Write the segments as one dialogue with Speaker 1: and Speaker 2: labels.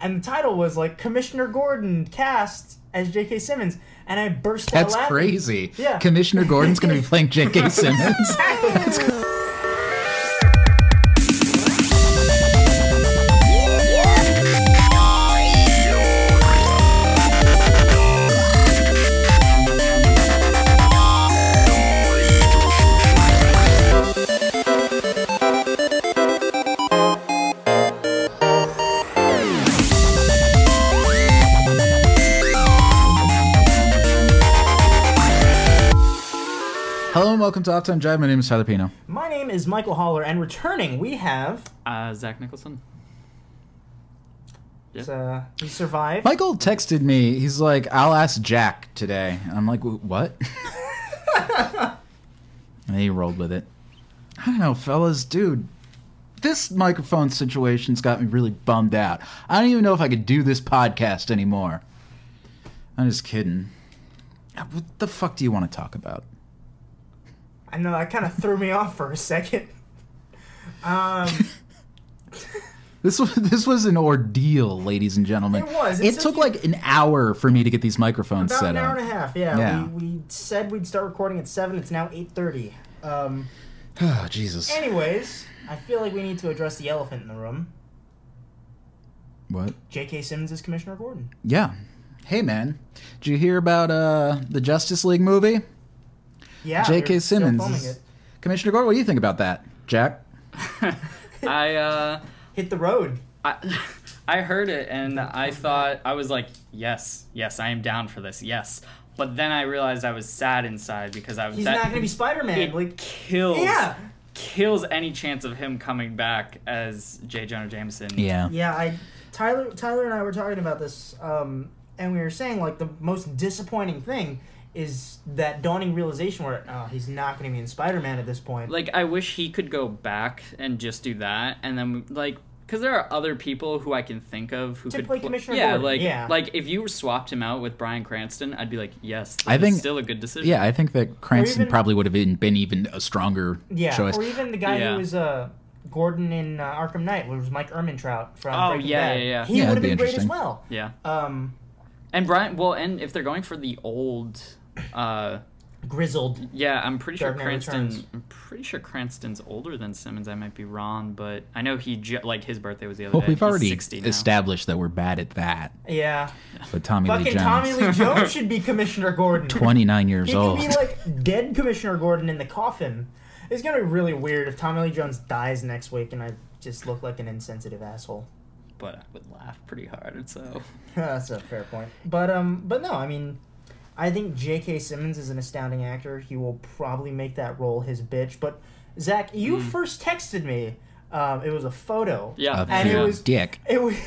Speaker 1: and the title was like Commissioner Gordon cast as J.K. Simmons, and I burst out
Speaker 2: That's
Speaker 1: laughing.
Speaker 2: crazy.
Speaker 1: Yeah.
Speaker 2: Commissioner Gordon's going to be playing J.K. Simmons. Hello and welcome to Off Time Drive. My name is Tyler Pino.
Speaker 1: My name is Michael Holler, and returning we have
Speaker 3: Uh, Zach Nicholson. Yep.
Speaker 1: uh, we survived.
Speaker 2: Michael texted me. He's like, "I'll ask Jack today," and I'm like, "Wh- "What?" and he rolled with it. I don't know, fellas, dude. This microphone situation's got me really bummed out. I don't even know if I could do this podcast anymore. I'm just kidding. Uh, What the fuck do you want to talk about?
Speaker 1: I know that kind of threw me off for a second. Um,
Speaker 2: This was this was an ordeal, ladies and gentlemen.
Speaker 1: It was. It
Speaker 2: It,
Speaker 1: took
Speaker 2: took
Speaker 1: you-
Speaker 2: like an hour for me to get these microphones
Speaker 1: about
Speaker 2: set
Speaker 1: an hour
Speaker 2: up.
Speaker 1: and a half. Yeah,
Speaker 2: Yeah.
Speaker 1: We, we said we'd start recording at seven. It's now eight thirty. Um,
Speaker 2: Oh, Jesus.
Speaker 1: anyways, I feel like we need to address the elephant in the room.
Speaker 2: What?
Speaker 1: J.K. Simmons is Commissioner Gordon.
Speaker 2: Yeah. Hey man, did you hear about uh the Justice League movie?
Speaker 1: Yeah,
Speaker 2: J.K.
Speaker 1: they're still
Speaker 2: Simmons.
Speaker 1: filming
Speaker 2: is-
Speaker 1: it.
Speaker 2: Commissioner Gordon, what do you think about that, Jack?
Speaker 3: I uh,
Speaker 1: hit the road.
Speaker 3: I, I heard it and I thought I was like, yes, yes, I am down for this, yes. But then I realized I was sad inside because I was.
Speaker 1: He's
Speaker 3: that-
Speaker 1: not going to be Spider Man.
Speaker 3: It
Speaker 1: Like,
Speaker 3: kills.
Speaker 1: Yeah.
Speaker 3: Kills any chance of him coming back as J. Jonah Jameson.
Speaker 2: Yeah.
Speaker 1: yeah, I Tyler Tyler and I were talking about this, um, and we were saying like the most disappointing thing is that dawning realization where oh, he's not going to be in Spider Man at this point.
Speaker 3: Like I wish he could go back and just do that, and then like because there are other people who I can think of who
Speaker 1: To
Speaker 3: could
Speaker 1: play
Speaker 3: pl-
Speaker 1: Commissioner
Speaker 3: Yeah,
Speaker 1: Gordon,
Speaker 3: like
Speaker 1: yeah.
Speaker 3: like if you swapped him out with Brian Cranston, I'd be like, yes,
Speaker 2: I
Speaker 3: I
Speaker 2: think-
Speaker 3: think still a good decision.
Speaker 2: Yeah, I think that Cranston
Speaker 1: even-
Speaker 2: probably would have been, been even a stronger
Speaker 1: yeah,
Speaker 2: choice.
Speaker 1: or even the guy
Speaker 3: Yeah.
Speaker 1: who was uh, Gordon in uh, Arkham Knight, which was Mike Ermintrout from.
Speaker 3: Oh,
Speaker 1: Breaking
Speaker 3: yeah,
Speaker 1: Bad.
Speaker 3: yeah, yeah.
Speaker 1: He
Speaker 2: Yeah,
Speaker 1: would
Speaker 2: that'd
Speaker 1: have
Speaker 2: be
Speaker 1: been great as
Speaker 2: interesting.
Speaker 1: well.
Speaker 3: yeah.
Speaker 1: Um,
Speaker 3: And Brian, well, and if they're going for the old, uh,
Speaker 1: grizzled.
Speaker 3: yeah, I'm pretty
Speaker 1: Dark
Speaker 3: sure
Speaker 1: Knight
Speaker 3: Cranston.
Speaker 1: Returns.
Speaker 3: I'm pretty sure Cranston's older than Simmons. I might be wrong, but I know he ju- like his birthday was the other
Speaker 2: well,
Speaker 3: day.
Speaker 2: we've
Speaker 3: He's
Speaker 2: already
Speaker 3: 60 now.
Speaker 2: established that we're bad at that.
Speaker 1: Yeah,
Speaker 2: But Tommy Lee
Speaker 1: fucking
Speaker 2: Jones,
Speaker 1: Tommy Lee Jones should be Commissioner Gordon.
Speaker 2: 29 years
Speaker 1: He
Speaker 2: old.
Speaker 1: could be like dead Commissioner Gordon in the coffin. It's gonna be really weird if Tommy Lee Jones dies next week and I just look like an insensitive asshole.
Speaker 3: but I would laugh pretty hard. So
Speaker 1: That's a fair point. But um, but no, I mean, I think J.K. Simmons is an astounding actor. He will probably make that role his bitch. But Zach, you first texted me. Um, it was a photo.
Speaker 3: yeah,
Speaker 2: a
Speaker 1: And it
Speaker 2: big
Speaker 1: was-
Speaker 2: dick.
Speaker 1: It was.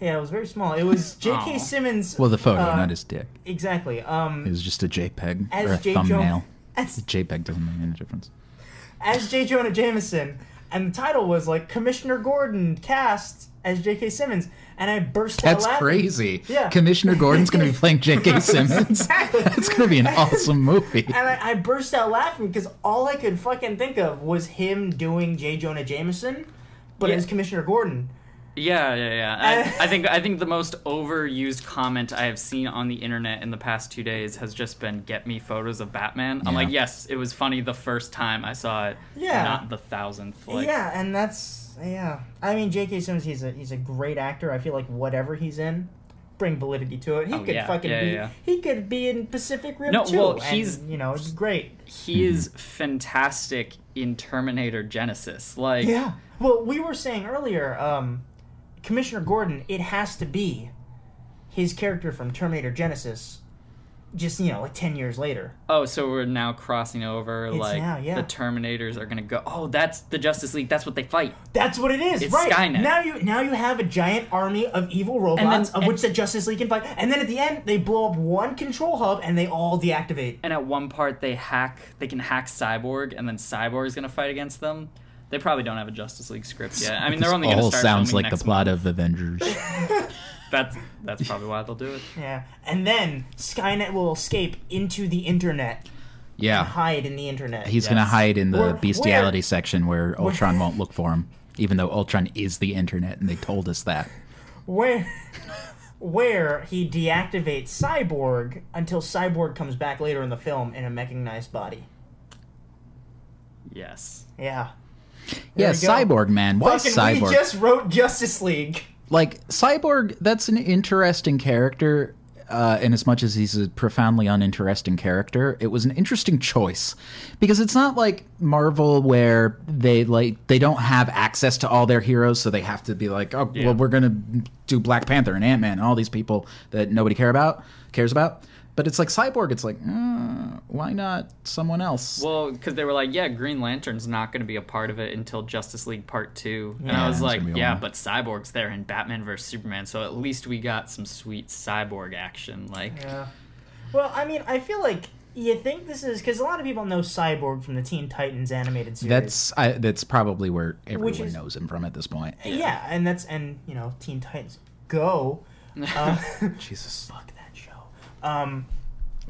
Speaker 1: Yeah, it was very small. It was J.K.
Speaker 3: Aw.
Speaker 1: Simmons.
Speaker 2: Well, the photo,
Speaker 1: uh,
Speaker 2: not his dick.
Speaker 1: exactly.
Speaker 2: It
Speaker 1: Um,
Speaker 2: was just a JPEG
Speaker 1: as
Speaker 2: or a
Speaker 1: J. Jo-
Speaker 2: thumbnail.
Speaker 1: as
Speaker 2: JPEG doesn't make any difference.
Speaker 1: as J. Jonah Jameson, and the title was like Commissioner Gordon cast as J.K. Simmons, and I burst
Speaker 2: That's
Speaker 1: out laughing.
Speaker 2: crazy.
Speaker 1: Yeah.
Speaker 2: Commissioner Gordon's going to be playing J.K. Simmons.
Speaker 1: Exactly.
Speaker 2: That's going to be an awesome movie.
Speaker 1: And I, I burst out laughing because all I could fucking think of was him doing J. Jonah Jameson, but
Speaker 3: Yeah.
Speaker 1: as Commissioner Gordon.
Speaker 3: yeah, yeah, yeah.
Speaker 1: And-
Speaker 3: I, I think I think the most overused comment I have seen on the internet in the past two days has just been "Get me photos of Batman." I'm
Speaker 2: Yeah.
Speaker 3: like, yes, it was funny the first time I saw it.
Speaker 1: Yeah.
Speaker 3: not the thousandth. Like,
Speaker 1: yeah, and that's yeah. I mean, J.K. Simmons, he's a he's a great actor. I feel like whatever he's in, bring validity to it. He
Speaker 3: Oh,
Speaker 1: could
Speaker 3: yeah.
Speaker 1: fucking
Speaker 3: Yeah,
Speaker 1: be
Speaker 3: yeah, yeah.
Speaker 1: he could be in Pacific Rim
Speaker 3: No,
Speaker 1: too.
Speaker 3: well,
Speaker 1: and,
Speaker 3: he's-
Speaker 1: you know he's great.
Speaker 3: he
Speaker 2: Mm-hmm.
Speaker 3: is fantastic in Terminator Genesis. Like,
Speaker 1: Yeah. Well, we were saying earlier, um, Commissioner Gordon, it has to be his character from Terminator Genesis, just, you know, like 10 years later.
Speaker 3: oh, so we're now crossing over.
Speaker 1: It's
Speaker 3: like,
Speaker 1: now, yeah.
Speaker 3: the Terminators are gonna go. Oh, that's the Justice League. That's what they fight.
Speaker 1: That's what it is,
Speaker 3: It's
Speaker 1: right?
Speaker 3: Skynet.
Speaker 1: Now you now you have a giant army of evil robots, of which the Justice League can fight, and then at the end they blow up one control hub and they all deactivate.
Speaker 3: And at one part, they hack. They can hack Cyborg, and then Cyborg is gonna fight against them. They probably don't have a Justice League script yet. I mean, they're
Speaker 2: This
Speaker 3: only
Speaker 2: all
Speaker 3: gonna start
Speaker 2: sounds
Speaker 3: filming
Speaker 2: like the
Speaker 3: next
Speaker 2: plot
Speaker 3: month.
Speaker 2: of Avengers.
Speaker 3: That's that's probably why they'll do it.
Speaker 1: Yeah, and then Skynet will escape into the internet,
Speaker 2: Yeah,
Speaker 1: hide in the internet.
Speaker 2: he's gonna
Speaker 3: Yes.
Speaker 2: hide in the
Speaker 1: Or
Speaker 2: bestiality
Speaker 1: where-
Speaker 2: section where Ultron won't look for him, even though Ultron is the internet, and they told us that.
Speaker 1: where where he deactivates Cyborg until Cyborg comes back later in the film in a mechanized body.
Speaker 3: Yes.
Speaker 1: Yeah. There we
Speaker 2: yeah,
Speaker 1: go.
Speaker 2: Cyborg man. Why
Speaker 1: Fucking
Speaker 2: Cyborg?
Speaker 1: we just wrote Justice League.
Speaker 2: like cyborg that's an interesting character uh, in as much as he's a profoundly uninteresting character it was an interesting choice because it's not like marvel where they like they don't have access to all their heroes so they have to be like oh
Speaker 3: Yeah.
Speaker 2: well we're gonna do black panther and ant-man and all these people that nobody care about cares about but it's like cyborg it's like uh, why not someone else
Speaker 3: Well, because they were like, yeah, Green Lantern's not going to be a part of it until Justice League Part 2. and
Speaker 2: Yeah,
Speaker 3: I was
Speaker 2: it's
Speaker 3: like,
Speaker 2: gonna be a
Speaker 3: yeah,
Speaker 2: while.
Speaker 3: but Cyborg's there in Batman vs. Superman, so at least we got some sweet Cyborg action. Like,
Speaker 1: Yeah. Well, I mean, I feel like you think this is because a lot of people know Cyborg from the Teen Titans animated series.
Speaker 2: that's I, that's probably where everyone
Speaker 1: is-
Speaker 2: knows him from at this point
Speaker 1: yeah. and that's and you know Teen Titans Go. Uh,
Speaker 2: jesus
Speaker 1: fuck that show. Um.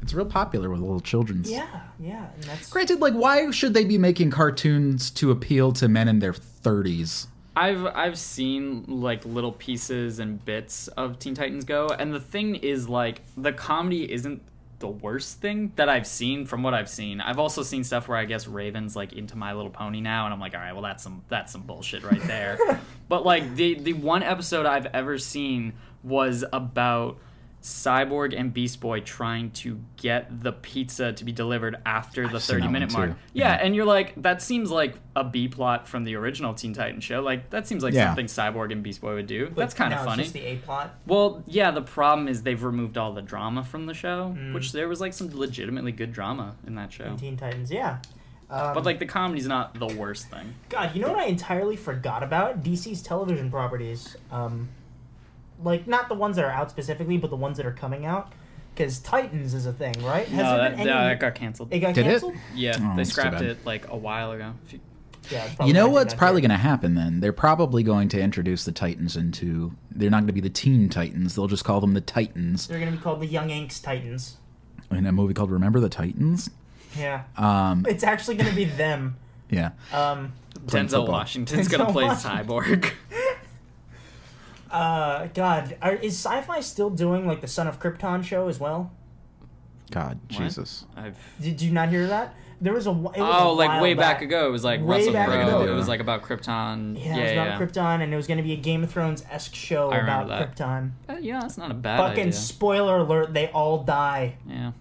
Speaker 2: it's real popular with little children's
Speaker 1: Yeah. Yeah. And that's
Speaker 2: Granted, like, why should they be making cartoons to appeal to men in their 30s?
Speaker 3: I've I've seen like little pieces and bits of Teen Titans Go, and the thing is like the comedy isn't the worst thing that I've seen from what I've seen. I've also seen stuff where I guess Raven's like into My Little Pony now, and I'm like, all right, well that's some that's some bullshit right there. but like the the one episode I've ever seen was about Cyborg and Beast Boy trying to get the pizza to be delivered after the
Speaker 2: I've seen that
Speaker 3: 30 minute
Speaker 2: one, too.
Speaker 3: mark. Yeah, and you're like, that seems like a B plot from the original Teen Titans show. Like, that seems like
Speaker 2: Yeah.
Speaker 3: something Cyborg and Beast Boy would do. That's kind
Speaker 1: now
Speaker 3: of
Speaker 1: it's
Speaker 3: funny.
Speaker 1: Just the A plot.
Speaker 3: Well, yeah, the problem is they've removed all the drama from the show, which there was like some legitimately good drama in that show.
Speaker 1: Teen Titans. Mm. Yeah. Um,
Speaker 3: But like the comedy's not the worst thing.
Speaker 1: God, you know what I entirely forgot about? DC's television properties. Um, like, not the ones that are out specifically, but the ones that are coming out. Because Titans is a thing, right? Has there
Speaker 3: no, that,
Speaker 1: been
Speaker 3: no,
Speaker 1: any-
Speaker 3: that got canceled.
Speaker 1: It got
Speaker 2: Did it?
Speaker 1: canceled?
Speaker 3: yeah,
Speaker 2: Oh,
Speaker 3: they
Speaker 2: that's too
Speaker 3: scrapped
Speaker 2: bad.
Speaker 3: it like a while ago. If you-
Speaker 1: Yeah, it's
Speaker 2: You know
Speaker 1: probably
Speaker 2: what's
Speaker 1: not
Speaker 2: probably
Speaker 1: there.
Speaker 2: going to happen then? They're probably going to introduce the Titans into. They're not going to be the Teen Titans. They'll just call them the Titans
Speaker 1: They're going to be called the Young Inks Titans.
Speaker 2: in a movie called Remember the Titans.
Speaker 1: Yeah.
Speaker 2: Um,
Speaker 1: It's actually going to be them.
Speaker 2: yeah,
Speaker 1: Um,
Speaker 2: Playing
Speaker 3: Denzel
Speaker 2: football.
Speaker 3: Washington's gonna
Speaker 1: Denzel
Speaker 3: play
Speaker 1: Washington.
Speaker 3: Cyborg.
Speaker 1: uh, God, are, is sci fi still doing, like, the Son of Krypton show as well?
Speaker 2: God, Jesus.
Speaker 3: I've
Speaker 1: Did you not hear that? There was a. wh- It was a
Speaker 3: Oh, like
Speaker 1: while
Speaker 3: way back ago, it was like
Speaker 1: Way
Speaker 3: Russell
Speaker 1: back
Speaker 3: Crowe.
Speaker 2: ago.
Speaker 3: It was like about Krypton.
Speaker 1: Yeah,
Speaker 3: yeah,
Speaker 1: it was about
Speaker 3: yeah.
Speaker 1: Krypton, and it was going to be a Game of Thrones esque show
Speaker 3: I
Speaker 1: about
Speaker 3: remember that.
Speaker 1: Krypton.
Speaker 3: Uh, yeah, that's not a bad
Speaker 1: Fucking
Speaker 3: idea.
Speaker 1: spoiler alert, they all die.
Speaker 3: yeah,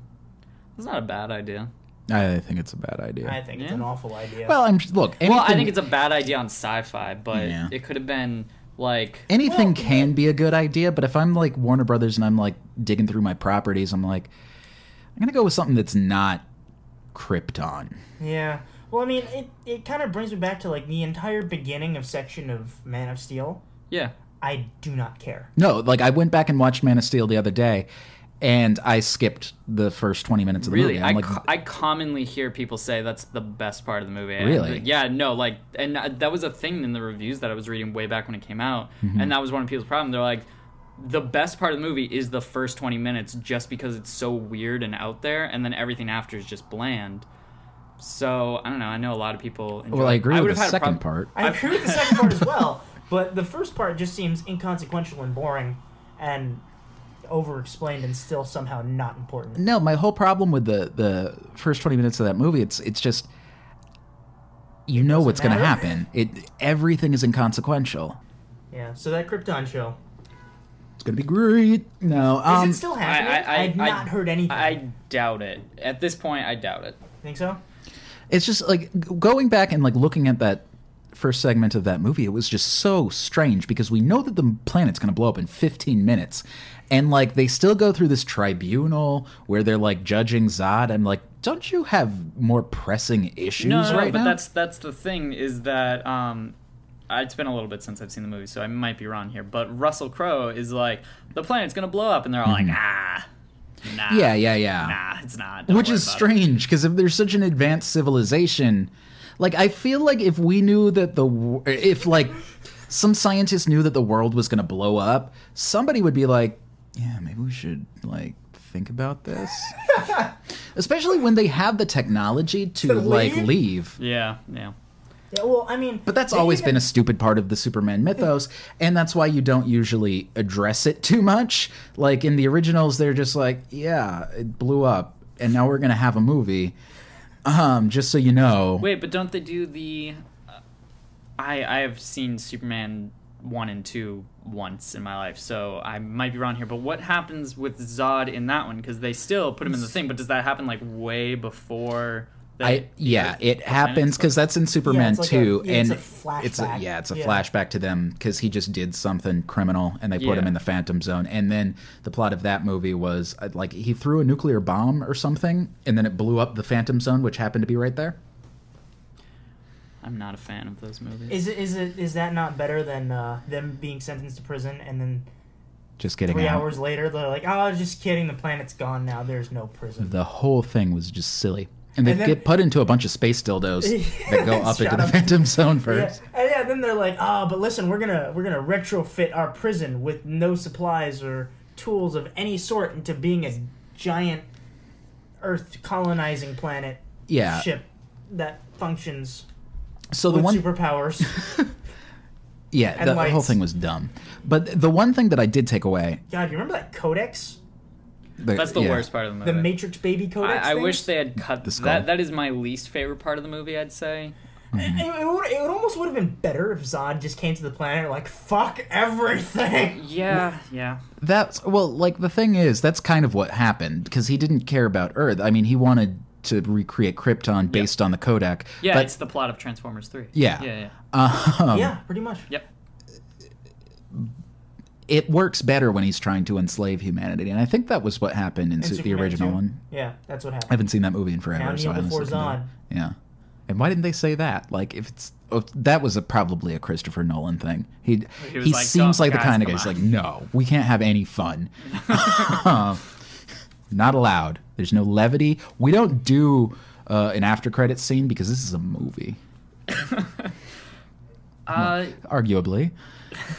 Speaker 3: that's not a bad idea.
Speaker 2: I think it's a bad idea.
Speaker 1: I think it's
Speaker 3: Yeah.
Speaker 1: an awful idea.
Speaker 2: well, I'm look. Anything,
Speaker 3: Well, I think it's a bad idea on sci-fi, but
Speaker 2: Yeah.
Speaker 3: it could have been like
Speaker 2: anything
Speaker 1: Well,
Speaker 2: can be a good idea, but if I'm like Warner Brothers and I'm like digging through my properties, I'm like, I'm going to go with something that's not Krypton.
Speaker 1: yeah. Well, I mean, it, it kind of brings me back to like the entire beginning of section of Man of Steel.
Speaker 3: yeah,
Speaker 1: I do not care.
Speaker 2: No, like I went back and watched Man of Steel the other day, and I skipped the first twenty minutes of the
Speaker 3: really.
Speaker 2: movie.
Speaker 3: I,
Speaker 2: I'm like,
Speaker 3: co- I commonly hear people say that's the best part of the movie. And,
Speaker 2: Really?
Speaker 3: yeah, no, like, and uh, that was a thing in the reviews that I was reading way back when it came out,
Speaker 2: Mm-hmm.
Speaker 3: and that was one of people's problems. They're like. The best part of the movie is the first 20 minutes just because it's so weird and out there, and then everything after is just bland. So, I don't know. I know a lot of people. Enjoy
Speaker 2: well, I
Speaker 3: it.
Speaker 2: agree with
Speaker 3: would've
Speaker 2: the
Speaker 3: had a
Speaker 2: second
Speaker 3: prob-
Speaker 2: part.
Speaker 1: I agree with the second part as well, but the first part just seems inconsequential and boring and over explained and still somehow not important.
Speaker 2: No, my whole problem with the the first twenty minutes of that movie, it's it's just you know what's going to
Speaker 1: matter.
Speaker 2: happen. It everything is inconsequential.
Speaker 1: Yeah, so that Krypton show.
Speaker 2: It's going to be great. No, um,
Speaker 1: is it still happening? have not heard anything.
Speaker 3: I doubt it. At this point, I doubt it.
Speaker 1: think so?
Speaker 2: it's just like g- going back and like looking at that first segment of that movie it was just so strange because we know that the planet's going to blow up in 15 minutes and like they still go through this tribunal where they're like judging zod i'm like don't you have more pressing issues
Speaker 3: No, no, no,
Speaker 2: right
Speaker 3: but
Speaker 2: now
Speaker 3: that's that's the thing is that um, I- it's been a little bit since I've seen the movie, so I might be wrong here. But Russell Crowe is like, the planet's gonna blow up, and they're all like, ah, nah,
Speaker 2: Mm-hmm. yeah yeah yeah
Speaker 3: nah, it's not. Don't
Speaker 2: which
Speaker 3: worry
Speaker 2: is
Speaker 3: about it."
Speaker 2: strange because if there's such an advanced civilization like i feel like if we knew that the wor- if like some scientist knew that the world was going to blow up somebody would be like yeah maybe we should like think about this especially when they have the technology to,
Speaker 1: To
Speaker 2: like
Speaker 1: leave?
Speaker 2: leave
Speaker 3: Yeah, yeah.
Speaker 1: Yeah, well, I mean,
Speaker 2: But that's
Speaker 1: they
Speaker 2: always
Speaker 1: even-
Speaker 2: been a stupid part of the Superman mythos, and that's why you don't usually address it too much. Like in the originals, they're just like, yeah, it blew up, and now we're gonna have a movie. Um, just so you know,
Speaker 3: Wait, but don't they do the? uh, I I have seen Superman one and two once in my life, so I might be wrong here. But what happens with Zod in that one? Because they still put him in the thing, but does that happen like way before? the-
Speaker 2: I yeah, it happens because that's in
Speaker 1: Yeah,
Speaker 2: Superman
Speaker 1: it's like a-
Speaker 2: two,
Speaker 1: yeah, it's
Speaker 2: and
Speaker 1: a
Speaker 2: it's a,
Speaker 1: flashback.
Speaker 2: yeah, it's a
Speaker 1: Yeah.
Speaker 2: flashback to them because he just did something criminal, and they put him
Speaker 3: Yeah.
Speaker 2: in the Phantom Zone. And then the plot of that movie was uh, like he threw a nuclear bomb or something, and then it blew up the Phantom Zone, which happened to be right there.
Speaker 3: I'm not a fan of those movies.
Speaker 1: Is it is it is that not better than uh, them being sentenced to prison and then
Speaker 2: Just getting
Speaker 1: three
Speaker 2: out.
Speaker 1: hours later they're like, oh, just kidding, the planet's gone now. There's no prison.
Speaker 2: The whole thing was just silly. And they
Speaker 1: And then-
Speaker 2: get put into a bunch of space dildos that go up
Speaker 1: Shut
Speaker 2: into the
Speaker 1: up.
Speaker 2: Phantom Zone
Speaker 1: Yeah,
Speaker 2: first.
Speaker 1: and yeah, then they're like, oh, but listen, we're gonna we're gonna retrofit our prison with no supplies or tools of any sort into being a giant Earth colonizing planet
Speaker 2: Yeah.
Speaker 1: ship that functions
Speaker 2: So the
Speaker 1: with
Speaker 2: one
Speaker 1: superpowers.
Speaker 2: Yeah,
Speaker 1: and
Speaker 2: the whole
Speaker 1: lights.
Speaker 2: thing was dumb. But the one thing that I did take away
Speaker 1: God, you remember that Codex,
Speaker 2: the-
Speaker 3: That's the
Speaker 2: yeah.
Speaker 3: worst part of the movie.
Speaker 1: the Matrix baby Codex?
Speaker 3: I, I
Speaker 1: thing?
Speaker 3: wish they had cut
Speaker 2: The skull.
Speaker 3: that. That is my least favorite part of the movie. I'd say.
Speaker 2: Mm-hmm.
Speaker 1: It, it would, it would almost would have been better if Zod just came to the planet like fuck everything.
Speaker 3: Yeah, yeah.
Speaker 2: That's well, like the thing is, that's kind of what happened because he didn't care about Earth. I mean, he wanted to recreate Krypton based on the Kodak.
Speaker 3: Yeah,
Speaker 2: but
Speaker 3: it's the plot of Transformers 3.
Speaker 2: Yeah.
Speaker 3: Yeah, yeah.
Speaker 2: um,
Speaker 1: yeah, pretty much.
Speaker 3: Yep.
Speaker 2: it works better when he's trying to enslave humanity, and I think that was what happened in
Speaker 1: And
Speaker 2: su- the
Speaker 1: Superman
Speaker 2: original
Speaker 1: 2.
Speaker 2: one.
Speaker 1: Yeah, that's what
Speaker 2: I
Speaker 1: happened.
Speaker 2: haven't seen that movie in forever.
Speaker 1: Now
Speaker 2: so I
Speaker 1: Neil before
Speaker 2: honestly don't know.
Speaker 1: Zod.
Speaker 2: Yeah. And why didn't they say that? Like, if it's oh, that was a, probably a Christopher Nolan thing. He
Speaker 3: He
Speaker 2: he,
Speaker 3: was like,
Speaker 2: seems
Speaker 3: "Don't,
Speaker 2: like the
Speaker 3: guys,
Speaker 2: kind of
Speaker 3: come
Speaker 2: guy who's
Speaker 3: on."
Speaker 2: like, no, we can't have any fun. Not allowed. There's no levity. We don't do uh, an after credit scene because this is a movie,
Speaker 3: Uh,
Speaker 2: arguably.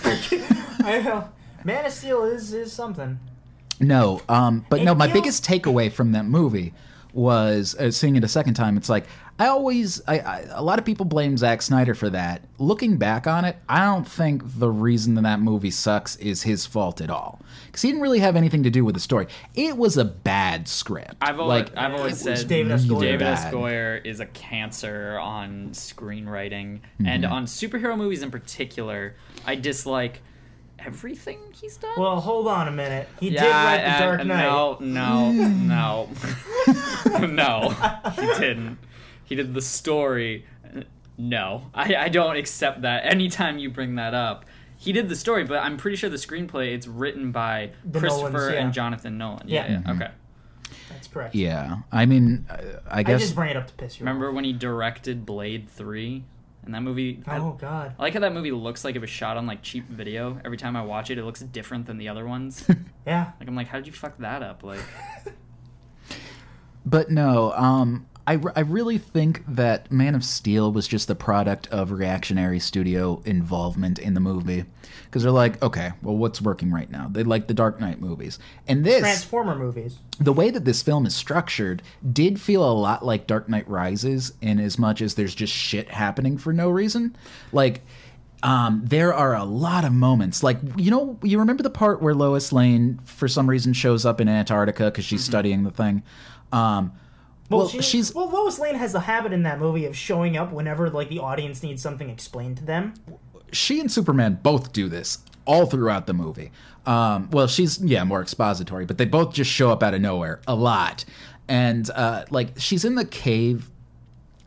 Speaker 1: I know. Man of Steel is is something.
Speaker 2: No, um, but
Speaker 1: It
Speaker 2: no, my
Speaker 1: feels-
Speaker 2: biggest takeaway from that movie was uh, seeing it a second time. It's like I always, I, I, a lot of people blame Zack Snyder for that. Looking back on it, I don't think the reason that that movie sucks is his fault at all because he didn't really have anything to do with the story. It was a bad script.
Speaker 3: I've always, I've always
Speaker 2: it was
Speaker 3: said
Speaker 1: David S. Goyer.
Speaker 2: really
Speaker 3: David S.
Speaker 2: bad.
Speaker 3: Goyer is a cancer on screenwriting and
Speaker 1: Mm-hmm.
Speaker 3: on superhero movies in particular. I dislike everything he's done.
Speaker 1: Well, hold on a minute. He
Speaker 3: yeah,
Speaker 1: did write
Speaker 3: and-
Speaker 1: the Dark
Speaker 3: and
Speaker 1: Knight.
Speaker 3: No, no, no, no. He didn't. He did the story. No, I, I don't accept that. Anytime you bring that up, he did the story, but I'm pretty sure the screenplay it's written by
Speaker 1: The
Speaker 3: Christopher
Speaker 1: Nolans, yeah.
Speaker 3: and Jonathan Nolan. Yeah,
Speaker 1: Yeah. Mm-hmm.
Speaker 3: yeah. okay.
Speaker 1: That's correct.
Speaker 2: Yeah, I mean, uh, I
Speaker 1: I
Speaker 2: guess
Speaker 1: just bring it up to piss you. off.
Speaker 3: Remember when he directed Blade Three, and that movie? I-
Speaker 1: Oh God.
Speaker 3: I like how that movie looks like it was shot on like cheap video. Every time I watch it, it looks different than the other ones.
Speaker 1: Yeah.
Speaker 3: like I'm like, how did you fuck that up? Like,
Speaker 2: But no, um, I, I really think that Man of Steel was just the product of reactionary studio involvement in the movie. Because they're like, okay, well, what's working right now? They like the Dark Knight movies. And this,
Speaker 1: Transformer movies.
Speaker 2: the way that this film is structured, did feel a lot like Dark Knight Rises in as much as there's just shit happening for no reason. Like, um, there are a lot of moments. Like, you know, you remember the part where Lois Lane, for some reason, shows up in Antarctica because she's studying the thing? Um, well,
Speaker 1: she-
Speaker 2: she's
Speaker 1: well. Lois Lane has the habit in that movie of showing up whenever like the audience needs something explained to them.
Speaker 2: she and Superman both do this all throughout the movie. Um, well, she's yeah more expository, but they both just show up out of nowhere a lot, and uh, like she's in the cave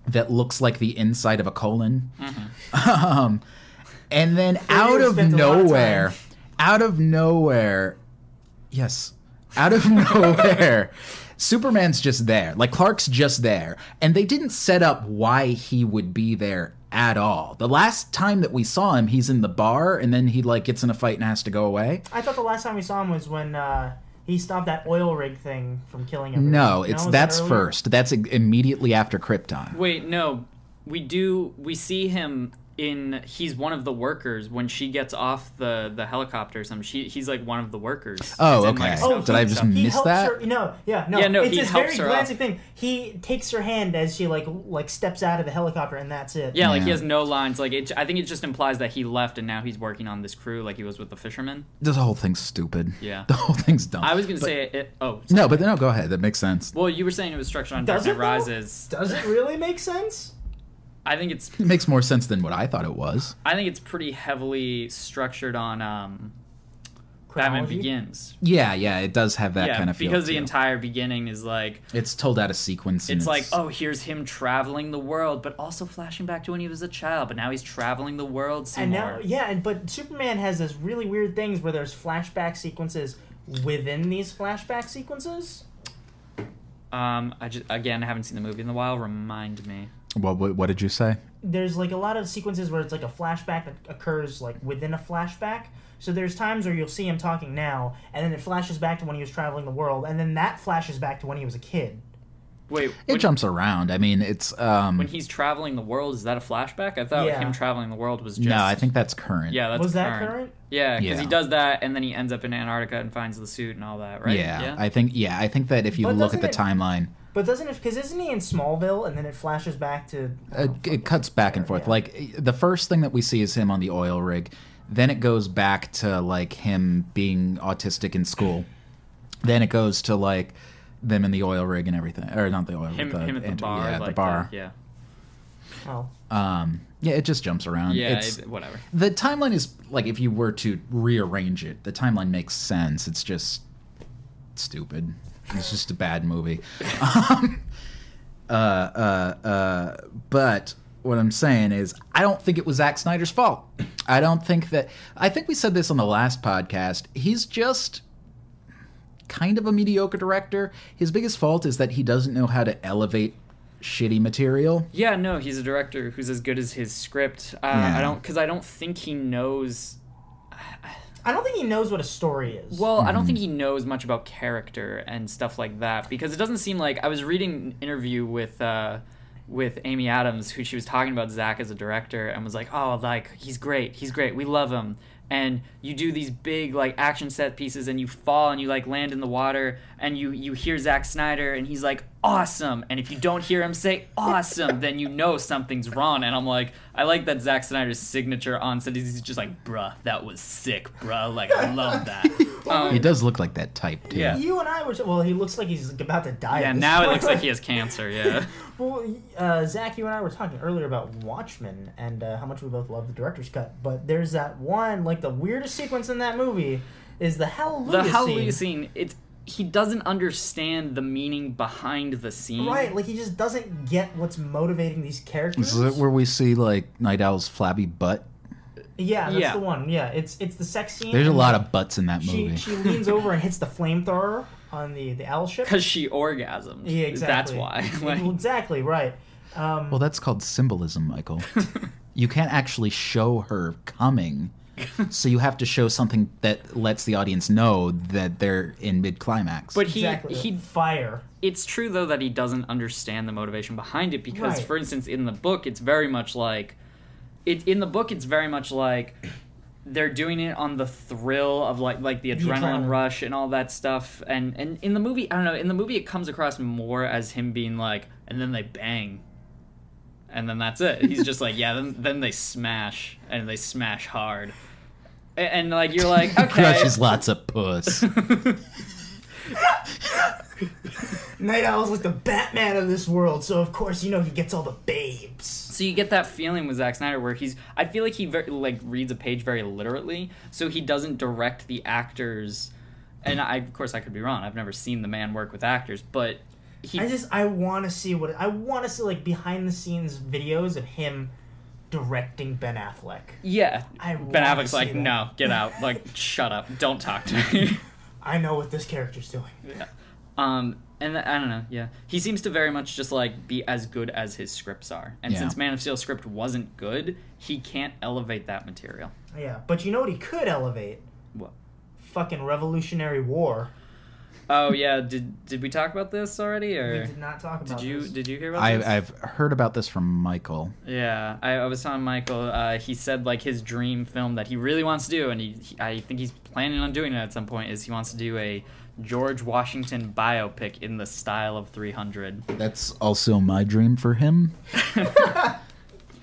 Speaker 2: that looks like the inside of a colon, um, and then out
Speaker 1: you
Speaker 2: of
Speaker 1: Mm-hmm. spent a lot of
Speaker 2: nowhere,
Speaker 1: time.
Speaker 2: out of nowhere, yes, out of nowhere. Superman's just there. Like Clark's just there. And they didn't set up why he would be there at all. The last time that we saw him, he's in the bar and then he like gets in a fight and has to go away.
Speaker 1: I thought the last time we saw him was when uh, he stopped that oil rig thing from killing everyone.
Speaker 2: No, it's
Speaker 1: is that
Speaker 2: that's
Speaker 1: earlier?
Speaker 2: first. That's i- immediately after Krypton.
Speaker 3: wait, no, we do. We see him in he's one of the workers when she gets off the the helicopter or something. She he's like one of the workers.
Speaker 2: Oh,
Speaker 3: He's in,
Speaker 2: okay.
Speaker 3: like, a
Speaker 2: Oh,
Speaker 3: scout
Speaker 2: did I
Speaker 3: team
Speaker 2: just
Speaker 3: stuff.
Speaker 1: He
Speaker 2: Miss
Speaker 1: helps
Speaker 2: that?
Speaker 1: her. No, yeah, no.
Speaker 3: Yeah, no,
Speaker 1: It's
Speaker 3: he
Speaker 1: this
Speaker 3: helps
Speaker 1: very
Speaker 3: her up.
Speaker 1: glancing thing. He takes her hand as she like like steps out of the helicopter, and that's it.
Speaker 3: Yeah, like he
Speaker 2: Yeah.
Speaker 3: has no lines. Like it, I think it just implies that he left and now he's working on this crew, like he was with the fishermen.
Speaker 2: This whole thing's stupid.
Speaker 3: Yeah.
Speaker 2: The whole thing's dumb.
Speaker 3: I was gonna
Speaker 2: But-
Speaker 3: say it. Oh, sorry.
Speaker 2: No, but no, go ahead. That makes sense.
Speaker 3: well, you were saying it was structured on
Speaker 1: Does
Speaker 3: Dark
Speaker 1: it,
Speaker 3: Knight
Speaker 1: though?
Speaker 3: Rises.
Speaker 1: Does it really make sense?
Speaker 3: I think it's
Speaker 2: It makes more sense than what I thought it was.
Speaker 3: I think it's pretty heavily structured on um, Batman
Speaker 1: Chronology?
Speaker 3: Begins.
Speaker 2: Yeah, yeah, it does have that
Speaker 3: yeah,
Speaker 2: kind of feel.
Speaker 3: because the
Speaker 2: too.
Speaker 3: entire beginning is like
Speaker 2: it's told out of sequence. And
Speaker 3: it's like oh here's him traveling the world, but also flashing back to when he was a child, but now he's traveling the world some
Speaker 1: And now,
Speaker 3: more.
Speaker 1: yeah, and but Superman has this really weird things where there's flashback sequences within these flashback sequences.
Speaker 3: Um, I just again I haven't seen the movie in a while. Remind me.
Speaker 2: What, what, what did you say?
Speaker 1: There's like a lot of sequences where it's like a flashback that occurs like within a flashback. So there's times where you'll see him talking now, and then it flashes back to when he was traveling the world, and then that flashes back to when he was a kid.
Speaker 3: Wait,
Speaker 2: It
Speaker 3: when,
Speaker 2: jumps around. I mean, it's um.
Speaker 3: when he's traveling the world, is that a flashback? I thought
Speaker 1: Yeah.
Speaker 3: him traveling the world was just
Speaker 2: no, I think that's current.
Speaker 3: yeah. That's
Speaker 1: was that
Speaker 3: current.
Speaker 1: current?
Speaker 3: Yeah, because
Speaker 2: Yeah.
Speaker 3: he does that, and then he ends up in Antarctica and finds the suit and all that, right?
Speaker 2: Yeah, I think yeah, I think that if you
Speaker 1: But
Speaker 2: look at the
Speaker 1: doesn't it-
Speaker 2: timeline,
Speaker 1: But doesn't it? Because isn't he in Smallville, and then it flashes back to? oh, I
Speaker 2: it,
Speaker 1: don't fucking
Speaker 2: it cuts back and
Speaker 1: care,
Speaker 2: forth.
Speaker 1: yeah.
Speaker 2: Like eh, the first thing that we see is him on the oil rig, then it goes back to like him being autistic in school, then it goes to like them in the oil rig and everything, or not the oil rig,
Speaker 3: him,
Speaker 2: the,
Speaker 3: him at the
Speaker 2: ant-
Speaker 3: bar,
Speaker 2: yeah,
Speaker 3: like
Speaker 2: the bar.
Speaker 3: yeah,
Speaker 1: oh,
Speaker 2: Um, yeah, it just jumps around.
Speaker 3: yeah,
Speaker 2: Um, it's,
Speaker 3: it- whatever.
Speaker 2: the timeline is like if you were to rearrange it, the timeline makes sense. It's just stupid. It's just a bad movie. Um, uh, uh, uh, but what I'm saying is, I don't think it was Zack Snyder's fault. I don't think that. I think we said this on the last podcast. He's just kind of a mediocre director. His biggest fault is that he doesn't know how to elevate shitty material.
Speaker 3: Yeah, no, he's a director who's as good as his script. Uh,
Speaker 2: Yeah.
Speaker 3: I don't because I don't think he knows.
Speaker 1: I don't think he knows what a story is.
Speaker 3: Well, I don't think he knows much about character and stuff like that because it doesn't seem like I was reading an interview with. Uh, with Amy Adams, who she was talking about Zach as a director, and was like, "Oh, like he's great, he's great, we love him." And you do these big like action set pieces, and you fall and you like land in the water, and you you hear Zack Snyder, and he's like, "Awesome!" And if you don't hear him say "awesome," then you know something's wrong. And I'm like, I like that Zack Snyder's signature on set is he's just like, "Bruh, that was sick, bruh. Like I love that." Um,
Speaker 2: He does look like that type too.
Speaker 3: Yeah.
Speaker 1: you and I were. Well, he looks like he's about to die.
Speaker 3: yeah,
Speaker 1: at this
Speaker 3: now it
Speaker 1: point.
Speaker 3: looks like he has cancer. Yeah.
Speaker 1: Well, uh, Zach, you and I were talking earlier about Watchmen and uh, how much we both love the director's cut, but there's that one, like the weirdest sequence in that movie is the hallelujah,
Speaker 3: the hallelujah
Speaker 1: scene.
Speaker 3: scene. It's he doesn't understand the meaning behind the scene.
Speaker 1: Right, like he just doesn't get what's motivating these characters.
Speaker 2: Is it where we see like Night Owl's flabby butt?
Speaker 1: yeah, that's
Speaker 3: Yeah.
Speaker 1: the one. Yeah, it's it's the sex scene.
Speaker 2: There's a
Speaker 1: and
Speaker 2: lot of butts in that
Speaker 1: She
Speaker 2: movie.
Speaker 1: she leans over and hits the flamethrower on the the owl ship.
Speaker 3: Because she orgasmed.
Speaker 1: Yeah, exactly.
Speaker 3: That's why. Like,
Speaker 1: Well, exactly right. Um,
Speaker 2: well, that's called symbolism, Michael. you can't actually show her coming, so you have to show something that lets the audience know that they're in mid climax.
Speaker 3: but he
Speaker 1: exactly.
Speaker 3: he.
Speaker 1: fire.
Speaker 3: It's true though that he doesn't understand the motivation behind it because,
Speaker 1: Right.
Speaker 3: for instance, in the book, it's very much like, it in the book, it's very much like. They're doing it on the thrill of like like the adrenaline
Speaker 1: adrenaline.
Speaker 3: rush and all that stuff, and and in the movie I don't know in the movie it comes across more as him being like, and then they bang, and then that's it. He's just like, yeah, then, then they smash and they smash hard, A- and, like you're like,
Speaker 2: He
Speaker 3: okay,
Speaker 2: crushes lots of puss.
Speaker 1: Night Owl's like the Batman of this world, so of course you know he gets all the babes.
Speaker 3: So you get that feeling with Zack Snyder where he's I feel like he very, like reads a page very literally, so he doesn't direct the actors. And I of course I could be wrong. I've never seen the man work with actors, but he
Speaker 1: I just I want to see what I want to see like behind the scenes videos of him directing Ben Affleck.
Speaker 3: yeah.
Speaker 1: I
Speaker 3: ben
Speaker 1: wanna
Speaker 3: Affleck's
Speaker 1: see
Speaker 3: like,
Speaker 1: that.
Speaker 3: "No, get out. Like shut up. Don't talk to me."
Speaker 1: I know what this character's doing.
Speaker 3: Um, and th- I don't know. Yeah, he seems to very much just like be as good as his scripts are. And
Speaker 2: Yeah.
Speaker 3: since Man of Steel script wasn't good, he can't elevate that material.
Speaker 1: Yeah, but you know what he could elevate?
Speaker 3: What?
Speaker 1: Fucking Revolutionary War.
Speaker 3: Oh yeah, did did we talk about this already,
Speaker 1: We
Speaker 3: or
Speaker 1: did not talk about
Speaker 3: did you
Speaker 1: this.
Speaker 3: did you hear about this?
Speaker 2: I, I've heard about this from Michael.
Speaker 3: Yeah, I, I was telling Michael. Uh, he said like his dream film that he really wants to do, and he, he I think he's planning on doing it at some point. Is he wants to do a George Washington biopic in the style of 300?
Speaker 2: That's also my dream for him.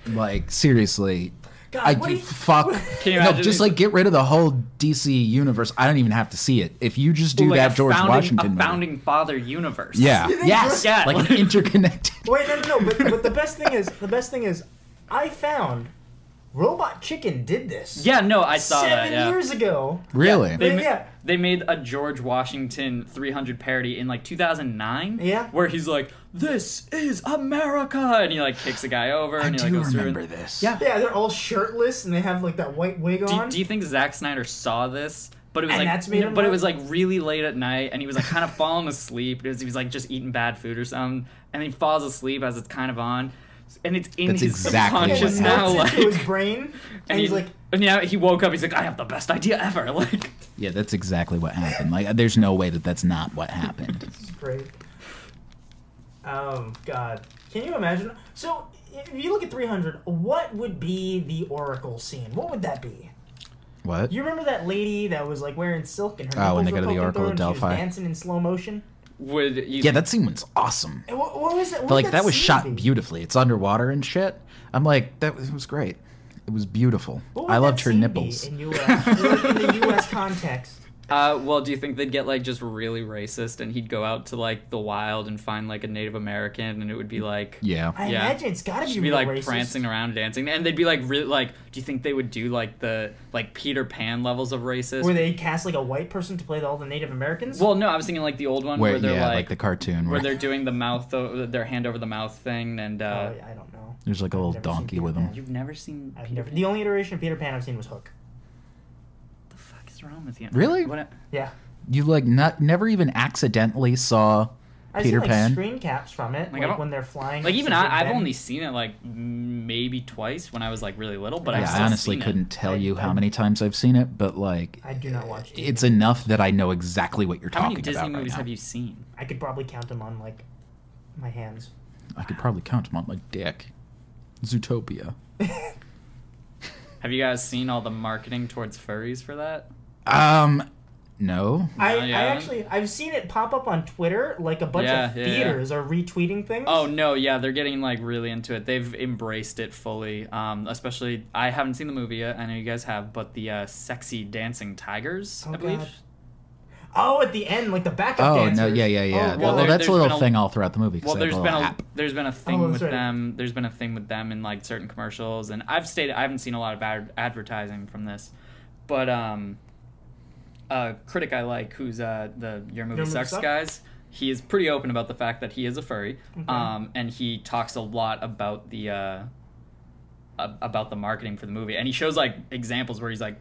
Speaker 2: like seriously,
Speaker 1: God,
Speaker 2: I
Speaker 1: what do you-
Speaker 2: fuck.
Speaker 3: Can you
Speaker 2: no,
Speaker 3: imagine
Speaker 2: just
Speaker 3: these-
Speaker 2: like get rid of the whole DC universe. I don't even have to see it. If you just do
Speaker 3: Like
Speaker 2: that
Speaker 3: a
Speaker 2: George
Speaker 3: founding,
Speaker 2: Washington,
Speaker 3: a
Speaker 2: movie.
Speaker 3: founding father universe.
Speaker 2: yeah,
Speaker 1: You think
Speaker 2: yes,
Speaker 3: George- Yeah.
Speaker 2: like an interconnected.
Speaker 1: Wait, no, no, no. But, but the best thing is, the best thing is, I found Robot Chicken did this.
Speaker 3: yeah. No, I saw
Speaker 1: seven
Speaker 3: that. Yeah.
Speaker 1: years ago.
Speaker 2: Really?
Speaker 3: They, ma-
Speaker 1: Yeah.
Speaker 3: they made a George Washington 300 parody in like 2009.
Speaker 1: Yeah.
Speaker 3: Where he's like, "This is America," and he like kicks a guy over,
Speaker 2: I
Speaker 3: and he
Speaker 2: do
Speaker 3: like goes through.
Speaker 2: remember
Speaker 3: And,
Speaker 2: this.
Speaker 3: Yeah.
Speaker 1: Yeah, they're all shirtless and they have like that white wig
Speaker 3: do,
Speaker 1: on.
Speaker 3: do you think Zack Snyder saw this? But it was
Speaker 1: And
Speaker 3: like,
Speaker 1: that's made him
Speaker 3: but it
Speaker 1: laugh?
Speaker 3: was like really late at night, and he was like kind of falling asleep. It was, he was like just eating bad food or something, and he falls asleep as it's kind of on, and it's in
Speaker 2: That's
Speaker 3: his
Speaker 2: exactly what
Speaker 3: subconscious
Speaker 1: it
Speaker 2: happened.
Speaker 3: now.
Speaker 1: melts
Speaker 3: Like,
Speaker 1: into his brain, and
Speaker 3: and
Speaker 1: he's
Speaker 3: he-
Speaker 1: like,
Speaker 3: and yeah, he woke up. He's like, I have the best idea ever. Like,
Speaker 2: Yeah, that's exactly what happened. Like, there's no way that that's not what happened.
Speaker 1: "This is great." Um, God, can you imagine? So, if you look at 300, what would be the Oracle scene? What would that be?
Speaker 2: What?
Speaker 1: You remember that lady that was like wearing silk and her
Speaker 2: Oh, when
Speaker 1: nipples
Speaker 2: they go to
Speaker 1: were
Speaker 2: the
Speaker 1: poking through
Speaker 2: Oracle of
Speaker 1: and she was
Speaker 2: Delphi.
Speaker 1: dancing in slow motion?
Speaker 3: would you
Speaker 2: yeah, that scene was awesome.
Speaker 1: And What, what was that? What
Speaker 2: But,
Speaker 1: would
Speaker 2: like that was
Speaker 1: scene be?
Speaker 2: shot beautifully. It's underwater and shit. I'm like, that was, it was great. It was beautiful.
Speaker 1: What would
Speaker 2: I
Speaker 1: that
Speaker 2: loved her
Speaker 1: scene be
Speaker 2: nipples.
Speaker 1: In, US, like, in the U.S. context.
Speaker 3: Uh, well, do you think they'd get like just really racist and he'd go out to like the wild and find like a Native American and it would be like
Speaker 1: I
Speaker 2: Yeah.
Speaker 3: Yeah.
Speaker 1: imagine it's got to be,
Speaker 3: she'd be
Speaker 1: real
Speaker 3: like
Speaker 1: racist.
Speaker 3: prancing around dancing and they'd be like really like do you think they would do like the like Peter Pan levels of racist?
Speaker 1: Where they cast like a white person to play all the Native Americans?
Speaker 3: well, no, I was thinking like the old one where,
Speaker 2: Where,
Speaker 3: they're
Speaker 2: yeah, like,
Speaker 3: like,
Speaker 2: the cartoon
Speaker 3: where
Speaker 2: where,
Speaker 3: they're doing the mouth o- their hand over the mouth thing and uh,
Speaker 1: Oh, yeah, I don't know.
Speaker 2: there's like a little
Speaker 1: I've never seen
Speaker 2: donkey
Speaker 1: Peter
Speaker 2: with
Speaker 1: Pan.
Speaker 2: him.
Speaker 3: you've never seen
Speaker 1: I've
Speaker 3: Peter
Speaker 1: never,
Speaker 3: Pan.
Speaker 1: the only iteration of Peter Pan I've seen was Hook.
Speaker 3: What the fuck is wrong with you?
Speaker 2: Really?
Speaker 3: What-
Speaker 1: Yeah,
Speaker 2: You like not never even accidentally saw
Speaker 1: I've seen
Speaker 2: Peter
Speaker 1: like
Speaker 2: Pan.
Speaker 1: screen caps from it,
Speaker 3: Like,
Speaker 1: like,
Speaker 3: I don't-
Speaker 1: when they're flying.
Speaker 3: like
Speaker 1: to
Speaker 3: even
Speaker 1: Big
Speaker 3: I, I've
Speaker 1: Ben.
Speaker 3: only seen it like m- maybe twice when I was like really little, but I've
Speaker 2: yeah, I
Speaker 3: still
Speaker 2: honestly
Speaker 3: seen it.
Speaker 2: couldn't tell
Speaker 1: I-
Speaker 2: you how
Speaker 1: I-
Speaker 2: many times I've seen it, but like
Speaker 1: I do not watch. TV.
Speaker 2: it's enough that I know exactly what you're
Speaker 3: How
Speaker 2: talking
Speaker 3: many Disney
Speaker 2: about. right
Speaker 3: movies
Speaker 2: now.
Speaker 3: have you seen?
Speaker 1: I could probably count them on like my hands.
Speaker 2: I could probably count them on my dick. Zootopia.
Speaker 3: Have you guys seen all the marketing towards furries for that?
Speaker 2: Um, no.
Speaker 1: I,
Speaker 3: yeah.
Speaker 1: I actually I've seen it pop up on Twitter. Like a bunch
Speaker 3: Yeah,
Speaker 1: of
Speaker 3: yeah, yeah.
Speaker 1: theaters are retweeting things.
Speaker 3: Oh no, yeah, they're getting like really into it. They've embraced it fully. Um, especially I haven't seen the movie yet. I know you guys have, but the uh, sexy dancing tigers,
Speaker 1: Oh,
Speaker 3: I believe.
Speaker 1: God. Oh, at the end, like the backup
Speaker 2: Oh
Speaker 1: dancers.
Speaker 2: no, yeah, yeah, yeah.
Speaker 1: Oh,
Speaker 2: Th-
Speaker 3: well,
Speaker 2: well,
Speaker 3: there-
Speaker 2: that's a
Speaker 3: there's
Speaker 2: little
Speaker 3: been a-
Speaker 2: thing all throughout the movie. 'cause
Speaker 3: Well,
Speaker 2: they have
Speaker 3: there's
Speaker 2: a
Speaker 3: been
Speaker 2: little
Speaker 3: a
Speaker 2: app.
Speaker 3: there's been a thing
Speaker 1: Oh,
Speaker 3: with
Speaker 1: sorry.
Speaker 3: them. There's been a thing with them in like certain commercials, and I've stayed. I haven't seen a lot of ad- advertising from this, but um, a critic I like, who's uh the Your Movie
Speaker 1: Your Movie
Speaker 3: Sucks
Speaker 1: Sucks?
Speaker 3: guys, he is pretty open about the fact that he is a furry, um, and he talks a lot about the uh, ab- about the marketing for the movie, and he shows like examples where he's like.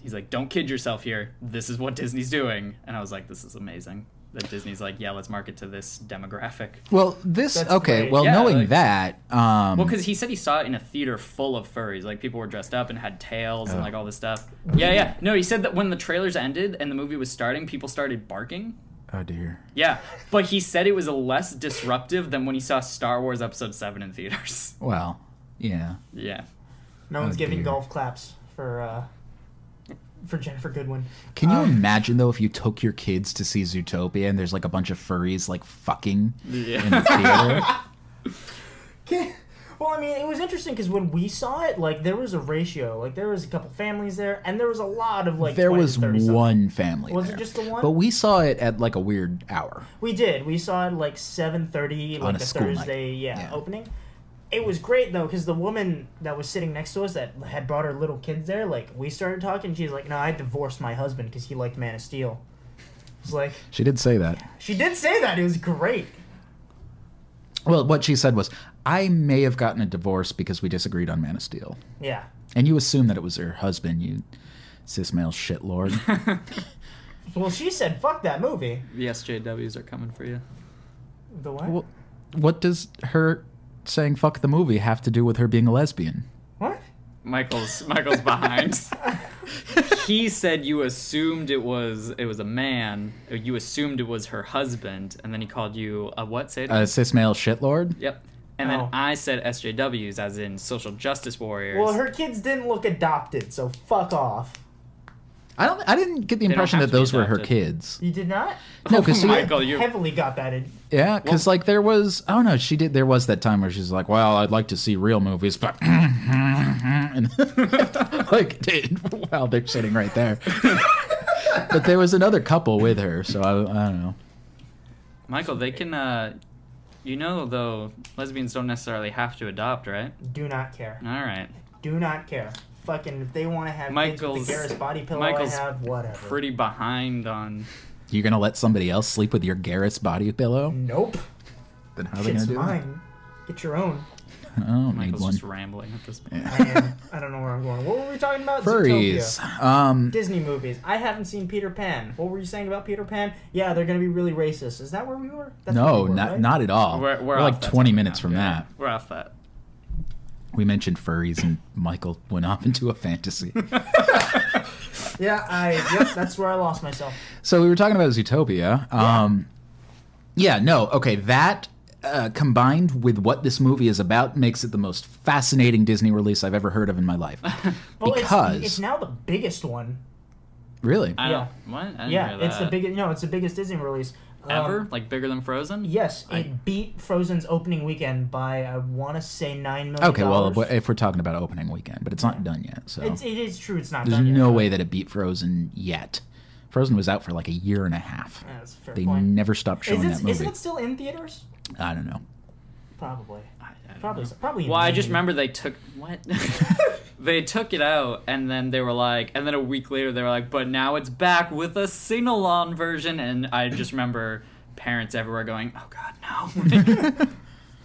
Speaker 3: He's like, don't kid yourself here. This is what Disney's doing. And I was like, this is amazing. That Disney's like, yeah, let's market to this demographic.
Speaker 2: Well, this
Speaker 1: That's
Speaker 2: okay.
Speaker 1: great.
Speaker 2: Well,
Speaker 3: Yeah,
Speaker 2: knowing
Speaker 3: like-
Speaker 2: that, um,
Speaker 3: Well, because he said he saw it in a theater full of furries. Like people were dressed up and had tails and
Speaker 2: Oh.
Speaker 3: like all this stuff. Yeah, yeah. No, he said that when the trailers ended and the movie was starting, people started barking.
Speaker 2: oh dear,
Speaker 3: Yeah, but he said it was less disruptive than when he saw Star Wars Episode Seven in theaters.
Speaker 2: well, yeah,
Speaker 3: Yeah.
Speaker 1: No one's
Speaker 2: Oh,
Speaker 1: giving
Speaker 2: dear.
Speaker 1: golf claps for uh, for Jennifer Goodwin.
Speaker 2: Can you
Speaker 3: Uh,
Speaker 1: Um,
Speaker 2: imagine though if you took your kids to see Zootopia and there's like a bunch of furries like fucking in the
Speaker 3: Yeah.
Speaker 2: theater?
Speaker 1: Can- well, I mean, it was interesting because when we saw it, like there was a ratio, like there was a couple families there, and there was a lot of like.
Speaker 2: there
Speaker 1: 20 to
Speaker 2: was
Speaker 1: 30 something.
Speaker 2: one family.
Speaker 1: Was it
Speaker 2: there.
Speaker 1: just the one?
Speaker 2: But we saw it at like a weird hour.
Speaker 1: We did. We saw it like seven thirty, like
Speaker 2: On a
Speaker 1: the
Speaker 2: school night.
Speaker 1: Thursday, yeah,
Speaker 2: Yeah.
Speaker 1: opening. It was great though because the woman that was sitting next to us that had brought her little kids there, like we started talking. She's like, "No, I divorced my husband because he liked Man of Steel." It's like
Speaker 2: She did say that.
Speaker 1: she did say that. It was great.
Speaker 2: Well, what she said was, "I may have gotten a divorce because we disagreed on Man of Steel."
Speaker 1: Yeah.
Speaker 2: And you assume that it was her husband, you cis male shitlord.
Speaker 1: Well, she said, "Fuck that movie."
Speaker 3: The SJWs are coming for you.
Speaker 1: The what?
Speaker 2: Well, what does her saying "fuck the movie" have to do with her being a lesbian?
Speaker 1: what?
Speaker 3: Michael's Michael's behind. he said you assumed it was it was a man. Or you assumed it was her husband, and then he called you a what? Say it.
Speaker 2: A cis male shitlord?
Speaker 3: yep. And then
Speaker 1: Oh.
Speaker 3: I said SJWs, as in social justice warriors.
Speaker 1: Well, her kids didn't look adopted, so fuck off.
Speaker 2: I don't. I didn't get the
Speaker 3: don't
Speaker 2: impression
Speaker 3: have
Speaker 2: that
Speaker 3: to be
Speaker 2: those were her
Speaker 3: adopted.
Speaker 2: kids.
Speaker 1: You did not?
Speaker 2: No, because
Speaker 3: Oh my God. Well, you-
Speaker 1: heavily got that in.
Speaker 2: yeah, because like there was. Oh no, she did. There was that time where she's like, "Well, I'd like to see real movies," but and like, dude, wow, they're sitting right there. but there was another couple with her, so I, I don't know.
Speaker 3: Michael, they can. Uh, you know, though, lesbians don't necessarily have to adopt, right?
Speaker 1: Do not care.
Speaker 3: All right.
Speaker 1: Do not care. Fucking, if they want to have
Speaker 3: Michael's-
Speaker 1: kids with the Garris body pillow
Speaker 3: Michael's
Speaker 1: I have, whatever.
Speaker 3: Pretty behind on.
Speaker 2: You're gonna let somebody else sleep with your Garrett's body pillow?
Speaker 1: Nope.
Speaker 2: Then how are they gonna
Speaker 1: Shit's
Speaker 2: do that?
Speaker 1: mine. Get your own.
Speaker 2: I don't need
Speaker 3: Michael's
Speaker 2: one.
Speaker 3: just rambling at this point.
Speaker 1: I, am, I don't know where I'm going. What were we talking about?
Speaker 2: Furries.
Speaker 1: Zootopia.
Speaker 2: Um,
Speaker 1: Disney movies. I haven't seen Peter Pan. What were you saying about Peter Pan? Yeah, they're gonna be really racist. Is that where we were? That's where
Speaker 2: no,
Speaker 1: we were,
Speaker 2: not
Speaker 1: right?
Speaker 2: not at all.
Speaker 3: We're, we're off
Speaker 2: like
Speaker 3: that
Speaker 2: 20
Speaker 3: topic
Speaker 2: minutes
Speaker 3: now,
Speaker 2: from
Speaker 3: yeah.
Speaker 2: that.
Speaker 3: We're off that.
Speaker 2: We mentioned furries, and Michael went off into a fantasy.
Speaker 1: Yeah, I. Yep, that's where I lost myself.
Speaker 2: so we were talking about Zootopia. Um, yeah, no, okay, that uh, combined with what this movie is about makes it the most fascinating Disney release I've ever heard of in my life.
Speaker 1: Well,
Speaker 2: Because-
Speaker 1: it's, it's now the biggest one.
Speaker 2: really?
Speaker 3: I
Speaker 1: Yeah.
Speaker 3: don't. What? I didn't
Speaker 1: Yeah,
Speaker 3: hear
Speaker 1: it's the
Speaker 3: that.
Speaker 1: biggest. No, it's the biggest Disney release Um,
Speaker 3: Ever? like bigger than Frozen?
Speaker 1: Yes, it beat Frozen's opening weekend by I want to say nine million.
Speaker 2: okay, well, if we're talking about opening weekend, but it's not done yet, so
Speaker 1: it's, it is true. It's not.
Speaker 2: there's
Speaker 1: done
Speaker 2: no
Speaker 1: yet.
Speaker 2: way that it beat Frozen yet. Frozen was out for like a year and a half.
Speaker 1: Yeah, that's a Mm, fair
Speaker 2: They
Speaker 1: point.
Speaker 2: never stopped
Speaker 1: Is
Speaker 2: showing that
Speaker 1: it,
Speaker 2: movie.
Speaker 1: isn't it still in theaters?
Speaker 2: I don't know.
Speaker 1: Probably.
Speaker 3: I- I don't
Speaker 1: Probably.
Speaker 3: know.
Speaker 1: so- Probably. in
Speaker 3: Well, I just
Speaker 1: May.
Speaker 3: remember they took what? they took it out, and then they were like, and then a week later they were like, but now it's back with a sing-along version, and I just remember parents everywhere going, oh god, no.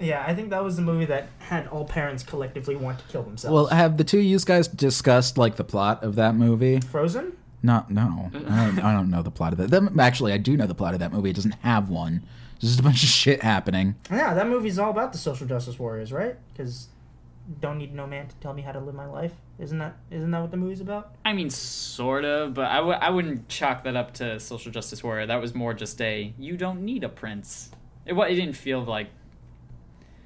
Speaker 1: Yeah, I think that was the movie that had all parents collectively want to kill themselves.
Speaker 2: Well, have the two of you guys discussed like the plot of that movie?
Speaker 1: Frozen.
Speaker 2: Not, no, I don't, I don't know the plot of that. Them- Actually, I do know the plot of that movie. It doesn't have one. There's just a bunch of shit happening.
Speaker 1: Yeah, that movie's all about the social justice warriors, right? Because don't need no man to tell me how to live my life. Isn't that isn't that what the movie's about?
Speaker 3: I mean, sort of, but I w- I wouldn't chalk that up to social justice warrior. That was more just a you don't need a prince. It, wa- it didn't feel like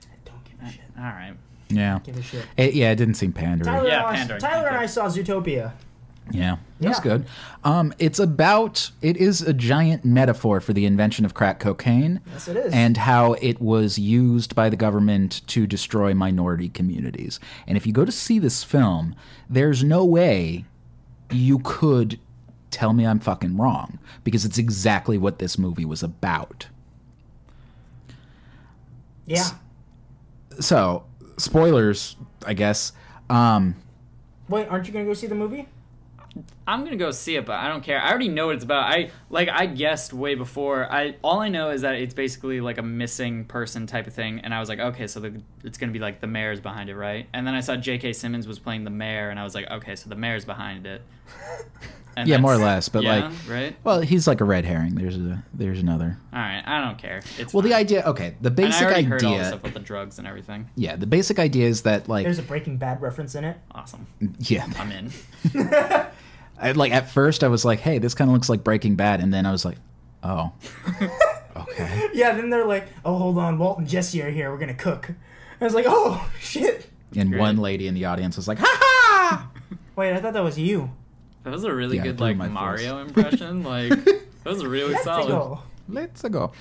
Speaker 1: I don't give a shit.
Speaker 3: all right.
Speaker 2: Yeah,
Speaker 1: Give a shit.
Speaker 2: it, yeah, it didn't seem pandering.
Speaker 1: Tyler,
Speaker 3: Yeah,
Speaker 1: and, I,
Speaker 3: pandering.
Speaker 1: Tyler and I saw Zootopia.
Speaker 2: Yeah, that's
Speaker 1: Yeah.
Speaker 2: good. Um, it's about. It is a giant metaphor for the invention of crack cocaine.
Speaker 1: Yes, it is.
Speaker 2: and how it was used by the government to destroy minority communities. And if you go to see this film, there's no way you could tell me I'm fucking wrong because it's exactly what this movie was about.
Speaker 1: yeah.
Speaker 2: So, spoilers, I guess. Um,
Speaker 1: Wait, aren't you gonna go see the movie?
Speaker 3: I'm gonna go see it, but I don't care. I already know what it's about. I like I guessed way before. I all I know is that it's basically like a missing person type of thing, and I was like, okay, so the, it's gonna be like the mayor's behind it, right? And then I saw J.K. Simmons was playing the mayor, and I was like, okay, so the mayor's behind it. And
Speaker 2: yeah, more or
Speaker 3: that's-
Speaker 2: less, but
Speaker 3: yeah,
Speaker 2: like
Speaker 3: right?
Speaker 2: well, he's like a red herring. There's a there's another.
Speaker 3: All right, I don't care. It's
Speaker 2: Well, the
Speaker 3: fine.
Speaker 2: idea, okay, the
Speaker 3: And I
Speaker 2: basic
Speaker 3: already heard all the
Speaker 2: idea.
Speaker 3: stuff with the drugs and everything.
Speaker 2: Yeah, the basic idea is that like
Speaker 1: There's a Breaking Bad reference in it.
Speaker 3: Awesome,
Speaker 2: yeah,
Speaker 3: I'm in.
Speaker 2: I, like at first I was like, "Hey, this kind of looks like Breaking Bad," and then I was like, "Oh, okay."
Speaker 1: Yeah, then they're like, "Oh, hold on, Walt and Jesse are here. We're gonna cook." I was like, "Oh shit!"
Speaker 2: And
Speaker 3: Great.
Speaker 2: one lady in the audience was like, "Ha ha!"
Speaker 1: Wait, I thought that was you.
Speaker 3: That was a really
Speaker 2: Yeah,
Speaker 3: good
Speaker 2: through
Speaker 3: like
Speaker 2: my voice.
Speaker 3: Mario impression. Like that was really solid.
Speaker 1: Go.
Speaker 2: Let's go.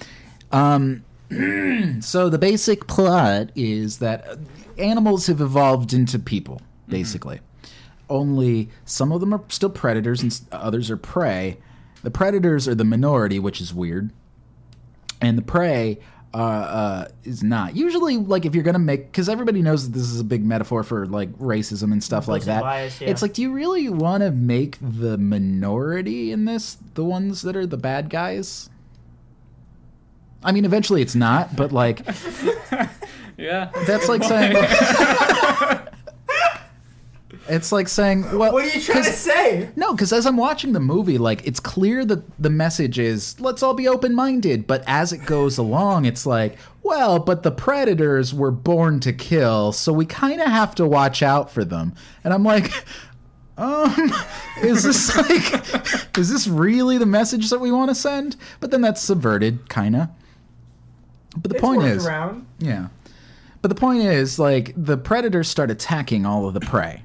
Speaker 2: Um, so the basic plot is that uh, animals have evolved into people,
Speaker 3: Mm-hmm.
Speaker 2: basically. Only some of them are still predators and s- others are prey. The predators are the minority, which is weird, and the prey. Uh, uh, is not usually like if you're gonna make because everybody knows that this is a big metaphor for like racism and stuff like
Speaker 1: Implicit
Speaker 2: that.
Speaker 1: bias, yeah.
Speaker 2: It's like, do you really want to make the minority in this the ones that are the bad guys? I mean, eventually it's not, but like
Speaker 3: Yeah,
Speaker 2: that's like saying it's like saying well.
Speaker 1: What are you trying to
Speaker 2: 'cause-
Speaker 1: say?
Speaker 2: No, because as I'm watching the movie, like it's clear that the message is let's all be open minded. But as it goes along, it's like, well, but the predators were born to kill, so we kind of have to watch out for them. And I'm like, um, is this like, is this really the message that we want to send? But then that's subverted, kinda. But the
Speaker 1: It's
Speaker 2: point
Speaker 1: worked
Speaker 2: is,
Speaker 1: around.
Speaker 2: yeah. But the point is, like, the predators start attacking all of the prey.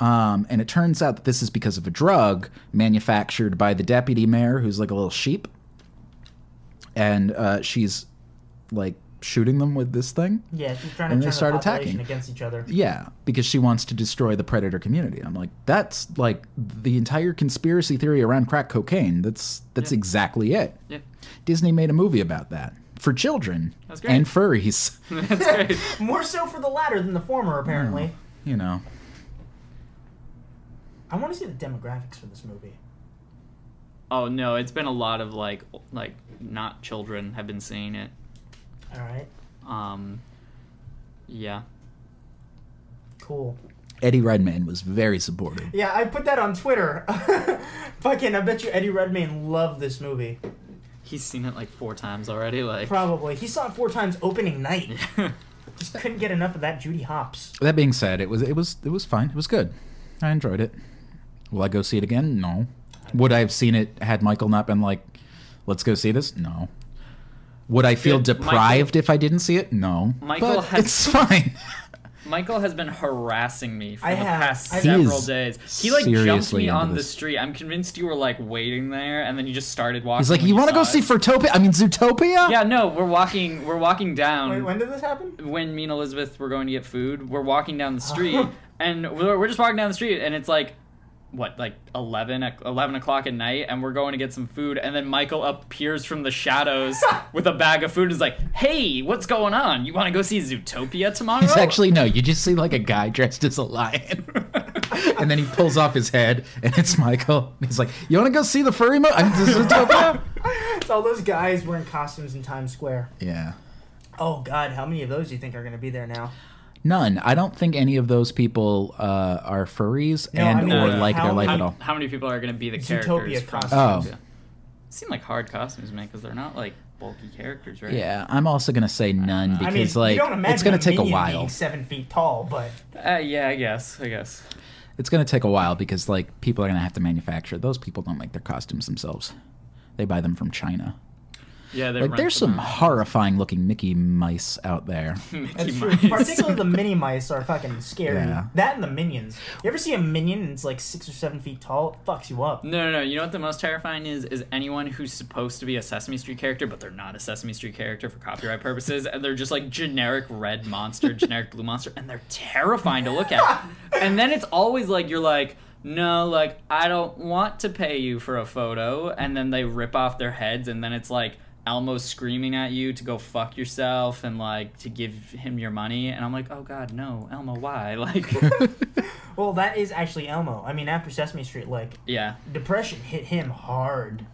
Speaker 2: Um, and it turns out that this is because of a drug manufactured by the deputy mayor, who's like a little sheep. And uh, she's like shooting them with this thing.
Speaker 1: Yeah, she's trying to
Speaker 2: And
Speaker 1: turn
Speaker 2: they
Speaker 1: the
Speaker 2: start
Speaker 1: population
Speaker 2: attacking.
Speaker 1: against each other.
Speaker 2: Yeah, because she wants to destroy the predator community. I'm like, that's like the entire conspiracy theory around crack cocaine. That's that's
Speaker 3: Yeah.
Speaker 2: exactly it.
Speaker 3: Yeah,
Speaker 2: Disney made a movie about that for children
Speaker 3: That's great.
Speaker 2: and furries.
Speaker 3: that's great.
Speaker 1: More so for the latter than the former, apparently.
Speaker 2: you know.
Speaker 1: I want to see the demographics for this movie.
Speaker 3: Oh no, it's been a lot of like like not children have been seeing it.
Speaker 1: All right,
Speaker 3: Um, yeah.
Speaker 1: cool.
Speaker 2: Eddie Redmayne was very supportive.
Speaker 1: Yeah, I put that on Twitter. Fucking, I bet you Eddie Redmayne loved this movie.
Speaker 3: He's seen it like four times already. Like,
Speaker 1: Probably. He saw it four times opening night. Just couldn't get enough of that Judy Hopps.
Speaker 2: That being said, it was it was it was fine. It was good. I enjoyed it. Will I go see it again? No. Would I have seen it had Michael not been like, "Let's go see this"? No. Would I feel
Speaker 3: Good.
Speaker 2: deprived if I didn't see it? No.
Speaker 3: Michael
Speaker 2: but
Speaker 3: has-
Speaker 2: it's fine.
Speaker 3: Michael has been harassing me for
Speaker 1: I
Speaker 3: the
Speaker 1: have.
Speaker 3: past
Speaker 1: I-
Speaker 3: several
Speaker 2: He's
Speaker 3: days. He like jumped
Speaker 2: seriously
Speaker 3: me
Speaker 2: into
Speaker 3: on the
Speaker 2: this.
Speaker 3: street. I'm convinced you were like waiting there, and then you just started walking.
Speaker 2: He's like,
Speaker 3: when
Speaker 2: "You want to go
Speaker 3: saw it."
Speaker 2: see Fertopia? I mean, Zootopia?"
Speaker 3: Yeah, no, we're walking. We're walking down.
Speaker 2: Um,
Speaker 1: Wait, when did this happen?
Speaker 3: when me and Elizabeth were going to get food, we're walking down the street, and we're, we're just walking down the street, and it's like, what, like 11, o- 11 o'clock at night, and we're going to get some food, and then Michael appears from the shadows with a bag of food and is like, hey, what's going on? You want to go see Zootopia tomorrow?
Speaker 2: It's actually no. You just see like a guy dressed as a lion, and then he pulls off his head, and it's Michael. He's like, "You want to go see the furry mo- I mean, Zootopia?"
Speaker 1: It's all those guys wearing costumes in Times Square.
Speaker 2: yeah.
Speaker 1: Oh, God, how many of those do you think are going to be there now?
Speaker 2: None. I don't think any of those people uh, are furries
Speaker 1: No,
Speaker 2: and
Speaker 1: I mean,
Speaker 2: or
Speaker 3: uh,
Speaker 2: like
Speaker 1: how-
Speaker 2: their life
Speaker 1: how-
Speaker 2: at all.
Speaker 3: How many people are going to be the
Speaker 1: Zootopia
Speaker 3: characters from
Speaker 2: Oh.
Speaker 1: costumes.
Speaker 3: Zootopia? Seem like hard costumes, man, because they're not like bulky characters, right?
Speaker 2: Yeah, I'm also gonna say none
Speaker 1: I
Speaker 2: because
Speaker 1: mean, you don't
Speaker 2: like
Speaker 1: imagine
Speaker 2: it's gonna
Speaker 1: a
Speaker 2: take a
Speaker 1: minion
Speaker 2: while.
Speaker 1: being seven feet tall, but
Speaker 3: Uh, yeah, I guess. I guess.
Speaker 2: It's gonna take a while because like people are gonna have to manufacture. Those people don't make their costumes themselves. They buy them from China.
Speaker 3: Yeah, they
Speaker 2: Like
Speaker 3: rent
Speaker 2: there's
Speaker 3: them
Speaker 2: some
Speaker 3: out.
Speaker 2: horrifying looking Mickey mice out there.
Speaker 3: Mickey
Speaker 1: that's true.
Speaker 3: Mouse.
Speaker 1: Particularly the mini mice are fucking scary.
Speaker 2: Yeah.
Speaker 1: That and the minions. You ever see a minion and it's like six or seven feet tall? It fucks you up.
Speaker 3: No, no, no. You know what the most terrifying is? Is anyone who's supposed to be a Sesame Street character, but they're not a Sesame Street character for copyright purposes, and they're just like generic red monster, generic blue monster, and they're terrifying to look at. And then it's always like, you're like, no, like, I don't want to pay you for a photo. And then they rip off their heads, and then it's like, Elmo screaming at you to go fuck yourself and like to give him your money, and I'm like, oh god, no, Elmo, why? Like,
Speaker 1: Well, that is actually Elmo. I mean, after Sesame Street, like,
Speaker 3: yeah,
Speaker 1: depression hit him hard.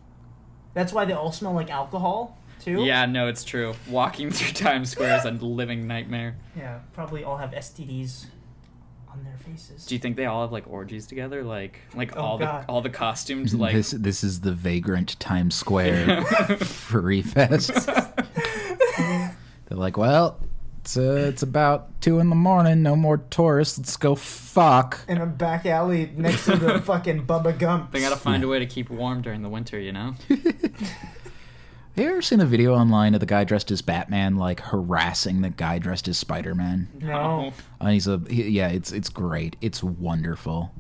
Speaker 1: That's why they all smell like alcohol, too.
Speaker 3: Yeah, no, it's true. Walking through Times Square is a living nightmare.
Speaker 1: Yeah, probably all have STDs on their faces.
Speaker 3: Do you think they all have like orgies together? Like, like
Speaker 1: Oh,
Speaker 3: all
Speaker 1: God.
Speaker 3: the all the costumes like.
Speaker 2: this this is the vagrant Times Square furry fest. They're like, well, it's uh, it's about two in the morning. No more tourists. Let's go fuck.
Speaker 1: In a back alley next to the fucking Bubba Gump.
Speaker 3: they gotta find a way to keep warm during the winter, you know.
Speaker 2: Have you ever seen a video online of the guy dressed as Batman like harassing the guy dressed as Spider Man?
Speaker 1: No.
Speaker 2: Uh, he's a he, yeah. It's it's great. It's wonderful.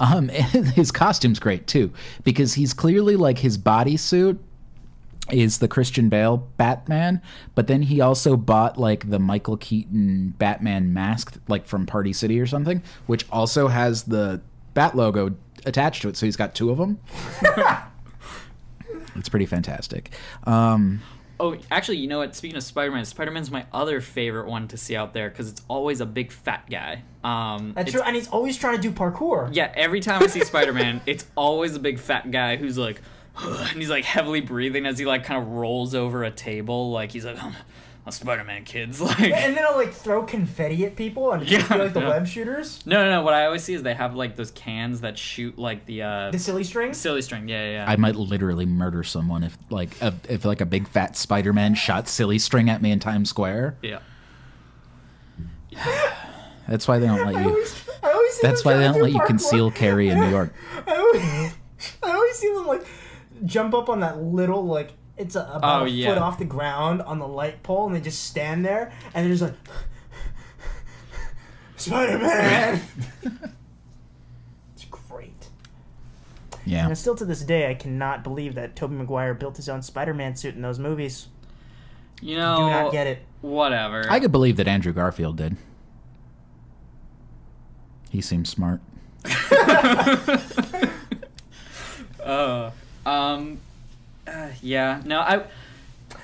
Speaker 2: Um, and his costume's great too because he's clearly like his bodysuit is the Christian Bale Batman, but then he also bought like the Michael Keaton Batman mask, like from Party City or something, which also has the Bat logo attached to it. So he's got two of them. it's pretty fantastic. Um,
Speaker 3: Oh, actually, you know what? Speaking of Spider-Man, Spider-Man's my other favorite one to see out there because it's always a big fat guy. Um,
Speaker 1: That's
Speaker 3: it's-
Speaker 1: true, and he's always trying to do parkour.
Speaker 3: Yeah, every time I see Spider Man, it's always a big fat guy who's like, and he's like heavily breathing as he like kind of rolls over a table. Like he's like, I'm, I'm Spider Man, kids. Like,
Speaker 1: And then I'll like throw confetti at people and just be
Speaker 3: Yeah,
Speaker 1: like the
Speaker 3: yeah.
Speaker 1: web shooters.
Speaker 3: no, no, no. What I always see is they have like those cans that shoot like the uh,
Speaker 1: The silly strings.
Speaker 3: silly string. Yeah, yeah. yeah.
Speaker 2: I might literally murder someone if like a, if like a big fat Spider Man shot silly string at me in Times Square.
Speaker 3: yeah.
Speaker 2: That's why they don't let
Speaker 1: I
Speaker 2: you.
Speaker 1: always, I always always see
Speaker 2: That's
Speaker 1: them
Speaker 2: why
Speaker 1: driving
Speaker 2: they don't
Speaker 1: through
Speaker 2: let you
Speaker 1: Park
Speaker 2: conceal
Speaker 1: Lane.
Speaker 2: carry in New York.
Speaker 1: I always, I always see them like jump up on that little like it's a, about
Speaker 3: Oh,
Speaker 1: a
Speaker 3: yeah.
Speaker 1: foot off the ground on the light pole, and they just stand there, and they're just like Spider Man. it's great.
Speaker 2: Yeah.
Speaker 1: And still to this day, I cannot believe that Tobey Maguire built his own Spider Man suit in those movies.
Speaker 3: You
Speaker 1: Do
Speaker 3: know,
Speaker 1: not get it.
Speaker 3: whatever.
Speaker 2: I could believe that Andrew Garfield did. He seems smart.
Speaker 3: uh, um, uh, yeah. No, I.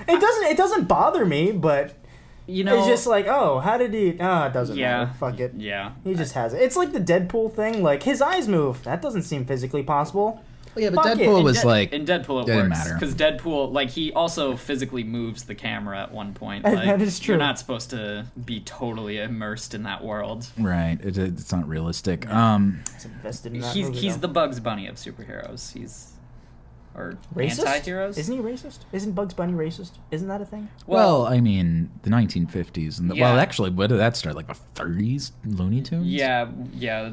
Speaker 1: It doesn't. It doesn't bother me, but
Speaker 3: You know,
Speaker 1: it's just like, oh, how did he? Oh, it doesn't
Speaker 3: yeah,
Speaker 1: matter. Fuck it.
Speaker 3: Yeah.
Speaker 1: He just has it. It's like the Deadpool thing. Like his eyes move. That doesn't seem physically possible.
Speaker 2: yeah,
Speaker 1: but Fuck it, Deadpool
Speaker 2: Deadpool
Speaker 1: and
Speaker 2: was
Speaker 3: Dead-
Speaker 2: like,
Speaker 3: in Deadpool, it
Speaker 2: didn't
Speaker 3: works
Speaker 2: matter.
Speaker 3: because Deadpool, like, he also physically moves the camera at one point.
Speaker 1: That-
Speaker 3: Like,
Speaker 1: that is true.
Speaker 3: You're not supposed to be totally immersed in that world.
Speaker 2: right? It, it's not realistic. Um,
Speaker 1: It's invested in that
Speaker 3: He's
Speaker 1: movie,
Speaker 3: he's
Speaker 1: though.
Speaker 3: the Bugs Bunny of superheroes. He's or
Speaker 1: racist.
Speaker 3: anti-heroes.
Speaker 1: Isn't he racist? Isn't Bugs Bunny racist? Isn't that a thing?
Speaker 2: well, I mean, the 1950s, and the, well,
Speaker 3: Yeah.
Speaker 2: actually, what did that start? Like the 30s, Looney Tunes.
Speaker 3: yeah, yeah,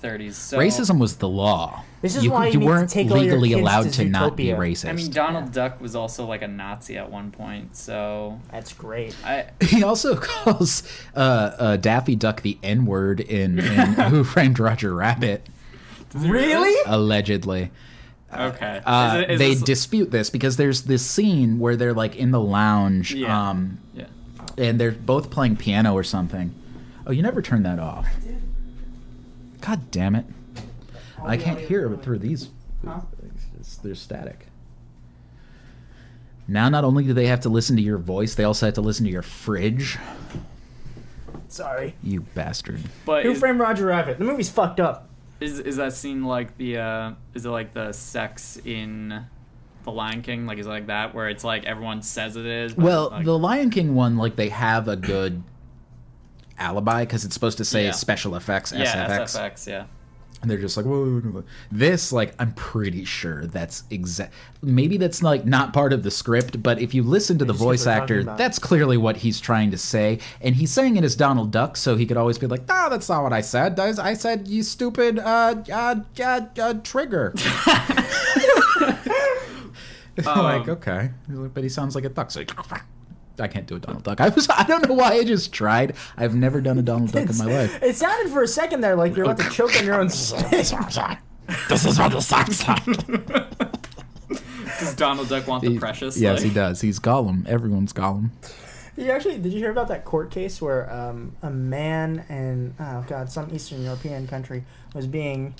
Speaker 3: 30s. So
Speaker 2: Racism was the law.
Speaker 1: This is why you need to
Speaker 2: weren't
Speaker 1: take all your
Speaker 2: legally
Speaker 1: kids
Speaker 2: allowed
Speaker 1: to
Speaker 2: to not be
Speaker 1: Zootopia.
Speaker 2: racist.
Speaker 3: I mean, Donald Duck was also like a Nazi at one point, so
Speaker 1: That's great.
Speaker 3: I
Speaker 2: he also calls uh, uh, Daffy Duck the N word in, in Who Framed Roger Rabbit,
Speaker 1: Really?
Speaker 2: allegedly.
Speaker 3: okay.
Speaker 2: Uh,
Speaker 3: Is it- is
Speaker 2: they
Speaker 3: this-
Speaker 2: dispute this because there's this scene where they're like in the lounge
Speaker 3: Yeah.
Speaker 2: um,
Speaker 3: yeah.
Speaker 2: and they're both playing piano or something. Oh, you never turned that off. God damn it. I can't hear it through these. It's, they're static. Now, not only do they have to listen to your voice, they also have to listen to your fridge.
Speaker 1: Sorry.
Speaker 2: You bastard.
Speaker 3: But
Speaker 1: Who
Speaker 3: is,
Speaker 1: framed Roger Rabbit? The movie's fucked up.
Speaker 3: is is that scene like the uh is it like the sex in the Lion King? Like is it like that where it's like everyone says it is? but,
Speaker 2: Well,
Speaker 3: like,
Speaker 2: the Lion King one, like, they have a good alibi because it's supposed to say
Speaker 3: Yeah.
Speaker 2: special effects,
Speaker 3: yeah,
Speaker 2: SFX.
Speaker 3: SFX, yeah.
Speaker 2: and they're just like whoa, whoa, whoa, whoa. this like i'm pretty sure that's exact maybe that's like not part of the script but if you listen to the
Speaker 1: just get what
Speaker 2: voice
Speaker 1: they're
Speaker 2: actor
Speaker 1: talking about.
Speaker 2: that's clearly what he's trying to say and he's saying it as donald duck so he could always be like no that's not what i said i, I said you stupid uh uh uh, uh trigger like
Speaker 3: Um,
Speaker 2: okay but he sounds like a duck so he- I can't do a Donald Duck. I was I don't know why I just tried. I've never done a Donald Duck in my life.
Speaker 1: It sounded for a second there like you're about to choke on your own steak.
Speaker 2: this is what it sounds like.
Speaker 3: Does Donald Duck want the
Speaker 2: He-
Speaker 3: precious?
Speaker 2: Yes,
Speaker 3: Like-
Speaker 2: he does. He's Gollum. Everyone's Gollum.
Speaker 1: You actually did you hear about that court case where um, a man in oh god some Eastern European country was being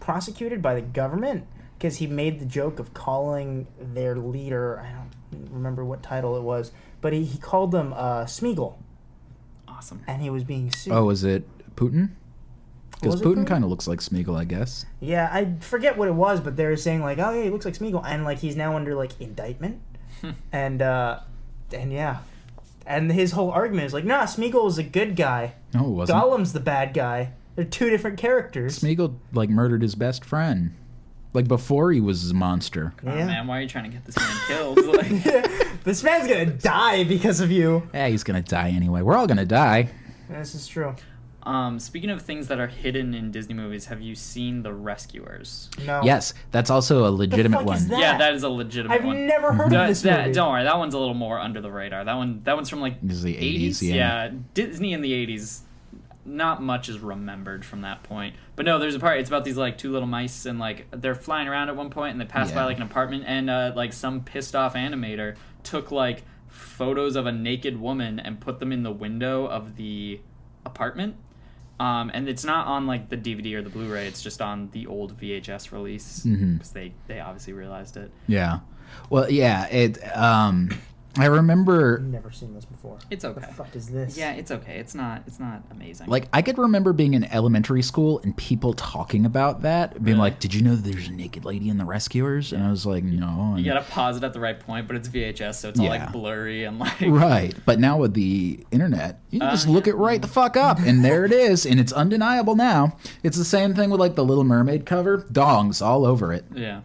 Speaker 1: prosecuted by the government because he made the joke of calling their leader I don't remember what title it was but he, he called them uh, Smeagol
Speaker 3: Awesome.
Speaker 1: and he was being sued.
Speaker 2: Oh, is it Putin? Because
Speaker 1: Was it
Speaker 2: Putin,
Speaker 1: Putin?
Speaker 2: kind of looks like Smeagol, I guess.
Speaker 1: Yeah, I forget what it was, but they were saying like, oh yeah, he looks like Smeagol, and like he's now under like indictment, and uh, and yeah, and his whole argument is like, nah, Smeagol was a good guy.
Speaker 2: No, it wasn't.
Speaker 1: Gollum's the bad guy. They're two different characters.
Speaker 2: Smeagol like murdered his best friend, like before he was a monster.
Speaker 3: Oh,
Speaker 1: Yeah.
Speaker 3: man, why are you trying to get this man killed? Like,
Speaker 1: this man's gonna die because of you.
Speaker 2: Yeah, he's gonna die anyway. We're all gonna die.
Speaker 1: This is true.
Speaker 3: um, speaking of things that are hidden in Disney movies, have you seen The Rescuers?
Speaker 1: No.
Speaker 2: Yes, that's also a legitimate
Speaker 1: fuck
Speaker 2: one.
Speaker 1: is that?
Speaker 3: Yeah, that is a legitimate
Speaker 1: I've
Speaker 3: one.
Speaker 1: never heard of
Speaker 3: That-
Speaker 1: this
Speaker 3: that-
Speaker 1: movie.
Speaker 3: don't worry, that one's a little more under the radar. That one, that one's from like
Speaker 2: This is the 80s, yeah.
Speaker 3: yeah. Disney in the eighties. Not much is remembered from that point, but no, there's a part. It's about these like two little mice, and like they're flying around at one point, and they pass by
Speaker 2: Yeah.
Speaker 3: like an apartment, and uh, like some pissed off animator took like photos of a naked woman and put them in the window of the apartment. Um, and it's not on like the DVD or the Blu-ray. It's just on the old VHS release because
Speaker 2: Mm-hmm.
Speaker 3: they they obviously realized it.
Speaker 2: Yeah. Well, yeah. It. Um, I remember.
Speaker 1: I've never seen this before.
Speaker 3: It's
Speaker 1: What
Speaker 3: okay.
Speaker 1: the fuck is this?
Speaker 3: Yeah, it's okay. It's not. It's not amazing.
Speaker 2: Like I could remember being in elementary school and people talking about that, being
Speaker 3: Really?
Speaker 2: like, "Did you know there's a naked lady in the Rescuers?" And I was like, "No."
Speaker 3: you
Speaker 2: And-
Speaker 3: gotta pause it at the right point, but it's VHS, so it's all
Speaker 2: Yeah.
Speaker 3: like blurry and like.
Speaker 2: Right. But now with the internet, you can
Speaker 3: Uh,
Speaker 2: just look it right the fuck up and there it is and it's undeniable now. It's the same thing with like the Little Mermaid cover, dongs all over it.
Speaker 3: Yeah.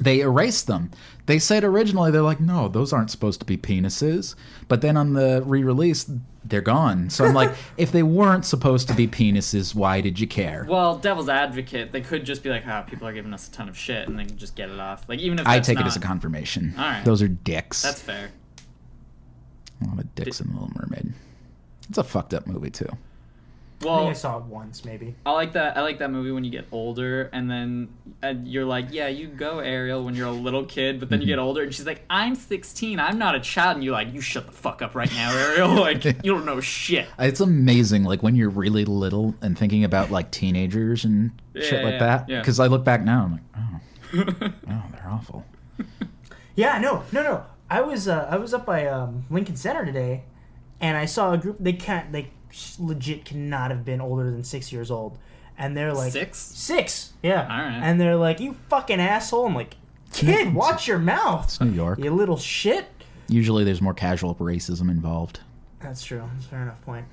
Speaker 2: they erased them. They said originally they're like, no, those aren't supposed to be penises. But then on the re-release, they're gone. So I'm like, if they weren't supposed to be penises, why did you care?
Speaker 3: Well, devil's advocate, they could just be like, "Ah, people are giving us a ton of shit," and they can just get it off. Like even if
Speaker 2: I
Speaker 3: that's
Speaker 2: take
Speaker 3: not-
Speaker 2: it as a confirmation.
Speaker 3: All right.
Speaker 2: Those are dicks.
Speaker 3: That's fair.
Speaker 2: a lot of dicks in Little Mermaid. It's a fucked up movie too.
Speaker 1: I think
Speaker 3: Well,
Speaker 1: I saw it once, maybe.
Speaker 3: I like that. I like that movie when you get older, and then uh, you're like, "Yeah, you go, Ariel," when you're a little kid. But then you
Speaker 2: Mm-hmm.
Speaker 3: get older, and she's like, "I'm 16. I'm not a child." And you're like, "You shut the fuck up right now, Ariel. Like you don't know shit."
Speaker 2: It's amazing, like when you're really little and thinking about like teenagers and shit
Speaker 3: Yeah,
Speaker 2: like
Speaker 3: yeah,
Speaker 2: that.
Speaker 3: yeah.
Speaker 2: Because I look back now, I'm like, oh, oh, they're awful.
Speaker 1: Yeah, no, no, no. I was uh, I was up by um, Lincoln Center today, and I saw a group. They can't. They legit cannot have been older than six years old. And they're like
Speaker 3: Six.
Speaker 1: Six. Yeah.
Speaker 3: All right.
Speaker 1: And they're like, "You fucking asshole!" I'm like, "Kid, watch your mouth,
Speaker 2: It's New York.
Speaker 1: you little shit."
Speaker 2: Usually, there's more casual racism involved.
Speaker 1: That's true. That's a fair enough point.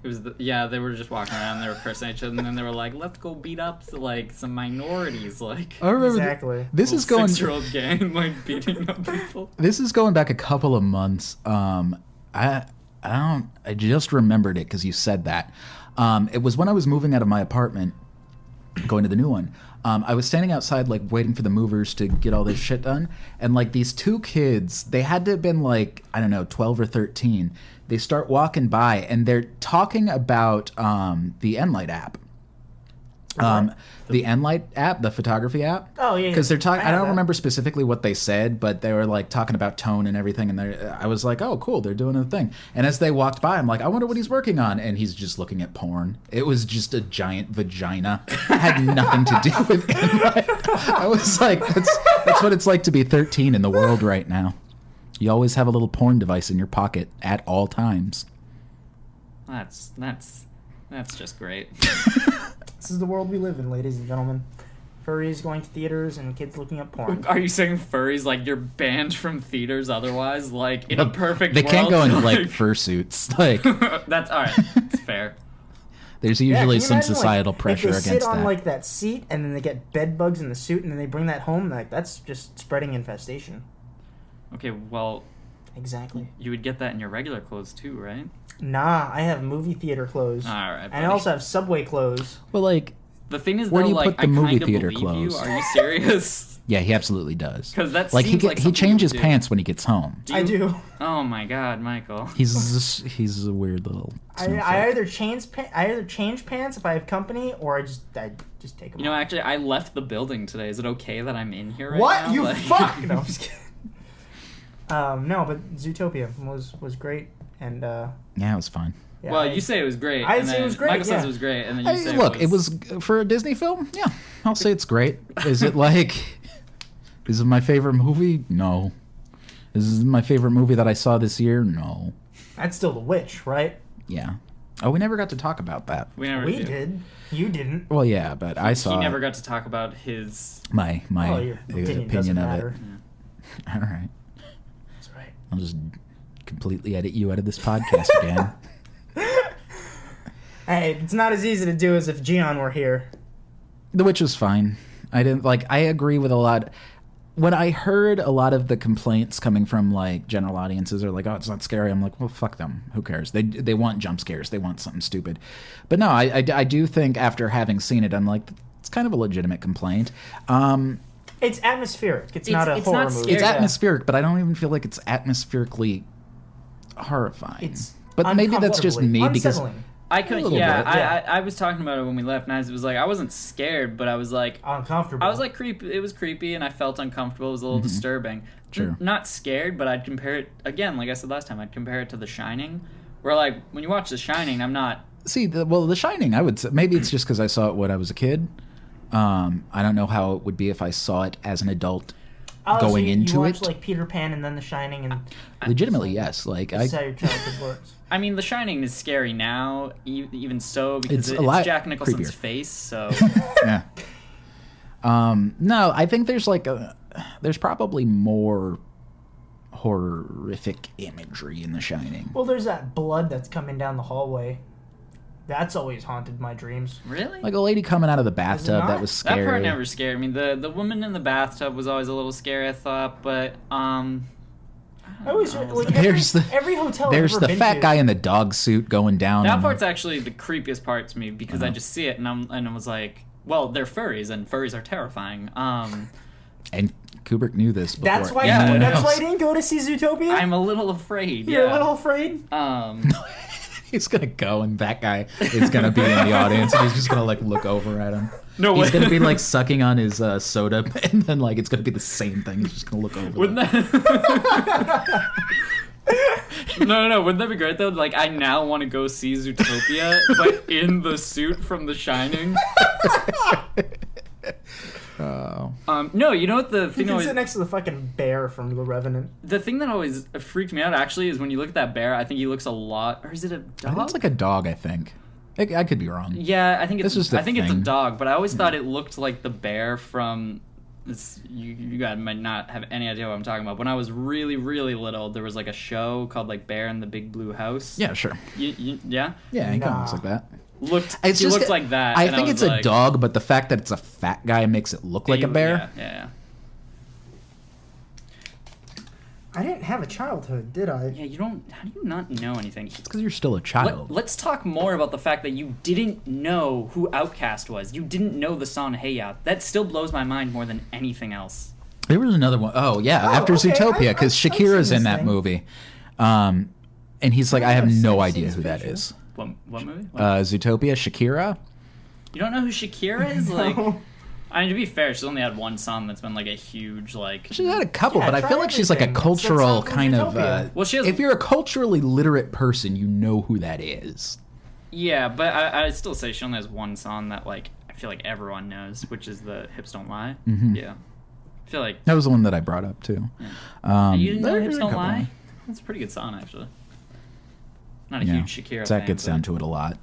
Speaker 3: It was the, yeah. They were just walking around. They were cursing at each other, and then they were like, "Let's go beat up like some minorities." Like
Speaker 2: I remember th-
Speaker 1: Exactly.
Speaker 2: this is going
Speaker 3: six year old gang like beating up people.
Speaker 2: this is going back a couple of months. Um, I I don't I just remembered it because you said that. Um, it was when I was moving out of my apartment, going to the new one. Um, I was standing outside like waiting for the movers to get all this shit done, and like these two kids, they had to have been like I don't know, twelve or thirteen. They start walking by and they're talking about um, the Enlight app. Um, the Enlight app, the photography app.
Speaker 1: Oh, yeah, yeah.
Speaker 2: Because they're talking.
Speaker 1: I
Speaker 2: I,
Speaker 1: have
Speaker 2: don't
Speaker 1: that.
Speaker 2: remember specifically what they said, but they were like talking about tone and everything. And they I was like, oh, cool, they're doing a thing. And as they walked by, I'm like, I wonder what he's working on. And he's just looking at porn. It was just a giant vagina. had nothing to do with it. I was like, that's that's what it's like to be 13 in the world right now. You always have a little porn device in your pocket at all times.
Speaker 3: That's that's that's just great.
Speaker 1: This is the world we live in, ladies and gentlemen. Furries going to theaters and kids looking up porn.
Speaker 3: Are you saying furries like you're banned from theaters otherwise? Like in a perfect
Speaker 2: They can't go
Speaker 3: world,
Speaker 2: in like fursuits. Like
Speaker 3: that's all right. It's fair.
Speaker 2: there's
Speaker 1: Yeah,
Speaker 2: usually
Speaker 1: can you
Speaker 2: some
Speaker 1: imagine, like,
Speaker 2: societal
Speaker 1: if
Speaker 2: pressure
Speaker 1: they
Speaker 2: against
Speaker 1: sit on
Speaker 2: that.
Speaker 1: like that seat, and then they get bed bugs in the suit, and then they bring that home. Like that's just spreading infestation.
Speaker 3: Okay, well,
Speaker 1: Exactly.
Speaker 3: you would get that in your regular clothes too, right?
Speaker 1: Nah, I have movie theater clothes,
Speaker 3: All right.
Speaker 1: and
Speaker 3: buddy.
Speaker 1: I also have subway clothes.
Speaker 2: well, like
Speaker 3: the thing is,
Speaker 2: where
Speaker 3: though,
Speaker 2: do you
Speaker 3: like
Speaker 2: put the
Speaker 3: I
Speaker 2: movie
Speaker 3: kind of
Speaker 2: theater
Speaker 3: believe
Speaker 2: clothes?
Speaker 3: you. Are you serious?
Speaker 2: yeah, he absolutely does.
Speaker 3: Because that's
Speaker 2: like he
Speaker 3: seems
Speaker 2: get,
Speaker 3: like
Speaker 2: he
Speaker 3: something you
Speaker 2: changes
Speaker 3: would do.
Speaker 2: pants when he gets home.
Speaker 1: I
Speaker 3: you-
Speaker 1: do.
Speaker 3: Oh my God, Michael.
Speaker 2: He's just, he's a weird little.
Speaker 1: I,
Speaker 2: snowflake.
Speaker 1: I either change pa- I either change pants if I have company, or I just I just take them.
Speaker 3: You know,
Speaker 1: off.
Speaker 3: actually, I left the building today. Is it okay that I'm in here right
Speaker 1: what
Speaker 3: now?
Speaker 1: you
Speaker 3: Like-
Speaker 1: fuck? No, I'm just kidding. Um, no, but Zootopia was was great, and uh,
Speaker 2: yeah, it was fine.
Speaker 1: yeah,
Speaker 3: well,
Speaker 1: I-
Speaker 3: you say it was great.
Speaker 1: I
Speaker 3: and
Speaker 1: say it
Speaker 3: then
Speaker 1: was great,
Speaker 3: Michael
Speaker 1: yeah.
Speaker 3: says it was great, and then you
Speaker 2: Hey,
Speaker 3: say
Speaker 2: look,
Speaker 3: it was.
Speaker 2: for a Disney film. Yeah, I'll say it's great. Is it like? is it my favorite movie? No. Is it my favorite movie that I saw this year? No.
Speaker 1: that's still the witch, right?
Speaker 2: Yeah. Oh, we never got to talk about that.
Speaker 3: We never
Speaker 1: We
Speaker 3: do.
Speaker 1: did. You didn't.
Speaker 2: Well, yeah, but I saw
Speaker 3: He
Speaker 2: it.
Speaker 3: never got to talk about his.
Speaker 2: my my
Speaker 1: Oh, your
Speaker 2: uh,
Speaker 1: opinion,
Speaker 2: opinion,
Speaker 1: doesn't
Speaker 2: of
Speaker 1: matter.
Speaker 2: it. All right,
Speaker 1: That's right.
Speaker 2: I'll just completely edit you out of this podcast again.
Speaker 1: Hey, it's not as easy to do as if Gion were here.
Speaker 2: The Witch was fine. I didn't like. I agree with a lot. When I heard a lot of the complaints coming from like general audiences are like, "Oh, it's not scary." I'm like, "Well, fuck them. Who cares? They they want jump scares. They want something stupid." But no, I I, I do think after having seen it, I'm like, it's kind of a legitimate complaint. Um,
Speaker 1: It's atmospheric. It's,
Speaker 3: It's-
Speaker 1: not a
Speaker 3: it's
Speaker 1: horror
Speaker 3: not
Speaker 1: movie.
Speaker 2: it's
Speaker 3: Yeah.
Speaker 2: atmospheric, but I don't even feel like it's atmospherically horrifying.
Speaker 1: It's
Speaker 2: but maybe that's just me
Speaker 1: uncomfortably-
Speaker 2: because
Speaker 1: unsettling.
Speaker 3: I
Speaker 2: A
Speaker 3: could,
Speaker 2: little
Speaker 3: yeah,
Speaker 2: bit,
Speaker 1: yeah.
Speaker 3: I, I, I was talking about it when we left, and I was- was like, I wasn't scared, but I was like,
Speaker 1: Oh, uncomfortable.
Speaker 3: I was like creep. It was creepy, and I felt uncomfortable. It was a little disturbing.
Speaker 2: Mm-hmm. Sure.
Speaker 3: N- not scared, but I'd compare it again. Like I said last time, I'd compare it to The Shining, where like when you watch The Shining, I'm not.
Speaker 2: See, the, well, The Shining, I would say maybe it's just because I saw it when I was a kid. Um, I don't know how it would be if I saw it as an adult.
Speaker 1: Oh, so
Speaker 2: going
Speaker 1: you,
Speaker 2: into
Speaker 1: you watch,
Speaker 2: it?
Speaker 1: like Peter Pan and then The Shining, and
Speaker 2: Legitimately, yes. Like I,
Speaker 1: that's how your childhood works.
Speaker 3: I mean, The Shining is scary now, e- even so because
Speaker 2: It's
Speaker 3: it-
Speaker 2: a
Speaker 3: it's,
Speaker 2: lot
Speaker 3: Jack Nicholson's
Speaker 2: creepier.
Speaker 3: face. So
Speaker 2: yeah. Um, no, I think there's like a, there's probably more horrific imagery in The Shining.
Speaker 1: Well, there's that blood that's coming down the hallway. That's always haunted my dreams.
Speaker 3: Really?
Speaker 2: Like a lady coming out of the bathtub.
Speaker 1: not-
Speaker 2: That was
Speaker 3: that
Speaker 2: scary.
Speaker 3: part never scared me. The the woman in the bathtub was always a little scary, I thought, but um
Speaker 1: I always like
Speaker 2: Oh, There's
Speaker 1: every,
Speaker 2: the-
Speaker 1: every hotel.
Speaker 2: There's
Speaker 1: I've ever
Speaker 2: the
Speaker 1: been
Speaker 2: fat
Speaker 1: to-
Speaker 2: guy in the dog suit going down.
Speaker 3: that
Speaker 2: on-
Speaker 3: part's actually the creepiest part to me because
Speaker 2: Uh-huh.
Speaker 3: I just see it and I'm and I was like, well, they're furries and furries are terrifying. Um
Speaker 2: and Kubrick knew this. Before
Speaker 1: That's why.
Speaker 3: Yeah,
Speaker 2: anyone
Speaker 3: I
Speaker 1: that's why I
Speaker 2: else.
Speaker 1: didn't go to see Zootopia.
Speaker 3: I'm a little afraid.
Speaker 1: You're
Speaker 3: yeah.
Speaker 1: a little afraid.
Speaker 3: um
Speaker 2: he's gonna go, and that guy is gonna be in the audience, and he's just gonna like look over at him.
Speaker 3: No
Speaker 2: he's
Speaker 3: way.
Speaker 2: gonna be like sucking on his uh, soda, and then like it's gonna be the same thing. He's just gonna look over.
Speaker 3: Wouldn't
Speaker 2: them.
Speaker 3: that? no, no, no. Wouldn't that be great though? Like, I now want to go see Zootopia, but in the suit from The Shining.
Speaker 2: Oh.
Speaker 3: Um, no, you know what the
Speaker 1: You
Speaker 3: thing
Speaker 1: can
Speaker 3: always
Speaker 1: sit next to the fucking bear from The Revenant.
Speaker 3: the thing that always freaked me out actually is when you look at that bear. I think he looks a lot, or is it a
Speaker 2: I
Speaker 3: dog?
Speaker 2: think it's like a dog. I think. I, I could be wrong.
Speaker 3: yeah, I think it's
Speaker 2: This is the
Speaker 3: I think it's a
Speaker 2: thing.
Speaker 3: dog, but I always thought it looked like the bear from. This, you you guys might not have any idea what I'm talking about. When I was really really little, there was like a show called like Bear in the Big Blue House.
Speaker 2: Yeah, sure.
Speaker 3: You, you, yeah.
Speaker 2: Yeah, he kind
Speaker 1: Nah.
Speaker 2: of looks like that.
Speaker 3: looked
Speaker 2: It's
Speaker 3: he
Speaker 2: just
Speaker 3: looked like that.
Speaker 2: I
Speaker 3: and
Speaker 2: think
Speaker 3: was
Speaker 2: it's
Speaker 3: like,
Speaker 2: a dog, but the fact that it's a fat guy makes it look like
Speaker 3: he-
Speaker 2: a bear.
Speaker 3: Yeah, yeah,
Speaker 1: I didn't have a childhood, did I?
Speaker 3: yeah. Yeah, you don't. How do you not know anything?
Speaker 2: Because you're still a child.
Speaker 3: Let, let's talk more about the fact that you didn't know who Outcast was. You didn't know the song "Hey Out." That still blows my mind more than anything else.
Speaker 2: There was another one. Oh yeah, after
Speaker 1: okay.
Speaker 2: Zootopia,
Speaker 1: I've-
Speaker 2: because
Speaker 1: I've- I've seen
Speaker 2: Shakira's
Speaker 1: this
Speaker 2: in that
Speaker 1: thing.
Speaker 2: movie, um, and he's like, I have
Speaker 1: I've seen-
Speaker 2: no
Speaker 1: I've
Speaker 2: idea
Speaker 1: seen
Speaker 2: who
Speaker 1: this
Speaker 2: that
Speaker 1: picture.
Speaker 2: is.
Speaker 3: What, what movie? What?
Speaker 2: Uh, Zootopia, Shakira.
Speaker 3: you don't know who Shakira is? Like,
Speaker 1: No.
Speaker 3: I mean, to be fair, she's only had one song that's been like a huge like.
Speaker 2: She's had a couple,
Speaker 1: Yeah,
Speaker 2: but I
Speaker 1: try
Speaker 2: feel like she's like a
Speaker 1: everything. That's- that sounds
Speaker 2: cultural
Speaker 1: like
Speaker 2: kind of.
Speaker 1: Zootopia.
Speaker 2: Uh,
Speaker 3: Well, she has-
Speaker 2: if you're a culturally literate person, you know who that is.
Speaker 3: Yeah, but I, I still say she only has one song that like I feel like everyone knows, which is the "Hips Don't Lie."
Speaker 2: Mm-hmm.
Speaker 3: Yeah, I feel like
Speaker 2: That was the one that I brought up too. Um,
Speaker 3: you didn't know
Speaker 2: there's
Speaker 3: Hips
Speaker 2: a
Speaker 3: Don't
Speaker 2: couple.
Speaker 3: Lie? That's a pretty good song, actually. Not a
Speaker 2: Yeah.
Speaker 3: huge Shakira
Speaker 2: Zach
Speaker 3: fan,
Speaker 2: gets
Speaker 3: but-
Speaker 2: down to it a lot.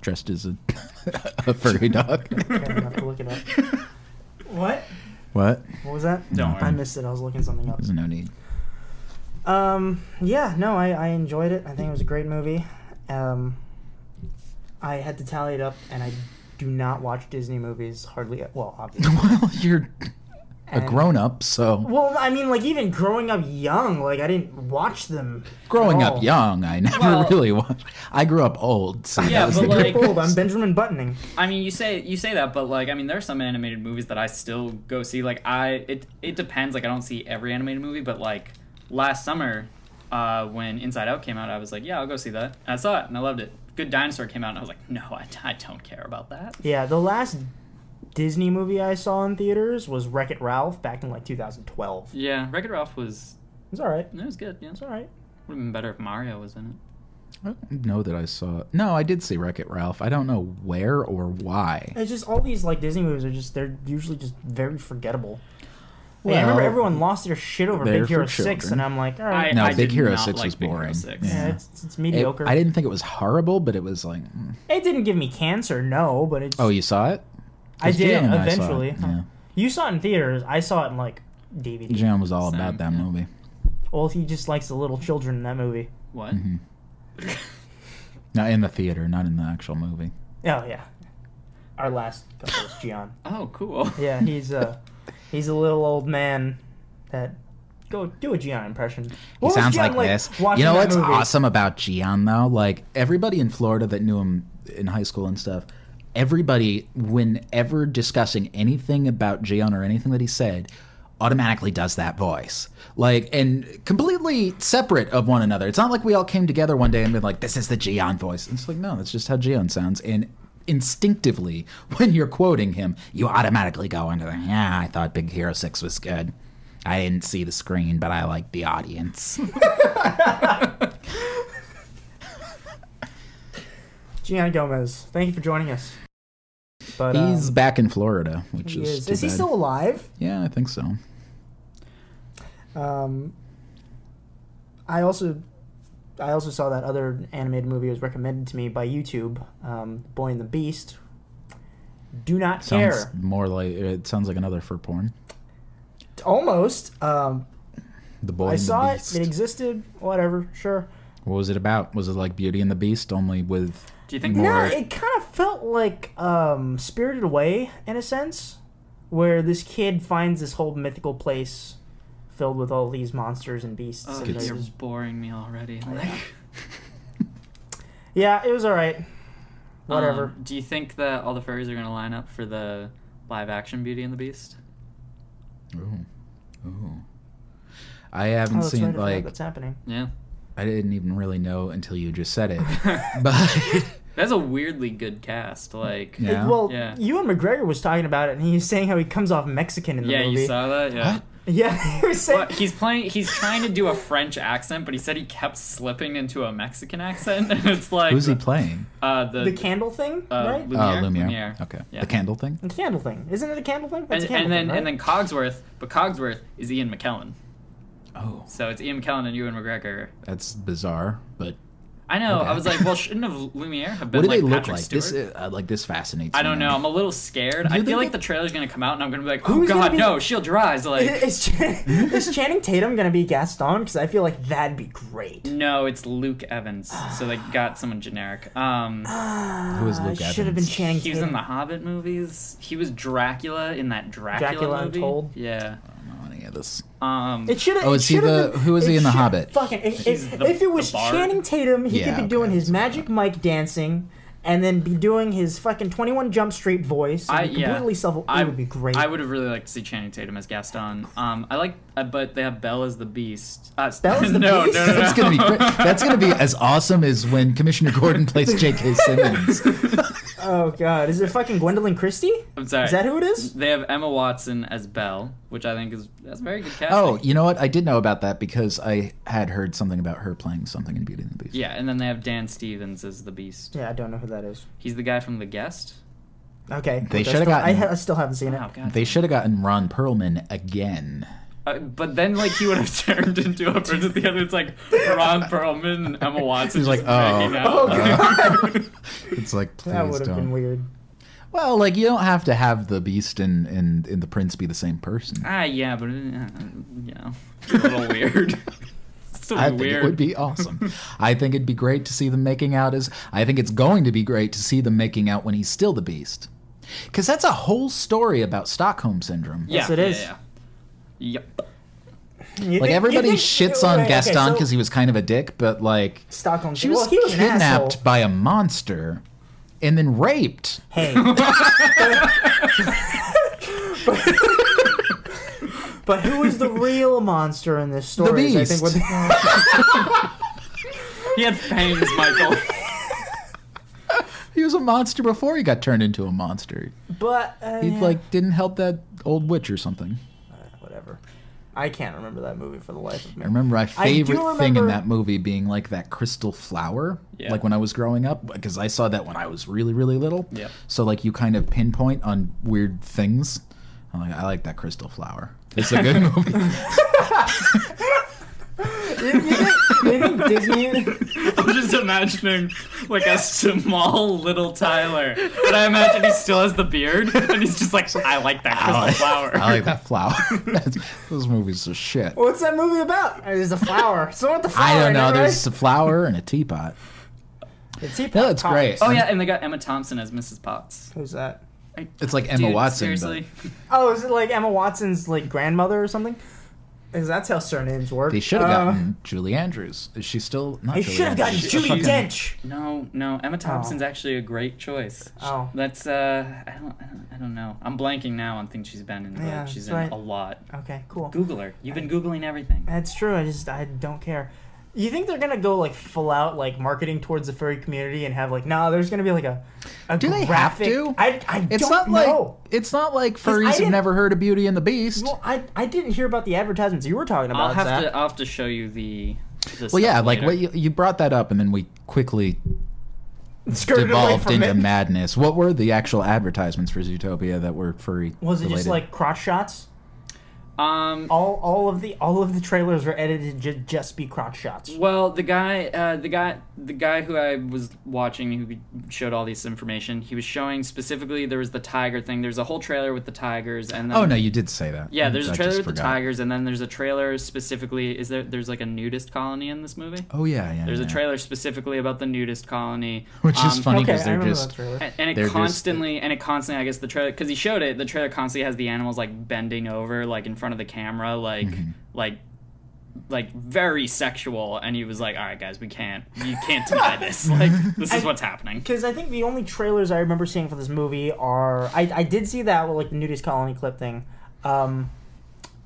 Speaker 2: Dressed as a, a furry dog.
Speaker 1: Okay, I'm gonna have to look it up. What?
Speaker 2: what?
Speaker 1: What was that?
Speaker 3: Don't
Speaker 1: I
Speaker 3: worry.
Speaker 1: missed it. I was looking something up.
Speaker 2: There's no need.
Speaker 1: Um, yeah, no, I, I enjoyed it. I think it was a great movie. Um, I had to tally it up, and I do not watch Disney movies hardly. Well, obviously.
Speaker 2: Well, you're a
Speaker 1: And-
Speaker 2: grown up, so.
Speaker 1: Well, I mean, like even growing up young, like I didn't watch them. at
Speaker 2: growing
Speaker 3: Oh.
Speaker 1: all.
Speaker 2: up young, I never
Speaker 3: Well-
Speaker 2: really watched. I grew up old, so
Speaker 3: Yeah,
Speaker 2: that was
Speaker 3: but
Speaker 2: the
Speaker 3: like-
Speaker 1: Old, I'm Benjamin Buttoning.
Speaker 3: I mean, you say you say that, but like, I mean, there's some animated movies that I still go see. Like, I it it depends. Like, I don't see every animated movie, but like last summer, uh, when Inside Out came out, I was like, yeah, I'll go see that. And I saw it and I loved it. Good Dinosaur came out, and I was like, no, I, I don't care about that.
Speaker 1: Yeah, the last Disney movie I saw in theaters was Wreck It Ralph back in like 2012. It
Speaker 3: Yeah, Wreck-It Ralph was
Speaker 1: was all right. It
Speaker 3: it was good. Yeah, would
Speaker 1: was all right.
Speaker 3: have been better if Mario was in
Speaker 2: I
Speaker 3: it.
Speaker 2: don't know that I saw. No, I did see Wreck It Ralph. I don't know where or why.
Speaker 1: It's just all these like Disney movies are just they're usually just very forgettable. Like, I
Speaker 2: Well,
Speaker 1: remember everyone lost their shit over
Speaker 2: they're
Speaker 1: Big Hero
Speaker 2: for
Speaker 1: Six,
Speaker 2: children.
Speaker 1: and I'm like, all right,
Speaker 2: No,
Speaker 3: I
Speaker 2: Big
Speaker 3: did
Speaker 2: Hero
Speaker 3: not
Speaker 2: 6
Speaker 3: like
Speaker 2: was
Speaker 3: Big Hero
Speaker 2: boring.
Speaker 3: 6.
Speaker 1: yeah,
Speaker 2: Yeah.
Speaker 1: it's, it's
Speaker 2: It-
Speaker 1: mediocre.
Speaker 2: I didn't think it was horrible, but it was like, mm.
Speaker 1: It didn't give me cancer, no, but it.
Speaker 2: oh, you saw it?
Speaker 1: I
Speaker 2: 'Cause
Speaker 1: did
Speaker 2: Jan and I saw
Speaker 1: eventually.
Speaker 2: it, yeah.
Speaker 1: You saw it in theaters. I saw it in like DVD.
Speaker 2: Jan was all
Speaker 3: Same,
Speaker 2: about that
Speaker 3: yeah.
Speaker 2: movie.
Speaker 1: Well, he just likes the little children in that movie.
Speaker 3: What?
Speaker 2: Not in the theater, not in the actual movie.
Speaker 1: Oh yeah, our last couple is Gian.
Speaker 3: Oh, cool.
Speaker 1: Yeah, he's a he's a little old man that go do a Gian impression.
Speaker 2: He
Speaker 1: What was
Speaker 2: sounds
Speaker 1: Gian
Speaker 2: like, this.
Speaker 1: watching
Speaker 2: You know
Speaker 1: that
Speaker 2: what's
Speaker 1: movie?
Speaker 2: awesome about Gian though? Like everybody in Florida that knew him in high school and stuff, everybody, whenever discussing anything about Gian or anything that he said, automatically does that voice. Like and completely separate of one another. It's not like we all came together one day and been like, "This is the Gian voice." It's like no, that's just how Gian sounds. And instinctively, when you're quoting him, you automatically go into the, "Yeah, I thought Big Hero Six was good." I didn't see the screen, but I like the audience.
Speaker 1: Gian Gomez. Thank you for joining us. But um,
Speaker 2: He's back in Florida, which
Speaker 1: he
Speaker 2: is,
Speaker 1: is.
Speaker 2: too
Speaker 1: Is he
Speaker 2: bad.
Speaker 1: still alive?
Speaker 2: Yeah, I think so.
Speaker 1: Um, I also, I also saw that other animated movie was recommended to me by YouTube, um, Boy and the Beast. Do not
Speaker 2: Sounds
Speaker 1: care.
Speaker 2: more like it sounds like another for porn.
Speaker 1: Almost. Um,
Speaker 2: The boy.
Speaker 1: I
Speaker 2: and
Speaker 1: saw
Speaker 2: the
Speaker 1: it.
Speaker 2: beast.
Speaker 1: It existed. Whatever. Sure.
Speaker 2: What was it about? Was it like Beauty and the Beast, only with
Speaker 3: Do you think?
Speaker 2: More-
Speaker 1: No, it kind of felt like um, Spirited Away in a sense, where this kid finds this whole mythical place filled with all these monsters and beasts.
Speaker 3: Oh,
Speaker 1: and
Speaker 2: Good.
Speaker 3: you're
Speaker 1: there's-
Speaker 3: boring me already.
Speaker 1: Oh,
Speaker 3: Like,
Speaker 1: yeah, it was all right. Whatever.
Speaker 3: um, do you think that all the furries are gonna line up for the live action Beauty and the Beast?
Speaker 2: Ooh. Ooh. I
Speaker 1: Oh,
Speaker 2: haven't
Speaker 1: that's right, I
Speaker 2: seen
Speaker 1: forgot
Speaker 2: like
Speaker 1: that's happening.
Speaker 3: Yeah.
Speaker 2: I didn't even really know until you just said it. but
Speaker 3: That's a weirdly good cast. Like,
Speaker 2: Yeah.
Speaker 3: yeah,
Speaker 1: well,
Speaker 3: Yeah.
Speaker 1: Ewan McGregor was talking about it, and he was saying how he comes off Mexican in the movie.
Speaker 3: you saw that. Yeah.
Speaker 2: What?
Speaker 1: Yeah, he was saying.
Speaker 3: Well, he's playing. He's trying to do a French accent, but he said he kept slipping into a Mexican accent, and it's like
Speaker 2: who's he playing?
Speaker 3: Uh, the,
Speaker 1: the candle thing,
Speaker 3: uh,
Speaker 1: right?
Speaker 2: Oh,
Speaker 3: Lumiere?
Speaker 2: Lumiere.
Speaker 3: Lumiere.
Speaker 2: Okay.
Speaker 3: Yeah.
Speaker 2: The candle thing?
Speaker 1: the candle thing. Isn't it a candle thing? That's
Speaker 3: and,
Speaker 1: a candle
Speaker 3: and then
Speaker 1: thing, right?
Speaker 3: and then Cogsworth, but Cogsworth is Ian McKellen,
Speaker 2: Oh,
Speaker 3: so it's Ian McKellen and Ewan McGregor.
Speaker 2: that's bizarre, but
Speaker 3: I know.
Speaker 2: Okay.
Speaker 3: I was like, well, shouldn't have Lumiere have been
Speaker 2: what do
Speaker 3: like
Speaker 2: they look
Speaker 3: Patrick
Speaker 2: like?
Speaker 3: Stewart?
Speaker 2: This uh, like this fascinates
Speaker 3: I
Speaker 2: me.
Speaker 3: don't know. I'm a little scared.
Speaker 2: you
Speaker 3: I
Speaker 2: think
Speaker 3: feel like
Speaker 2: it-
Speaker 3: the trailer's gonna come out, and I'm gonna be like, oh
Speaker 1: Who's gonna
Speaker 3: god,
Speaker 1: be-
Speaker 3: no, shield your eyes. Like,
Speaker 1: is, Chan- is Channing Tatum gonna be Gaston? Because I feel like that'd be great.
Speaker 3: no, it's Luke Evans. So they got someone generic. Um,
Speaker 1: Ah,
Speaker 2: Who is Luke
Speaker 1: should have Uh, been
Speaker 2: Evans?
Speaker 1: Channing
Speaker 3: he was
Speaker 1: Tatum.
Speaker 3: in the Hobbit movies. He was Dracula in that Dracula,
Speaker 1: Dracula
Speaker 3: movie.
Speaker 1: Untold?
Speaker 3: Yeah.
Speaker 2: I don't know any of this.
Speaker 3: Um,
Speaker 1: It should have.
Speaker 2: Oh, is he the- who is he in The Hobbit?
Speaker 1: Fucking, if,
Speaker 3: He's
Speaker 1: if,
Speaker 3: the-
Speaker 1: if it was
Speaker 3: the bard.
Speaker 1: Channing Tatum, he
Speaker 2: Yeah,
Speaker 1: could be
Speaker 2: okay,
Speaker 1: doing his
Speaker 2: that's what I
Speaker 1: magic mic dancing, and then be doing his fucking Twenty One Jump Street voice. And
Speaker 3: I-
Speaker 1: be
Speaker 3: yeah.
Speaker 1: completely self. It
Speaker 3: I-
Speaker 1: would be great.
Speaker 3: I would have really liked to see Channing Tatum as Gaston. Um, I like, uh, but they have Belle as the Beast. Uh,
Speaker 1: Belle as the
Speaker 3: no,
Speaker 1: Beast?
Speaker 3: No, no, no.
Speaker 2: That's gonna be great. that's gonna be as awesome as when Commissioner Gordon plays J.K. Simmons.
Speaker 1: Oh god, is it fucking Gwendolyn Christie?
Speaker 3: I'm sorry.
Speaker 1: Is that who it is?
Speaker 3: They have Emma Watson as Belle, which I think is that's very good casting.
Speaker 2: Oh, you know what? I did know about that because I had heard something about her playing something in Beauty and the Beast.
Speaker 3: yeah, and then they have Dan Stevens as the Beast.
Speaker 1: Yeah, I don't know who that is.
Speaker 3: He's the guy from The Guest.
Speaker 1: Okay,
Speaker 2: They
Speaker 1: which I
Speaker 2: shoulda
Speaker 1: still- I,
Speaker 2: gotten-
Speaker 1: ha- I still haven't seen it.
Speaker 3: Wow, God.
Speaker 2: They should have gotten Ron Perlman again.
Speaker 3: Uh, but then, like, he would have turned into a person at the other. It's like Ron Perlman and Emma Watson.
Speaker 2: He's like,
Speaker 3: just
Speaker 2: oh.
Speaker 3: making out.
Speaker 1: Oh, God.
Speaker 2: It's like please
Speaker 1: That would have
Speaker 2: don't.
Speaker 1: been weird.
Speaker 2: Well, like you don't have to have the Beast and and, and the Prince be the same person.
Speaker 3: ah, yeah, but uh, you know, it's a little weird. It's still
Speaker 2: I think
Speaker 3: weird.
Speaker 2: it would be awesome. I think it'd be great to see them making out as. I think it's going to be great to see them making out when he's still the Beast, because that's a whole story about Stockholm syndrome.
Speaker 3: Yeah,
Speaker 1: Yes, it
Speaker 3: yeah,
Speaker 1: is.
Speaker 3: Yeah, yeah.
Speaker 1: You
Speaker 3: Yep.
Speaker 2: Like
Speaker 1: think- you
Speaker 2: everybody
Speaker 1: think-
Speaker 2: shits
Speaker 1: okay,
Speaker 2: on
Speaker 1: okay,
Speaker 2: Gaston 'cause Gaston
Speaker 1: so
Speaker 2: because he was kind of a dick, but like
Speaker 1: Stockholm.
Speaker 2: she
Speaker 1: well,
Speaker 2: was
Speaker 1: he was an
Speaker 2: kidnapped
Speaker 1: asshole.
Speaker 2: by a monster and then raped.
Speaker 1: Hey. but, but who is the real monster in this story? is, I think
Speaker 2: Beast.
Speaker 1: what-
Speaker 3: He had fangs, Michael.
Speaker 2: He was a monster before he got turned into a monster.
Speaker 1: but uh,
Speaker 2: He
Speaker 1: yeah.
Speaker 2: like didn't help that old witch or something.
Speaker 1: whatever. I can't remember that movie for the life of
Speaker 2: I
Speaker 1: me.
Speaker 2: remember my favorite thing in
Speaker 1: remember-
Speaker 2: that movie being like that crystal flower,
Speaker 3: Yeah.
Speaker 2: like when I was growing up, because I saw that when I was really, really little.
Speaker 3: Yep.
Speaker 2: So like you kind of pinpoint on weird things. I'm like, I like that crystal flower. It's a good movie.
Speaker 1: you, you think, you think Disney?
Speaker 3: I'm just imagining like a small little Tyler, but I imagine he still has the beard, and he's just like, I like that crystal
Speaker 2: I like,
Speaker 3: flower.
Speaker 2: I like that flower. That's- Those movies are shit.
Speaker 1: What's that movie about? There's a flower. Someone with the flower.
Speaker 2: I
Speaker 1: in
Speaker 2: don't
Speaker 1: it,
Speaker 2: know.
Speaker 1: right?
Speaker 2: There's a flower and a teapot.
Speaker 1: It's Teapot
Speaker 2: No, it's
Speaker 1: Pops.
Speaker 2: great.
Speaker 3: Oh yeah, and they got Emma Thompson as Mrs. Potts.
Speaker 1: Who's that?
Speaker 2: It's like Emma
Speaker 3: Dude,
Speaker 2: Watson. but-
Speaker 3: Seriously,
Speaker 1: Oh, is it like Emma Watson's like grandmother or something? Because that's how surnames work.
Speaker 2: They should have
Speaker 1: Uh,
Speaker 2: gotten Julie Andrews. Is she still not?
Speaker 1: They
Speaker 2: Julie
Speaker 1: should have gotten
Speaker 2: Andrews.
Speaker 1: Julie
Speaker 2: Fucking-
Speaker 1: Dench.
Speaker 3: no, no. Emma Thompson's actually a great choice.
Speaker 1: Oh.
Speaker 3: that's uh, I don't, I don't, I don't know. I'm blanking now on things she's been in, but
Speaker 1: Yeah,
Speaker 3: she's
Speaker 1: that's
Speaker 3: in
Speaker 1: right.
Speaker 3: a lot.
Speaker 1: Okay, cool.
Speaker 3: Google her. You've been googling everything.
Speaker 1: That's true. I just I don't care. You think they're gonna go like full out like marketing towards the furry community and have like nah, there's gonna be like a, a
Speaker 2: Do they have
Speaker 1: graphic.
Speaker 2: to?
Speaker 1: I I
Speaker 2: It's
Speaker 1: don't
Speaker 2: not like
Speaker 1: know.
Speaker 2: it's not like
Speaker 1: I
Speaker 2: furries have
Speaker 1: didn't-
Speaker 2: never heard of Beauty and the Beast.
Speaker 1: Well, I I didn't hear about the advertisements you were talking about.
Speaker 3: I'll have
Speaker 1: Zach.
Speaker 3: to. uh, I'll have to show you the. the
Speaker 2: Well, yeah,
Speaker 3: stuff
Speaker 2: like what
Speaker 3: later.
Speaker 2: you, you brought that up, and then we quickly
Speaker 1: Skirted away
Speaker 2: devolved
Speaker 1: from
Speaker 2: into
Speaker 1: it.
Speaker 2: madness. What were the actual advertisements for Zootopia that were furry?
Speaker 1: Was it just
Speaker 2: related?
Speaker 1: like crotch shots?
Speaker 3: Um,
Speaker 1: All all of the all of the trailers were edited to just be crotch shots.
Speaker 3: Well, the guy, uh, the guy, the guy who I was watching, who showed all this information, he was showing specifically there was the tiger thing. There's a whole trailer with the tigers, and then
Speaker 2: Oh no, you did say that.
Speaker 3: yeah, there's
Speaker 2: Mm, I
Speaker 3: a trailer
Speaker 2: just
Speaker 3: with the
Speaker 2: forgot.
Speaker 3: tigers, and then there's a trailer specifically. Is there? There's like a nudist colony in this movie.
Speaker 2: Oh yeah, yeah.
Speaker 3: There's a
Speaker 2: yeah.
Speaker 3: trailer specifically about the nudist colony,
Speaker 2: which is
Speaker 3: Um,
Speaker 2: funny
Speaker 1: okay,
Speaker 2: because
Speaker 1: I
Speaker 2: they're
Speaker 1: remember
Speaker 2: just
Speaker 1: that trailer.
Speaker 3: and, and it
Speaker 2: They're just- uh,
Speaker 3: constantly and it constantly i guess the trailer because he showed it the trailer constantly has the animals like bending over like in front of the camera like
Speaker 2: Mm-hmm.
Speaker 3: like like very sexual and he was like all right guys we can't you can't deny this like this is
Speaker 1: I-
Speaker 3: what's happening
Speaker 1: Because I think the only trailers I remember seeing for this movie are I, I did see that well, like the nudist colony clip thing. Um,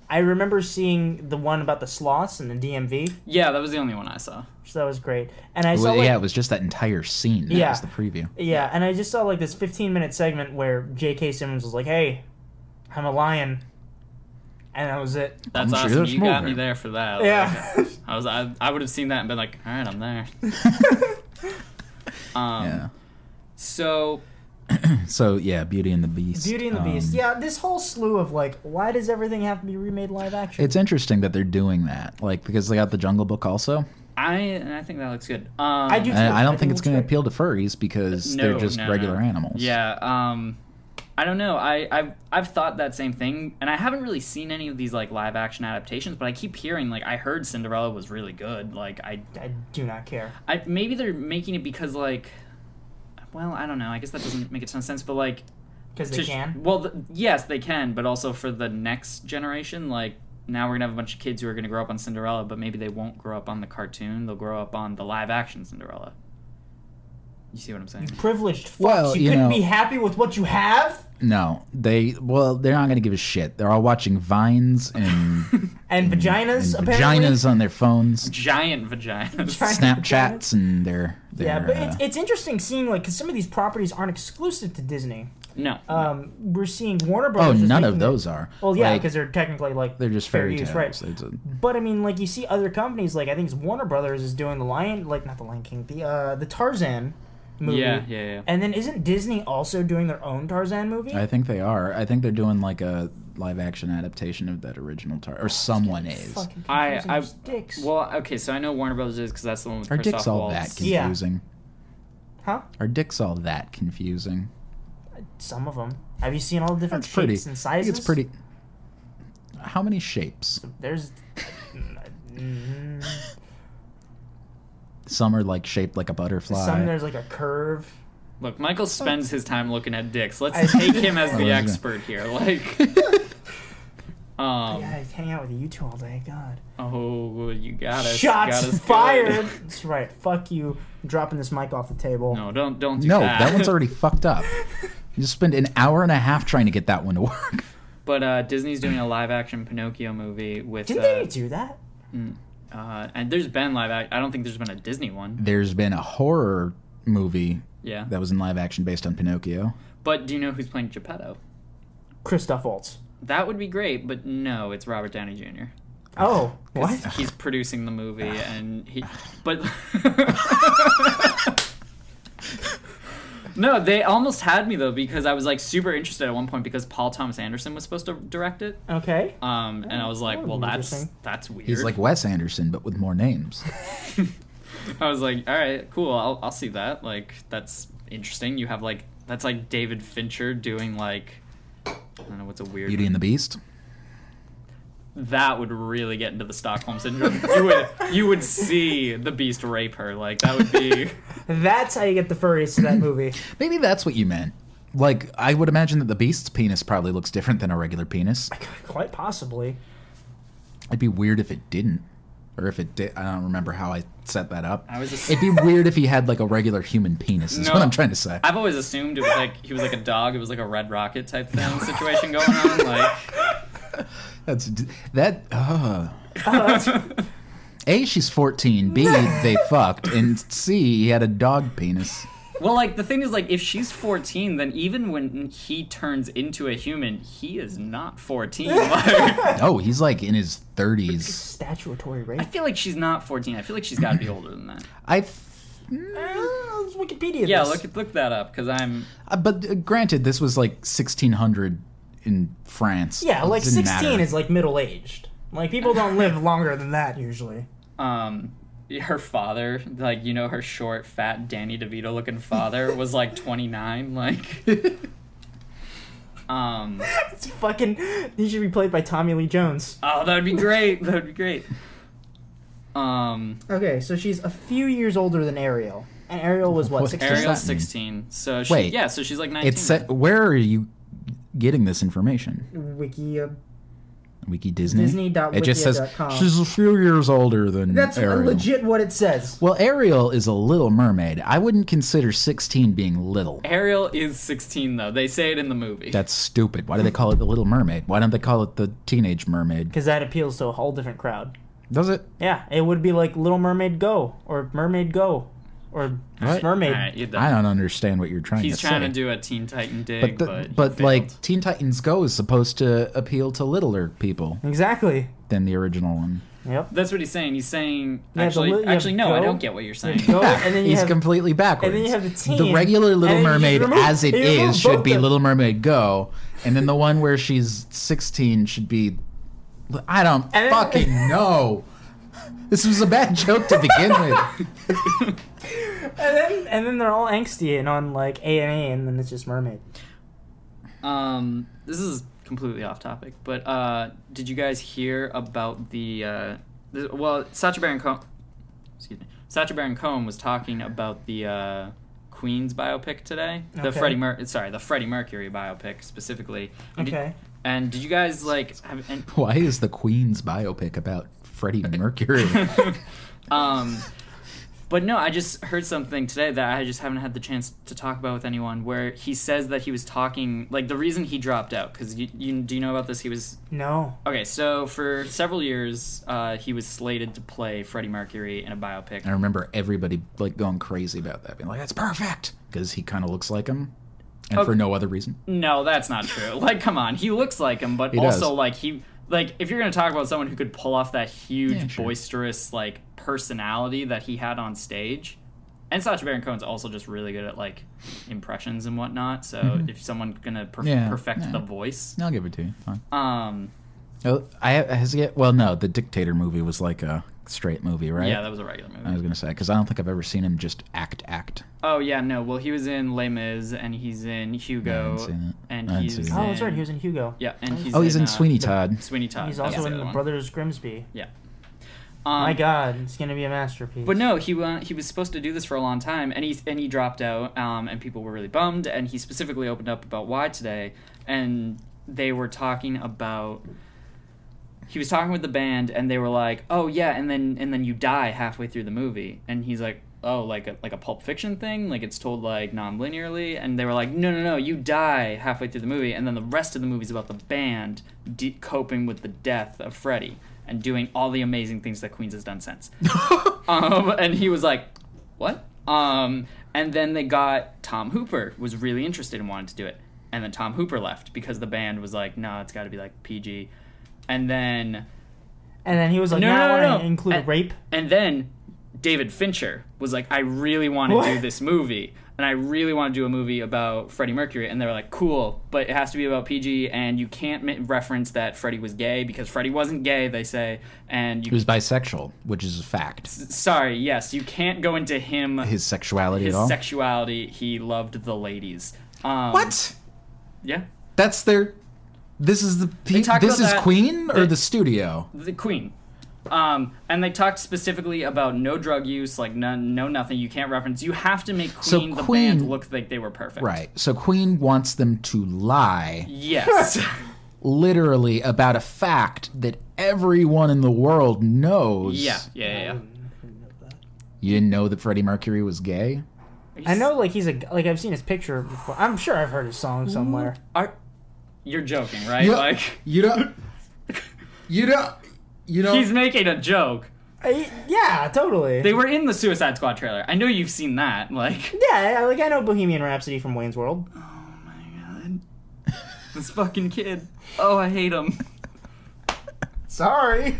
Speaker 1: I remember seeing the one about the sloths and the DMV,
Speaker 3: yeah that was the only one i saw
Speaker 1: so that was great. And I saw
Speaker 2: Well,
Speaker 1: like,
Speaker 2: yeah, it was just that entire scene. That
Speaker 1: Yeah.
Speaker 2: was the preview.
Speaker 1: Yeah, and I just saw like this 15 minute segment where J.K. Simmons was like, "Hey, I'm a lion," and that was it.
Speaker 3: that's
Speaker 2: I'm sure
Speaker 3: awesome
Speaker 2: there's
Speaker 3: you got
Speaker 2: more.
Speaker 3: me there for that
Speaker 1: Yeah,
Speaker 3: Like, i was i, I would have seen that and been like all right i'm there um
Speaker 2: Yeah.
Speaker 3: so
Speaker 2: So yeah, Beauty and the Beast.
Speaker 1: Beauty and the
Speaker 2: Um,
Speaker 1: Beast. Yeah, this whole slew of like, why does everything have to be remade live action?
Speaker 2: It's interesting that they're doing that, like because they got the Jungle Book also.
Speaker 3: i and i think that looks good um
Speaker 1: I do
Speaker 2: And I
Speaker 1: I
Speaker 2: don't
Speaker 1: think
Speaker 2: think
Speaker 1: it
Speaker 2: it's
Speaker 1: looks
Speaker 2: going to
Speaker 1: great.
Speaker 2: appeal to furries because they're just regular
Speaker 3: no.
Speaker 2: animals.
Speaker 3: Yeah. Um, I don't know. I, I've I've thought that same thing, and I haven't really seen any of these like live action adaptations. But I keep hearing like I heard Cinderella was really good. Like I,
Speaker 1: I do not care.
Speaker 3: I maybe they're making it because like, well, I don't know. I guess that doesn't make a ton of sense. But like,
Speaker 1: Because they
Speaker 3: to sh-
Speaker 1: can.
Speaker 3: well, th- yes, they can, but also for the next generation, like. Now we're gonna have a bunch of kids who are gonna grow up on Cinderella, but maybe they won't grow up on the cartoon. They'll grow up on the live action Cinderella. You see what I'm saying?
Speaker 1: Privileged fucks.
Speaker 2: Well,
Speaker 1: you,
Speaker 2: you
Speaker 1: couldn't
Speaker 2: know-
Speaker 1: be happy with what you have.
Speaker 2: No, they well, they're not going to give a shit. They're all watching vines and,
Speaker 1: And
Speaker 2: and
Speaker 1: vaginas, apparently.
Speaker 2: vaginas on their phones,
Speaker 3: Giant vaginas.
Speaker 1: Giant
Speaker 2: Snapchats, and their, their
Speaker 1: Yeah, but
Speaker 2: uh,
Speaker 1: it's, it's interesting seeing like because some of these properties aren't exclusive to Disney.
Speaker 3: No.
Speaker 1: Um, we're seeing Warner
Speaker 2: oh,
Speaker 1: Brothers. is
Speaker 2: none of
Speaker 1: making it-
Speaker 2: those are.
Speaker 1: Well, yeah,
Speaker 2: Like,
Speaker 1: because they're technically like
Speaker 2: they're just
Speaker 1: fair
Speaker 2: fairy
Speaker 1: use,
Speaker 2: tales.
Speaker 1: right?
Speaker 2: It's a-
Speaker 1: But I mean, like you see other companies, like I think it's Warner Brothers is doing the Lion, like not the Lion King, the uh, the Tarzan movie.
Speaker 3: yeah, yeah, yeah.
Speaker 1: And then isn't Disney also doing their own Tarzan movie?
Speaker 2: I think they are. I think they're doing like a live action adaptation of that original tar or someone is.
Speaker 1: Fucking
Speaker 3: I-
Speaker 1: confusing
Speaker 3: I-
Speaker 1: as dicks.
Speaker 3: Well, okay, so I know Warner Brothers is because that's the one with
Speaker 2: Are
Speaker 3: Christoph
Speaker 2: dicks all that
Speaker 3: Waltz.
Speaker 1: Yeah.
Speaker 2: confusing?
Speaker 1: huh?
Speaker 2: Are dicks all that confusing?
Speaker 1: Some of them. Have you seen all the different
Speaker 2: That's
Speaker 1: shapes
Speaker 2: pretty.
Speaker 1: and
Speaker 2: I
Speaker 1: sizes?
Speaker 2: think it's pretty. How many shapes?
Speaker 1: There's. Mm,
Speaker 2: Some are like shaped like a butterfly.
Speaker 1: some there's like a curve.
Speaker 3: Look, Michael spends his time looking at dicks. Let's
Speaker 1: I-
Speaker 3: take him as
Speaker 2: Oh,
Speaker 3: the
Speaker 2: yeah.
Speaker 3: expert here. Like, um,
Speaker 1: yeah, I hang out with you two all day. God.
Speaker 3: oh, well, you got us.
Speaker 1: Shots
Speaker 3: got us good.
Speaker 1: fired. That's right. Fuck you. I'm dropping this mic off the table.
Speaker 3: No, don't don't do
Speaker 2: no,
Speaker 3: that.
Speaker 2: that one's already fucked up. You just spent an hour and a half trying to get that one to work.
Speaker 3: But uh, Disney's doing a live action Pinocchio movie with.
Speaker 1: Didn't
Speaker 3: uh,
Speaker 1: they do that?
Speaker 3: uh, and there's been live. Act- I don't think there's been a Disney one.
Speaker 2: There's been a horror movie
Speaker 3: Yeah.
Speaker 2: that was in live action based on Pinocchio.
Speaker 3: But do you know who's playing Geppetto?
Speaker 1: Christoph Waltz.
Speaker 3: That would be great, but no, it's Robert Downey Jr.
Speaker 1: Oh, what?
Speaker 3: he's producing the movie
Speaker 1: Ah.
Speaker 3: and he but no they almost had me though because i was like super interested at one point because paul thomas anderson was supposed to direct it
Speaker 1: Okay.
Speaker 3: um and i was like
Speaker 1: Oh, that would
Speaker 3: well
Speaker 1: be
Speaker 3: that's
Speaker 1: interesting.
Speaker 3: that's weird
Speaker 2: He's like Wes Anderson, but with more names.
Speaker 3: i was like all right cool I'll, I'll see that like that's interesting you have like that's like david fincher doing like i don't know what's a weird
Speaker 2: Beauty and the Beast.
Speaker 3: that would really get into the stockholm syndrome you would you would see the beast rape her like that would be
Speaker 1: That's how you get the furries to that movie.
Speaker 2: Maybe that's what you meant. Like, I would imagine that the Beast's penis probably looks different than a regular penis.
Speaker 1: Quite possibly.
Speaker 2: It'd be weird if it didn't. Or if it did. I don't remember how I set that up.
Speaker 3: i was just
Speaker 2: It'd be weird if he had like a regular human penis, is
Speaker 3: No.
Speaker 2: what I'm trying to say.
Speaker 3: I've always assumed it was like he was like a dog. It was like a red rocket type thing situation going on. Like,
Speaker 2: That's that. Uh,
Speaker 1: Oh, that's-
Speaker 2: a, she's 14. B, they fucked. And C, he had a dog penis.
Speaker 3: well, like the thing is, like if she's fourteen, then even when he turns into a human, he is not fourteen. Like,
Speaker 2: Oh, he's like in his 30s.
Speaker 1: statutory
Speaker 3: I
Speaker 1: rape.
Speaker 3: feel like she's not fourteen. I feel like she's got to be older than that.
Speaker 2: I. f-
Speaker 1: Uh, it's Wikipedia.
Speaker 3: Yeah,
Speaker 1: this.
Speaker 3: look look that up because I'm
Speaker 2: Uh, but uh, granted, this was like 1600 in France.
Speaker 1: Yeah,
Speaker 2: It
Speaker 1: like
Speaker 2: didn't
Speaker 1: 16
Speaker 2: matter.
Speaker 1: is like middle aged. Like people don't live longer than that usually.
Speaker 3: um her father like you know her short fat danny devito looking father was like 29 like um
Speaker 1: It's fucking. He should be played by Tommy Lee Jones.
Speaker 3: oh that would be great that would be great um
Speaker 1: Okay, so she's a few years older than Ariel, and Ariel was what
Speaker 2: What?
Speaker 1: 16.
Speaker 2: does
Speaker 3: ariel's
Speaker 2: that mean?
Speaker 3: 16 so she,
Speaker 2: Wait.
Speaker 3: yeah so she's like 19
Speaker 2: It's set, where are you getting this information?
Speaker 1: Wiki. uh,
Speaker 2: Wiki Disney. It just says
Speaker 1: Disney.wikia.com.
Speaker 2: she's a few years older than
Speaker 1: That's
Speaker 2: Ariel.
Speaker 1: legit what it says.
Speaker 2: Well, Ariel is a little mermaid. I wouldn't consider 16 being little.
Speaker 3: ariel is 16 though they say it in the movie
Speaker 2: That's stupid. Why do they call it the Little Mermaid? Why don't they call it the Teenage Mermaid?
Speaker 1: Because that appeals to a whole different crowd.
Speaker 2: Does it?
Speaker 1: Yeah, it would be like Little Mermaid Go or Mermaid Go or
Speaker 2: What?
Speaker 1: Mermaid.
Speaker 3: all right you're done.
Speaker 2: I don't understand what you're trying
Speaker 3: he's
Speaker 2: to
Speaker 3: trying
Speaker 2: say.
Speaker 3: to do a teen titan dig
Speaker 2: but
Speaker 3: but,
Speaker 2: the-
Speaker 3: he
Speaker 2: but like
Speaker 3: failed.
Speaker 2: Teen Titans Go is supposed to appeal to littler people
Speaker 1: Exactly.
Speaker 2: than the original one.
Speaker 1: Yep.
Speaker 3: that's what he's saying he's saying
Speaker 1: Yeah, the
Speaker 3: actually
Speaker 1: li- you have
Speaker 3: actually no i
Speaker 1: go-
Speaker 3: don't get what you're saying
Speaker 1: Go Oh, and then you
Speaker 2: he's
Speaker 1: have
Speaker 2: completely backwards.
Speaker 1: and then you have the teen,
Speaker 2: regular Little
Speaker 1: and then you
Speaker 2: Mermaid,
Speaker 1: remove-
Speaker 2: as it
Speaker 1: you remove
Speaker 2: is, should
Speaker 1: both
Speaker 2: be
Speaker 1: of-
Speaker 2: Little Mermaid Go, and then the one where she's 16 should be. I don't
Speaker 1: And then-
Speaker 2: fucking know. This was a bad joke to begin with.
Speaker 1: and then and then they're all angsty and on like A and A, and then it's just Mermaid.
Speaker 3: Um, this is completely off topic, but uh, did you guys hear about the? Uh, th- well, Sacha Baron Cohen, excuse me, Sacha Baron Cohen was talking about the uh, Queen's biopic today. The
Speaker 1: Okay.
Speaker 3: Freddie, Mer- sorry, the Freddie Mercury biopic specifically. And did-
Speaker 1: Okay.
Speaker 3: and did you guys like? Have, and,
Speaker 2: Why is the Queen's biopic about Freddie Mercury?
Speaker 3: um, but no, I just heard something today that I just haven't had the chance to talk about with anyone. Where he says that he was talking, like the reason he dropped out, because you, you do you know about this? He was
Speaker 1: No.
Speaker 3: Okay, so for several years, uh, he was slated to play Freddie Mercury in a biopic.
Speaker 2: I remember everybody like going crazy about that, being like, "That's perfect," because he kind of looks like him, and for
Speaker 3: Okay.
Speaker 2: no other reason.
Speaker 3: No, that's not true. Like, come on, he looks like him, but
Speaker 2: He does.
Speaker 3: also like he like if you're gonna talk about someone who could pull off that huge,
Speaker 2: Yeah, sure.
Speaker 3: boisterous like personality that he had on stage, and Sacha Baron Cohen's also just really good at like impressions and whatnot. So if someone's gonna perf-
Speaker 2: Mm-hmm. Yeah,
Speaker 3: perfect
Speaker 2: yeah.
Speaker 3: the voice,
Speaker 2: I'll give it to you. Fine.
Speaker 3: um,
Speaker 2: Oh, I has yet. Well, no, the Dictator movie was like a straight movie, right?
Speaker 3: yeah, that was a regular movie.
Speaker 2: I was gonna say because I don't think I've ever seen him just act act.
Speaker 3: Oh yeah, no. Well, he was in Les Mis, and he's in Hugo,
Speaker 2: seen it.
Speaker 3: and
Speaker 2: I haven't
Speaker 3: he's
Speaker 2: seen it.
Speaker 1: Oh, that's right.
Speaker 3: in-
Speaker 1: He was in Hugo.
Speaker 3: Yeah, and he's
Speaker 2: oh, he's in
Speaker 3: uh,
Speaker 2: Sweeney Todd.
Speaker 3: Sweeney Todd.
Speaker 1: He's
Speaker 3: that's
Speaker 1: also
Speaker 3: the
Speaker 1: in
Speaker 3: other
Speaker 1: the
Speaker 3: one.
Speaker 1: Brothers Grimsby.
Speaker 3: Yeah. Um,
Speaker 1: My God, it's gonna be a masterpiece.
Speaker 3: But no, he wa- he was supposed to do this for a long time, and he and he dropped out, um, and people were really bummed. And he specifically opened up about why today, and they were talking about. He was talking with the band, and they were like, "Oh yeah," and then and then you die halfway through the movie, and he's like, "Oh, like a like a Pulp Fiction thing, like it's told like non-linearly," and they were like, "No, no, no, you die halfway through the movie, and then the rest of the movie's about the band de- coping with the death of Freddie." And doing all the amazing things that Queens has done since um, and he was like, "What?" Um, and then they got Tom Hooper was really interested and wanted to do it, and then Tom Hooper left because the band was like, "No, it's got to be like PG," and then
Speaker 1: and then he was like,
Speaker 3: No,
Speaker 1: "No,
Speaker 3: no,
Speaker 1: I
Speaker 3: no,
Speaker 1: want to
Speaker 3: no.
Speaker 1: include
Speaker 3: And-
Speaker 1: rape."
Speaker 3: and then David Fincher was like, "I really want to do
Speaker 1: What?
Speaker 3: this movie." And I really want to do a movie about Freddie Mercury, and they were like, "Cool, but it has to be about PG, and you can't ma- reference that Freddie was gay because Freddie wasn't gay." They say, and
Speaker 2: He
Speaker 3: you,
Speaker 2: was bisexual, which is a fact.
Speaker 3: sorry, yes, you can't go into him
Speaker 2: His sexuality
Speaker 3: his
Speaker 2: at all.
Speaker 3: sexuality. He loved the ladies. Um,
Speaker 2: what?
Speaker 3: Yeah,
Speaker 2: That's their. This is the.
Speaker 3: talked
Speaker 2: this
Speaker 3: about
Speaker 2: is
Speaker 3: that-
Speaker 2: Queen or
Speaker 3: they-
Speaker 2: the studio.
Speaker 3: the Queen. Um, and they talked specifically about no drug use, like no, no nothing. You can't reference. You have to make Queen,
Speaker 2: So
Speaker 3: the
Speaker 2: Queen-
Speaker 3: band look like they were perfect.
Speaker 2: Right. So Queen wants them to lie,
Speaker 3: Yes.
Speaker 2: literally, about a fact that everyone in the world knows.
Speaker 3: yeah. Yeah. Yeah.
Speaker 2: You didn't know that Freddie Mercury was gay?
Speaker 3: yeah.
Speaker 1: I know, like he's a like I've seen his picture before. I'm sure I've heard his song somewhere.
Speaker 3: Are, you're joking, right?
Speaker 2: Yeah.
Speaker 3: Like
Speaker 2: You don't. You don't. You don't.
Speaker 3: he's making a joke.
Speaker 1: I, yeah, totally.
Speaker 3: They were in the Suicide Squad trailer. I know you've seen that. Like, oh
Speaker 1: yeah, I, like I know Bohemian Rhapsody from Wayne's World.
Speaker 3: this fucking kid. Oh, I hate him.
Speaker 1: Sorry.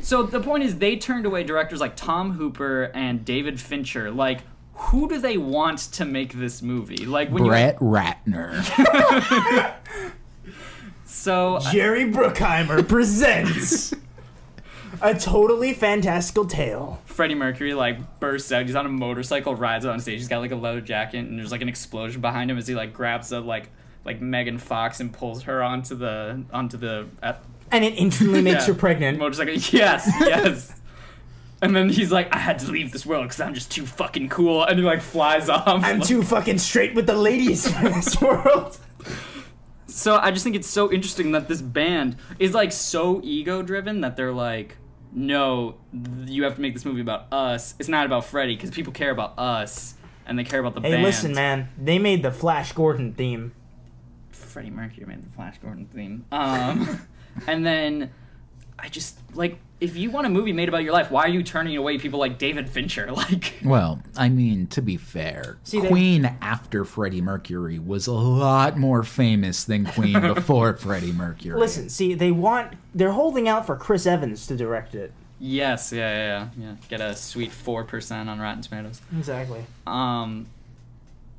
Speaker 3: So the point is, they turned away directors like Tom Hooper and David Fincher. Like, who do they want to make this movie? Like, when
Speaker 2: Brett Ratner.
Speaker 3: you So uh,
Speaker 1: Jerry Bruckheimer presents a totally fantastical tale.
Speaker 3: Freddie Mercury like bursts out. He's on a motorcycle, rides out on stage. He's got like a leather jacket, and there's like an explosion behind him as he like grabs a like like Megan Fox and pulls her onto the onto the uh,
Speaker 1: And it instantly makes
Speaker 3: yeah,
Speaker 1: her pregnant.
Speaker 3: Motorcycle. Yes, yes. and then he's like, I had to leave this world because I'm just too fucking cool, and he like flies off.
Speaker 1: I'm too fucking straight with the ladies in this world.
Speaker 3: so I just think it's so interesting that this band is like so ego driven that they're like, no, th- you have to make this movie about us. It's not about Freddy because people care about us and they care about the
Speaker 1: Hey,
Speaker 3: band.
Speaker 1: listen, man. They made the Flash Gordon theme.
Speaker 3: Freddie Mercury made the Flash Gordon theme. Um, and then I just like if you want a movie made about your life, why are you turning away people like David Fincher? Like
Speaker 2: Well, I mean, to be fair,
Speaker 1: See, they-
Speaker 2: Queen after Freddie Mercury was a lot more famous than Queen before Freddie Mercury.
Speaker 1: Listen, see, they want. They're holding out for Chris Evans to direct it.
Speaker 3: yes, yeah, yeah, yeah. yeah. Get a sweet four percent on Rotten Tomatoes.
Speaker 1: Exactly.
Speaker 3: Um,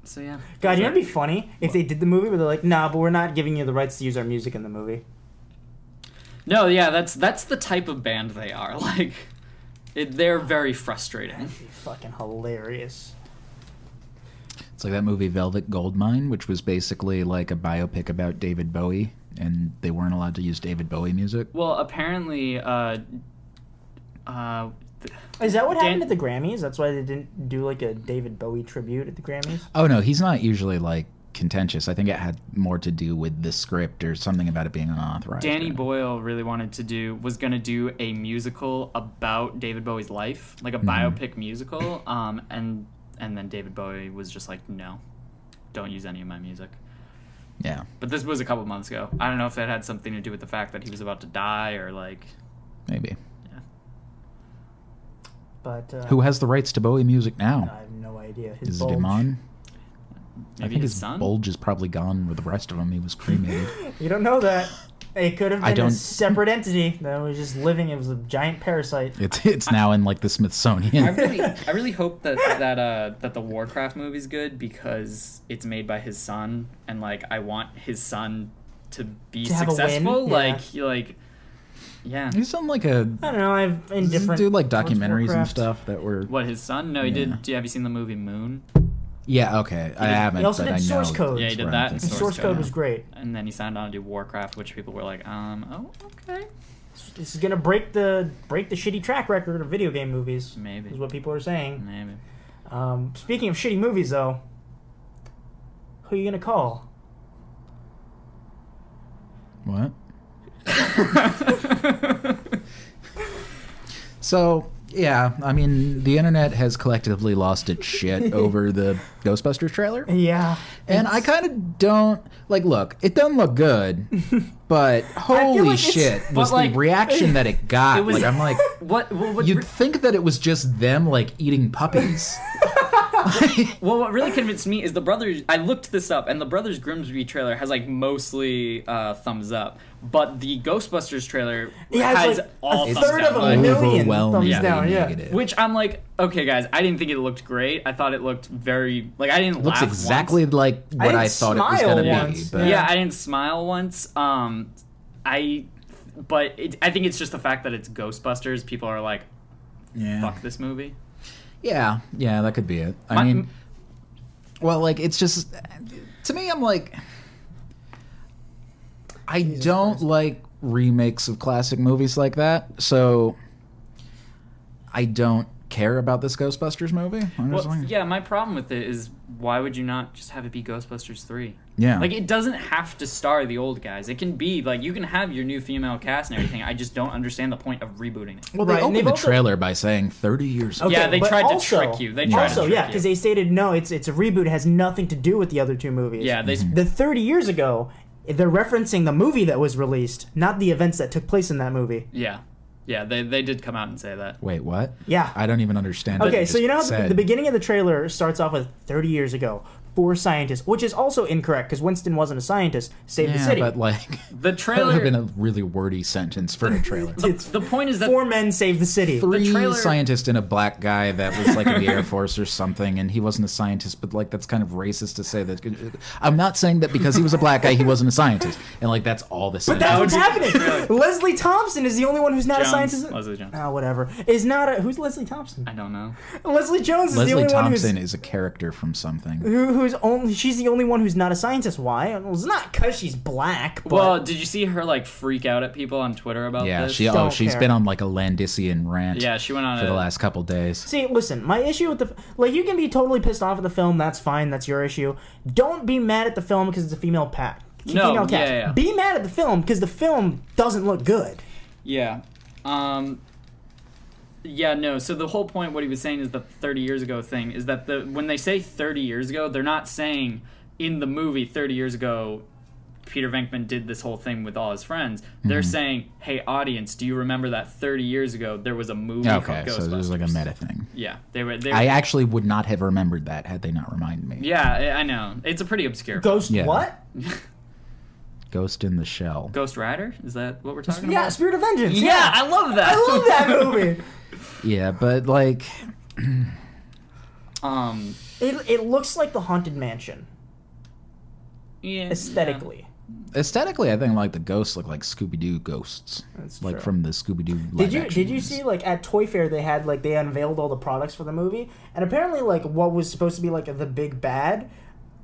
Speaker 3: so yeah.
Speaker 1: God, you know what'd be funny if they did the movie, but they're like, nah, but we're not giving you the rights to use our music in the movie.
Speaker 3: No, yeah, that's that's the type of band they are. Like, it, they're very frustrating.
Speaker 1: It'd be fucking hilarious.
Speaker 2: It's like that movie Velvet Goldmine, which was basically like a biopic about David Bowie, and they weren't allowed to use David Bowie music.
Speaker 3: Well, apparently, uh, uh, th-
Speaker 1: Is that what
Speaker 3: Dan-
Speaker 1: happened at the Grammys? That's why they didn't do like a David Bowie tribute at the Grammys.
Speaker 2: Oh no, he's not usually like contentious. I think it had more to do with the script or something about it being unauthorized.
Speaker 3: Danny Boyle really wanted to do was gonna do a musical about David Bowie's life, like
Speaker 2: Mm-hmm.
Speaker 3: a biopic musical. Um, and and then David Bowie was just like, no, don't use any of my music.
Speaker 2: Yeah.
Speaker 3: But this was a couple months ago. I don't know if that had something to do with the fact that he was about to die or like.
Speaker 2: Maybe.
Speaker 1: But uh,
Speaker 2: Who has the rights to Bowie music
Speaker 1: I
Speaker 2: now?
Speaker 1: have no idea. His
Speaker 2: Is it
Speaker 1: bulge.
Speaker 2: Iman?
Speaker 3: Maybe
Speaker 2: I think
Speaker 3: his,
Speaker 2: his
Speaker 3: son.
Speaker 2: bulge is probably gone with the rest of him. He was cremated.
Speaker 1: You don't know that. It could have
Speaker 2: I
Speaker 1: been a
Speaker 2: don't-
Speaker 1: separate entity that was just living. It was a giant parasite.
Speaker 2: it's it's now in like the
Speaker 3: I
Speaker 2: Smithsonian.
Speaker 3: really, I really hope that that uh, that the Warcraft movie's good because it's made by his son, and like I want his son to be
Speaker 1: To have a win,
Speaker 3: successful.
Speaker 1: yeah.
Speaker 3: Like, he, like, yeah.
Speaker 2: He's done like a
Speaker 1: I don't know. I've
Speaker 2: does he
Speaker 1: indifferent.
Speaker 2: do like
Speaker 1: towards
Speaker 2: documentaries and
Speaker 1: Warcraft.
Speaker 2: stuff that were.
Speaker 3: What his son? No, he
Speaker 2: Yeah.
Speaker 3: did. Do you have you seen the movie Moon?
Speaker 2: Yeah. Okay. I
Speaker 3: did-
Speaker 2: haven't.
Speaker 1: he also
Speaker 2: but
Speaker 1: did
Speaker 2: I know
Speaker 1: Source Code.
Speaker 3: Yeah, he
Speaker 2: that's
Speaker 3: did
Speaker 2: where I'm
Speaker 3: that and
Speaker 2: thinking.
Speaker 1: Source,
Speaker 3: Source
Speaker 1: code
Speaker 3: Code.
Speaker 1: was great.
Speaker 3: And then he signed on to do Warcraft, which people were like, um, oh, okay,
Speaker 1: This is gonna break the break the shitty track record of video game movies.
Speaker 3: Maybe.
Speaker 1: is what people are saying.
Speaker 3: maybe.
Speaker 1: Um, speaking of shitty movies, though, who are you gonna call?
Speaker 2: What? So yeah, I mean the internet has collectively lost its shit over the Ghostbusters trailer,
Speaker 1: Yeah,
Speaker 2: and I kind of don't like. Look, it doesn't look good, but holy
Speaker 1: like it's-
Speaker 2: shit was
Speaker 3: but, like,
Speaker 2: the reaction that it got.
Speaker 3: it was-
Speaker 2: like I'm like,
Speaker 3: what? Well, what
Speaker 2: you'd think that it was just them like eating puppies.
Speaker 3: Well, what really convinced me is the brothers. I looked this up, and the Brothers Grimsby trailer has like mostly uh, thumbs up, but the Ghostbusters trailer
Speaker 1: Yeah, it's
Speaker 3: has
Speaker 1: like
Speaker 3: all
Speaker 1: a
Speaker 3: thumbs
Speaker 1: third
Speaker 3: down.
Speaker 1: of a
Speaker 3: Like,
Speaker 1: million
Speaker 2: Overwhelmingly
Speaker 1: thumbs down. Yeah,
Speaker 2: negative.
Speaker 3: Which I'm like, okay, guys, I didn't think it looked great. I thought it looked very like I didn't
Speaker 2: Looks
Speaker 3: laugh
Speaker 2: exactly like what
Speaker 1: didn't
Speaker 2: I, thought it was
Speaker 1: smile
Speaker 2: going to be.
Speaker 1: once.
Speaker 2: But
Speaker 3: Once. Yeah, I didn't smile once. Um, I, but it, I think it's just the fact that it's Ghostbusters. People are like,
Speaker 2: yeah,
Speaker 3: fuck this movie.
Speaker 2: yeah, yeah, that could be it. I
Speaker 3: My-
Speaker 2: mean, well, like it's just to me, I'm like, I don't like remakes of classic movies like that, so I don't care about this Ghostbusters movie. I'm just
Speaker 3: Well,
Speaker 2: like-
Speaker 3: yeah, my problem with it is why would you not just have it be Ghostbusters three?
Speaker 2: yeah,
Speaker 3: Like it doesn't have to star the old guys. It can be like you can have your new female cast and everything. I just don't understand the point of rebooting it.
Speaker 2: Well, they
Speaker 1: Right, and
Speaker 2: opened
Speaker 1: they've
Speaker 2: the
Speaker 1: also-
Speaker 2: trailer by saying 30 years old.
Speaker 1: Okay,
Speaker 3: yeah, they
Speaker 1: but
Speaker 3: tried to
Speaker 1: also-
Speaker 3: trick you. They tried
Speaker 1: also,
Speaker 3: to trick
Speaker 1: yeah,
Speaker 3: you.
Speaker 1: because they stated no, it's it's a reboot. It has nothing to do with the other two movies.
Speaker 3: yeah, they
Speaker 2: Mm-hmm.
Speaker 1: the 30 years ago, they're referencing the movie that was released, not the events that took place in that movie.
Speaker 3: yeah. Yeah, they they did come out and say that.
Speaker 2: Wait, what?
Speaker 1: Yeah.
Speaker 2: I don't even understand. what
Speaker 1: Okay, so
Speaker 2: just
Speaker 1: you know how
Speaker 2: said.
Speaker 1: the beginning of the trailer starts off with 30 years ago. for scientists, which is also incorrect because Winston wasn't a scientist. Save the
Speaker 2: Yeah,
Speaker 1: city.
Speaker 2: but like
Speaker 3: The
Speaker 2: that would
Speaker 3: trailer.
Speaker 2: have been a really wordy sentence for a trailer.
Speaker 1: It's
Speaker 3: the point is that
Speaker 1: four men save the city.
Speaker 2: Three
Speaker 3: trailer-
Speaker 2: scientists and a black guy that was like in the Air Force or something, and he wasn't a scientist, but like that's kind of racist to say that. I'm not saying that because he was a black guy, he wasn't a scientist, and like that's all the sentence.
Speaker 1: That's
Speaker 3: That
Speaker 1: what's
Speaker 3: would
Speaker 1: happening. Leslie Thompson is the only one who's not
Speaker 3: Jones,
Speaker 1: a scientist.
Speaker 3: Leslie Jones.
Speaker 1: Ah, whatever. Is not a who's Leslie Thompson?
Speaker 3: I don't know.
Speaker 1: Leslie Jones is the
Speaker 2: Leslie
Speaker 1: only
Speaker 2: Thompson
Speaker 1: one
Speaker 2: is a character from something.
Speaker 1: who's who, who's only she's the only one who's not a scientist. Why? Well, it's not because she's black. But
Speaker 3: Well, did you see her like freak out at people on Twitter about
Speaker 2: Yeah,
Speaker 3: this?
Speaker 2: she oh
Speaker 1: Don't
Speaker 2: she's
Speaker 1: care.
Speaker 2: been on like a Landisian rant
Speaker 3: yeah, she went on
Speaker 2: for
Speaker 3: a,
Speaker 2: the last couple days.
Speaker 1: see, listen, my issue with the f- like you can be totally pissed off at the film. That's fine. That's your issue. Don't be mad at the film because it's a female pat.
Speaker 3: No,
Speaker 1: female cast.
Speaker 3: yeah, yeah.
Speaker 1: Be mad at the film because the film doesn't look good.
Speaker 3: Yeah. Um yeah, no. So the whole point what he was saying is the 30 years ago thing is that the when they say 30 years ago, they're not saying in the movie 30 years ago Peter Venkman did this whole thing with all his friends. They're
Speaker 2: Mm-hmm.
Speaker 3: saying, "Hey audience, do you remember that 30 years ago there was a movie
Speaker 2: Okay,
Speaker 3: called Ghostbusters?"
Speaker 2: so there's like a meta thing.
Speaker 3: Yeah, they were they were,
Speaker 2: I actually would not have remembered that had they not reminded me.
Speaker 3: Yeah, I- I know. It's a pretty obscure.
Speaker 1: Ghost
Speaker 2: Yeah.
Speaker 1: what?
Speaker 2: Ghost in the Shell.
Speaker 3: Ghost Rider? Is that what we're talking
Speaker 1: Yeah,
Speaker 3: about?
Speaker 1: Spirit of Vengeance.
Speaker 3: Yeah, I love that.
Speaker 1: I love that movie.
Speaker 2: Yeah, but like
Speaker 3: Um
Speaker 1: It, it looks like the Haunted Mansion
Speaker 3: yeah, yeah.
Speaker 1: aesthetically.
Speaker 2: aesthetically, I think like the ghosts look like Scooby Doo ghosts,
Speaker 1: That's
Speaker 2: like
Speaker 1: true.
Speaker 2: from the Scooby Doo.
Speaker 1: Did you did you see like at Toy Fair they had like they unveiled all the products for the movie and apparently like what was supposed to be like the big bad.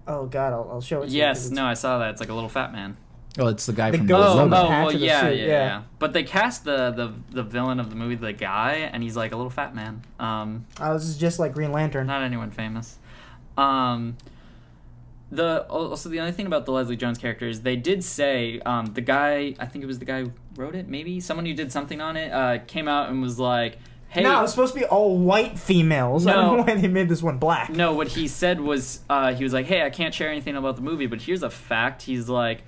Speaker 1: Oh God, I'll, I'll show it. To you 'cause
Speaker 3: Yes,
Speaker 1: it's-
Speaker 3: no, I saw that. It's like a little fat man.
Speaker 2: Oh, it's the guy
Speaker 1: The
Speaker 2: from
Speaker 1: ghost
Speaker 2: the
Speaker 3: Oh,
Speaker 1: on
Speaker 2: logo.
Speaker 1: the
Speaker 3: oh,
Speaker 1: patch
Speaker 3: well,
Speaker 1: of the
Speaker 3: yeah,
Speaker 1: suit,
Speaker 3: yeah,
Speaker 1: yeah.
Speaker 3: yeah. But they cast the, the the villain of the movie, the guy, and he's like a little fat man. Um,
Speaker 1: I was uh, just like Green Lantern.
Speaker 3: not anyone famous. Um, the also the only thing about the Leslie Jones character is they did say um, the guy, I think it was the guy who wrote it, maybe someone who did something on it, uh, came out and was like, "Hey,
Speaker 1: No, it's supposed to be all white females. I don't
Speaker 3: No.
Speaker 1: know why they made this one black.
Speaker 3: No, what he said was uh, he was like, "Hey, I can't share anything about the movie, but here's a fact." He's like,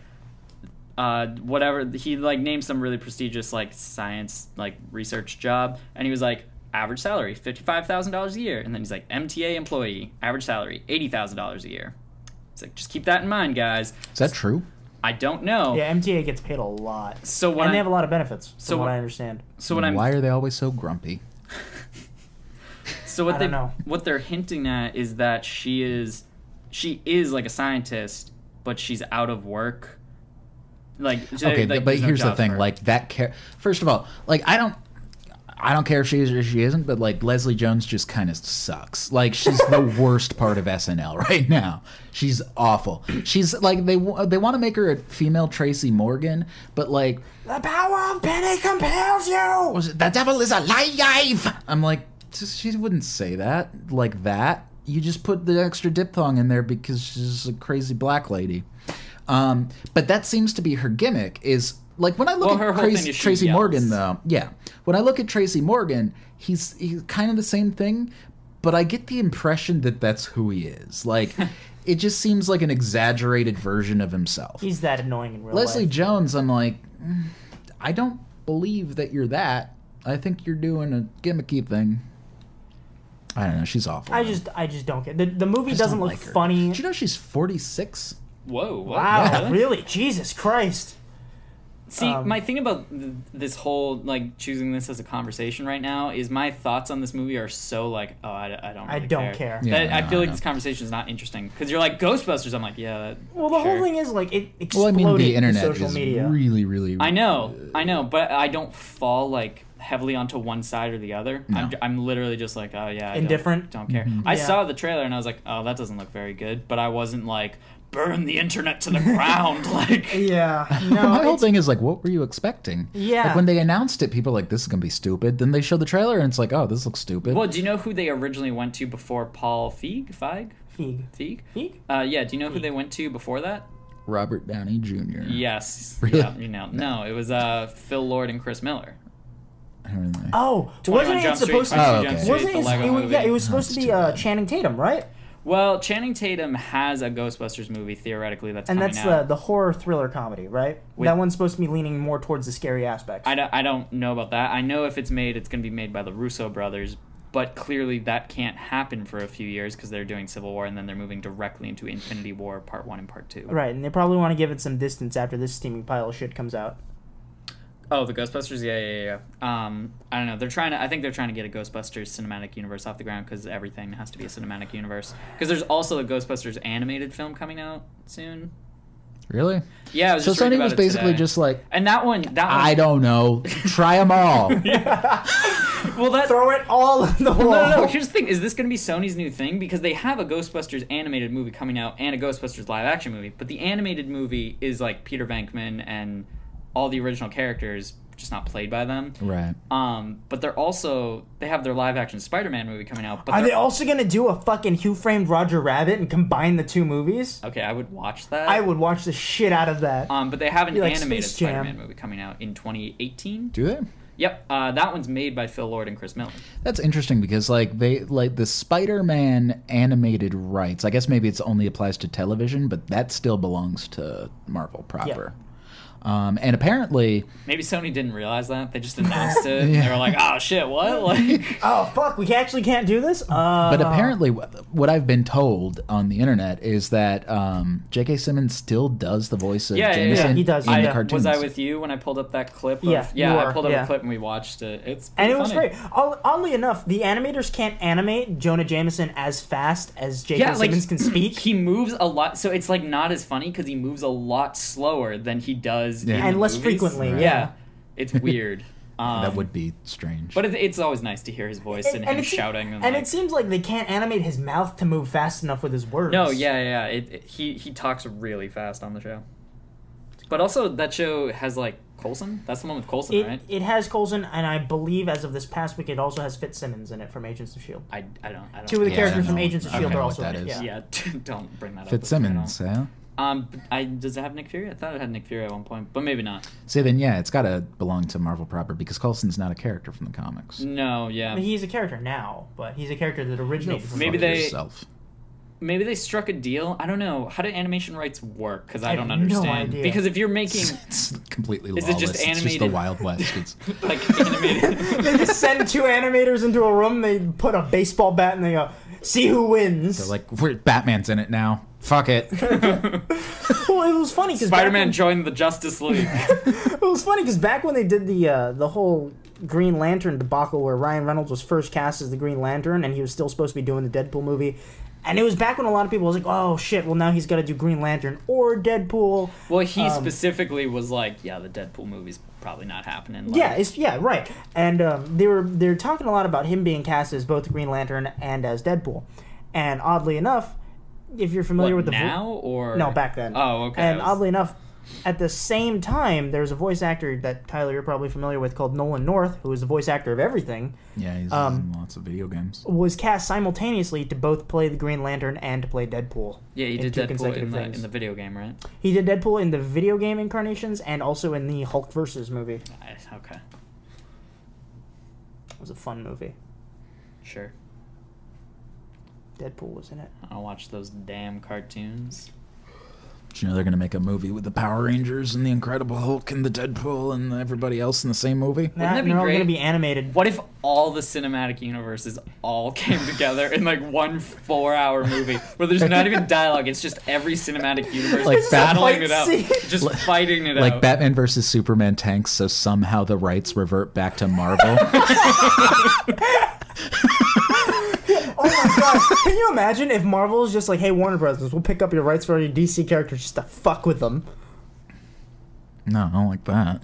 Speaker 3: uh, "Whatever." He like named some really prestigious like science like research job, and he was like, "Average salary fifty five thousand dollars a year," and then he's like, "MTA employee, average salary eighty thousand dollars a year." It's like just keep that in mind, guys.
Speaker 2: Is that true?
Speaker 3: I don't know.
Speaker 1: Yeah, MTA gets paid a lot,
Speaker 3: So when
Speaker 1: and they
Speaker 3: I,
Speaker 1: have a lot of benefits. From
Speaker 3: So
Speaker 1: what
Speaker 3: what-
Speaker 1: I understand,
Speaker 3: so when I'm
Speaker 2: Why are they always so grumpy?
Speaker 3: So
Speaker 1: I
Speaker 3: what they
Speaker 1: don't know.
Speaker 3: what they're hinting at is that she is she is like a scientist, but she's out of work. Like j-
Speaker 2: okay,
Speaker 3: like,
Speaker 2: but
Speaker 3: there's no
Speaker 2: here's the
Speaker 3: jobs for
Speaker 2: thing:
Speaker 3: her.
Speaker 2: like that. Char- First of all, like I don't. I don't care if she is or she isn't, but like Leslie Jones just kind of sucks. Like she's the worst part of SNL right now. She's awful. She's like they wa- they want to make her a female Tracy Morgan, but like
Speaker 1: the power of penny compels you.
Speaker 2: was it, the devil is alive. I'm like just, she wouldn't say that like that. You just put the extra diphthong in there because she's a crazy black lady. Um, but that seems to be her gimmick. Is like when I look
Speaker 3: Well, her
Speaker 2: at
Speaker 3: whole
Speaker 2: Tracy,
Speaker 3: thing is she
Speaker 2: Tracy
Speaker 3: yells.
Speaker 2: Morgan, though. Yeah, when I look at Tracy Morgan, he's he's kind of the same thing, but I get the impression that that's who he is. Like, it just seems like an exaggerated version of himself.
Speaker 1: He's that annoying in real
Speaker 2: Leslie
Speaker 1: life.
Speaker 2: Jones, I'm like, mm, I don't believe that you're that. I think you're doing a gimmicky thing. I don't know. She's awful.
Speaker 1: I
Speaker 2: man.
Speaker 1: just I just don't get the the movie
Speaker 2: just
Speaker 1: doesn't
Speaker 2: don't
Speaker 1: look
Speaker 2: like her.
Speaker 1: funny.
Speaker 2: Did you know she's 46?
Speaker 3: whoa, what?
Speaker 1: Wow,
Speaker 3: Really?
Speaker 1: really? Jesus Christ.
Speaker 3: See,
Speaker 1: Um,
Speaker 3: my thing about th- this whole like choosing this as a conversation right now is my thoughts on this movie are so like oh I, d- I don't
Speaker 1: I
Speaker 3: really
Speaker 1: don't care.
Speaker 2: Yeah,
Speaker 3: That-
Speaker 2: I
Speaker 3: I,
Speaker 2: know,
Speaker 3: feel
Speaker 2: I
Speaker 3: like
Speaker 2: know.
Speaker 3: this conversation is not interesting because you're like Ghostbusters. I'm like yeah. That,
Speaker 1: Well, the
Speaker 3: sure.
Speaker 1: whole thing is like it
Speaker 2: Well, I
Speaker 1: exploded
Speaker 2: mean, the
Speaker 1: to
Speaker 2: internet
Speaker 1: social
Speaker 2: is
Speaker 1: media.
Speaker 2: really, really.
Speaker 3: I know, I know, but I don't fall like heavily onto one side or the other. I'm,
Speaker 2: No. Mm-hmm.
Speaker 3: I'm literally just like, oh yeah, I
Speaker 1: Indifferent?
Speaker 3: Don't, don't care. I
Speaker 1: Yeah.
Speaker 3: saw the trailer and I was like, oh, that doesn't look very good, but I wasn't like, burn the internet to the ground, like.
Speaker 1: yeah.
Speaker 2: My
Speaker 1: No.
Speaker 2: whole
Speaker 1: it's-
Speaker 2: thing is like, what were you expecting?
Speaker 1: Yeah.
Speaker 2: Like when they announced it, people were like, this is gonna be stupid. Then they show the trailer and it's like, oh, this looks stupid.
Speaker 3: Well, do you know who they originally went to before Paul Feig? Feig?
Speaker 1: Feig.
Speaker 3: Feig?
Speaker 1: Feig?
Speaker 3: Uh, yeah. Do you know who they went to before that?
Speaker 2: Robert Downey Jr.
Speaker 3: Yes.
Speaker 2: Really?
Speaker 3: Yeah, you know, no, it was uh, Phil Lord and Chris Miller.
Speaker 2: I don't really-
Speaker 1: Oh,
Speaker 3: 21
Speaker 1: wasn't it
Speaker 3: Jump Street,
Speaker 1: supposed to?
Speaker 3: 22
Speaker 2: Oh,
Speaker 3: Jump
Speaker 2: okay.
Speaker 3: Street,
Speaker 1: Wasn't
Speaker 3: the
Speaker 1: it?
Speaker 3: Lego
Speaker 1: it was,
Speaker 3: movie.
Speaker 1: yeah, it was supposed
Speaker 2: it's
Speaker 1: to be
Speaker 2: too
Speaker 1: uh,
Speaker 2: bad.
Speaker 1: Channing Tatum, right?
Speaker 3: Well, Channing Tatum has a Ghostbusters movie theoretically that's
Speaker 1: And
Speaker 3: coming
Speaker 1: that's
Speaker 3: out.
Speaker 1: the the horror thriller comedy, right?
Speaker 3: With-
Speaker 1: that one's supposed to be leaning more towards the scary aspect.
Speaker 3: I don't, I don't know about that. I know if it's made, it's going to be made by the Russo brothers, but clearly that can't happen for a few years because they're doing Civil War and then they're moving directly into Infinity War Part One and Part Two.
Speaker 1: Right, and they probably want to give it some distance after this steaming pile of shit comes out.
Speaker 3: Oh, the Ghostbusters, yeah, yeah, yeah. Um, I don't know. They're trying to. I think they're trying to get a Ghostbusters cinematic universe off the ground because everything has to be a cinematic universe. Because there's also a Ghostbusters animated film coming out soon.
Speaker 2: Really?
Speaker 3: Yeah, I was
Speaker 2: So
Speaker 3: just reading
Speaker 2: Sony
Speaker 3: about
Speaker 2: was
Speaker 3: it
Speaker 2: basically
Speaker 3: today.
Speaker 2: just like,
Speaker 3: And that one, that one,
Speaker 2: I don't know, try them all.
Speaker 3: well, that
Speaker 1: Throw it all in the wall.
Speaker 3: No, no, no. Here's the thing: is this going to be Sony's new thing? Because they have a Ghostbusters animated movie coming out and a Ghostbusters live action movie, but the animated movie is like Peter Venkman and all the original characters, just not played by them.
Speaker 2: right.
Speaker 3: Um, but they're also they have their live action Spider Man movie coming out. But
Speaker 1: Are
Speaker 3: they're-
Speaker 1: they also gonna do a fucking Who Framed Roger Rabbit and combine the two movies?
Speaker 3: okay? I would watch that.
Speaker 1: I would watch the shit out of that.
Speaker 3: Um, but they have an
Speaker 1: Be like
Speaker 3: animated
Speaker 1: Space Jam.
Speaker 3: Spider Man movie coming out in 2018.
Speaker 2: Do they?
Speaker 3: Yep, uh, that one's made by Phil Lord and Chris Miller.
Speaker 2: That's interesting because like they like the Spider-Man animated rights. I guess maybe it's only applies to television, but that still belongs to Marvel proper. Um, and apparently,
Speaker 3: Maybe Sony didn't realize that they just announced it. and They were like, "Oh shit, what?" Like,
Speaker 1: oh fuck, we actually can't do this. Uh,
Speaker 2: but apparently, wh- what I've been told on the internet is that um, J.K. Simmons still does the voice of
Speaker 3: Yeah, yeah, yeah.
Speaker 2: Jameson
Speaker 1: He does,
Speaker 2: in
Speaker 1: yeah.
Speaker 2: the
Speaker 1: I-
Speaker 2: cartoons.
Speaker 3: Was I with you when I pulled up that clip? Of,
Speaker 1: Yeah, you
Speaker 3: yeah.
Speaker 1: were,
Speaker 3: I pulled up
Speaker 1: yeah.
Speaker 3: a clip and we watched it. It's
Speaker 1: and
Speaker 3: pretty
Speaker 1: it was
Speaker 3: funny.
Speaker 1: great. Odd- Oddly enough, the animators can't animate Jonah Jameson as fast as J.K.
Speaker 3: Yeah, like
Speaker 1: Simmons can speak.
Speaker 3: He moves a lot, so it's like not as funny because he moves a lot slower than he does.
Speaker 2: Yeah.
Speaker 3: in
Speaker 1: And
Speaker 3: the
Speaker 1: less
Speaker 3: movies.
Speaker 1: frequently,
Speaker 3: Yeah,
Speaker 1: yeah.
Speaker 3: it's weird. Um,
Speaker 2: that would be strange.
Speaker 3: But it, it's always nice to hear his voice and, him
Speaker 1: it se-
Speaker 3: shouting. And,
Speaker 1: and e
Speaker 3: like,
Speaker 1: it seems like they can't animate his mouth to move fast enough with his words.
Speaker 3: no, yeah, yeah. It, it- he he talks really fast on the show. But also that show has like Colson. That's the one with Colson,
Speaker 1: It,
Speaker 3: right?
Speaker 1: it has Colson, and I believe as of this past week, it also has Fitzsimmons in it from Agents of S.H.I.E.L.D.
Speaker 3: I, I don't. I don't
Speaker 1: E Two of the
Speaker 2: Yeah, I
Speaker 1: characters
Speaker 2: don't
Speaker 1: from
Speaker 2: know.
Speaker 1: Agents of
Speaker 2: I don't
Speaker 1: S.H.I.E.L.D.
Speaker 2: know
Speaker 1: E are
Speaker 2: what
Speaker 1: also
Speaker 2: that
Speaker 1: in it.
Speaker 2: is.
Speaker 1: Yeah.
Speaker 3: yeah, don't bring that up. with me at all.
Speaker 2: Fitzsimmons, yeah.
Speaker 3: Um, I does it have Nick Fury? I thought it had Nick Fury at one point, but maybe not.
Speaker 2: So then, yeah, it's got to belong to Marvel proper because Coulson's not a character from the comics.
Speaker 3: No, yeah,
Speaker 1: I mean, he's a character now, but he's a character that originated from
Speaker 3: Maybe
Speaker 2: Fuck
Speaker 1: Marvel.
Speaker 3: they-
Speaker 2: yourself.
Speaker 3: maybe they struck a deal. I don't know. How do animation rights work? Because I,
Speaker 1: I
Speaker 3: don't
Speaker 1: have no
Speaker 3: understand.
Speaker 1: idea.
Speaker 3: Because if you're making
Speaker 2: It's completely
Speaker 3: Is
Speaker 2: lawless.
Speaker 3: it just
Speaker 2: it's just the
Speaker 3: animated?
Speaker 2: Wild West. It's,
Speaker 3: like animated,
Speaker 1: they just send two animators into a room, they put a baseball bat, and they go, see who wins.
Speaker 2: they're like, we're, Batman's in it now. Fuck it.
Speaker 1: well, it was funny because
Speaker 3: Spider-Man joined the Justice League.
Speaker 1: It was funny because back when they did the uh, the whole Green Lantern debacle, where Ryan Reynolds was first cast as the Green Lantern, and he was still supposed to be doing the Deadpool movie, and it was back when a lot of people was like, "Oh shit! Well, now he's got to do Green Lantern or Deadpool."
Speaker 3: well, he
Speaker 1: Um,
Speaker 3: specifically was like, yeah, the Deadpool movie's probably not happening. Like,
Speaker 1: Yeah, it's yeah, right. And um, they were they're talking a lot about him being cast as both the Green Lantern and as Deadpool, and oddly enough, if you're familiar with
Speaker 3: what,
Speaker 1: the vo-
Speaker 3: now or
Speaker 1: No, back then.
Speaker 3: Oh, okay.
Speaker 1: And
Speaker 3: I was-
Speaker 1: oddly enough, at the same time, there was a voice actor that Tyler you're probably familiar with called Nolan North, who was the voice actor of everything,
Speaker 2: Yeah, he's
Speaker 1: Um,
Speaker 2: in lots of video games.
Speaker 1: was cast simultaneously to both play the Green Lantern and to play Deadpool.
Speaker 3: yeah, he
Speaker 1: in
Speaker 3: did
Speaker 1: two
Speaker 3: Deadpool in
Speaker 1: consecutive
Speaker 3: the,
Speaker 1: things.
Speaker 3: in the video game, right?
Speaker 1: He did Deadpool in the video game incarnations and also in the Hulk versus movie. It
Speaker 3: I, okay,
Speaker 1: was a fun movie.
Speaker 3: sure.
Speaker 1: Deadpool was in it.
Speaker 3: I'll watch those damn cartoons.
Speaker 2: Do you know they're going to make a movie with the Power Rangers and the Incredible Hulk and the Deadpool and everybody else in the same movie?
Speaker 1: Nah,
Speaker 3: that be
Speaker 1: they're all
Speaker 3: great?
Speaker 1: gonna be animated.
Speaker 3: What if all the cinematic universes all came together in like one four-hour movie where there's not even dialogue? It's just every cinematic universe
Speaker 2: Like
Speaker 3: like battling
Speaker 1: Bat-
Speaker 3: it out,
Speaker 1: Fight scene.
Speaker 3: just fighting it
Speaker 2: Like
Speaker 3: out.
Speaker 2: Batman versus Superman tanks, so somehow the rights revert back to Marvel.
Speaker 1: Oh my god! Can you imagine if Marvel's just like, "Hey, Warner Brothers, we'll pick up your rights for your DC characters just to fuck with them."
Speaker 2: no, I don't like that.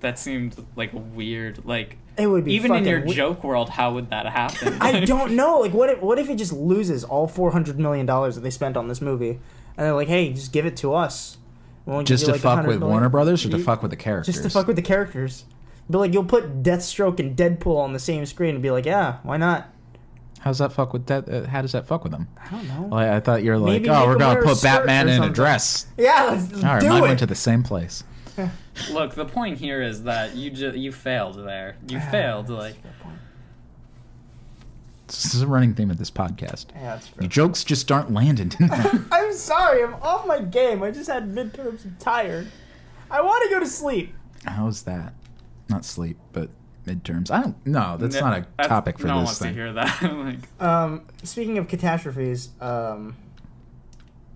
Speaker 3: that seemed like weird. Like
Speaker 1: It would be
Speaker 3: even in
Speaker 1: fucking
Speaker 3: your
Speaker 1: we-
Speaker 3: joke world, how would that happen?
Speaker 1: I don't know. Like, what if what if it just loses all four hundred million dollars that they spent on this movie, and they're like, "Hey, just give it to us." We won't give
Speaker 2: Just
Speaker 1: you,
Speaker 2: to
Speaker 1: like,
Speaker 2: fuck
Speaker 1: 100
Speaker 2: with
Speaker 1: million.
Speaker 2: Warner Brothers or to
Speaker 1: You-
Speaker 2: fuck with the characters?
Speaker 1: Just to fuck with the characters. But like, you'll put Deathstroke and Deadpool on the same screen and be like, "Yeah, why not?"
Speaker 2: How's that fuck with that? Uh, how does that fuck with them?
Speaker 1: I don't know.
Speaker 2: Well, I, I thought you were like,
Speaker 1: Maybe
Speaker 2: oh,
Speaker 1: make
Speaker 2: we're
Speaker 1: him
Speaker 2: going
Speaker 1: wear
Speaker 2: to
Speaker 1: a
Speaker 2: put
Speaker 1: skirt or
Speaker 2: Batman in a
Speaker 1: something."
Speaker 2: dress.
Speaker 1: yeah, let's
Speaker 2: All right,
Speaker 1: do
Speaker 2: mine
Speaker 1: it.
Speaker 2: went to the same place.
Speaker 3: Look, the point here is that you ju- you failed there. You failed. Like
Speaker 2: This is a running theme of this podcast.
Speaker 1: yeah, that's fair.
Speaker 2: Your jokes just aren't landing.
Speaker 1: I'm sorry. I'm off my game. I just had midterms. I'm tired. I want to go to sleep.
Speaker 2: How's that? Not sleep, but midterms. I don't. No, that's
Speaker 3: N-
Speaker 2: not a
Speaker 3: that's-
Speaker 2: topic for
Speaker 3: no one
Speaker 2: this
Speaker 3: wants
Speaker 2: thing.
Speaker 3: to hear that. like,
Speaker 1: Um, speaking of catastrophes, um,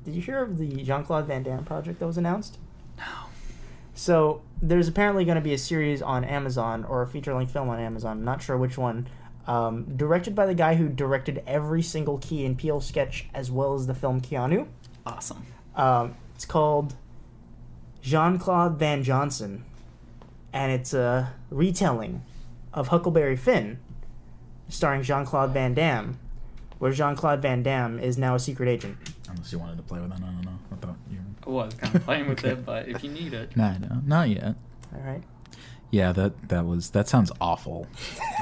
Speaker 1: did you hear of the Jean Claude Van Damme project that was announced? No. So there's apparently going to be a series on Amazon or a feature length film on Amazon. I'm not sure which one. Um, directed by the guy who directed every single Key and Peele sketch as well as the film Keanu.
Speaker 3: awesome.
Speaker 1: Um, it's called Jean Claude Van Johnson, and it's a retelling of Huckleberry Finn, starring Jean Claude Van Damme, where Jean Claude Van Damme is now a secret agent.
Speaker 2: Unless you wanted to play with it, I don't know. I thought you.
Speaker 3: I was kind of playing with
Speaker 2: Okay.
Speaker 3: it, but if you need it,
Speaker 2: Nah, no, not yet.
Speaker 1: All right.
Speaker 2: Yeah, that that was that sounds awful.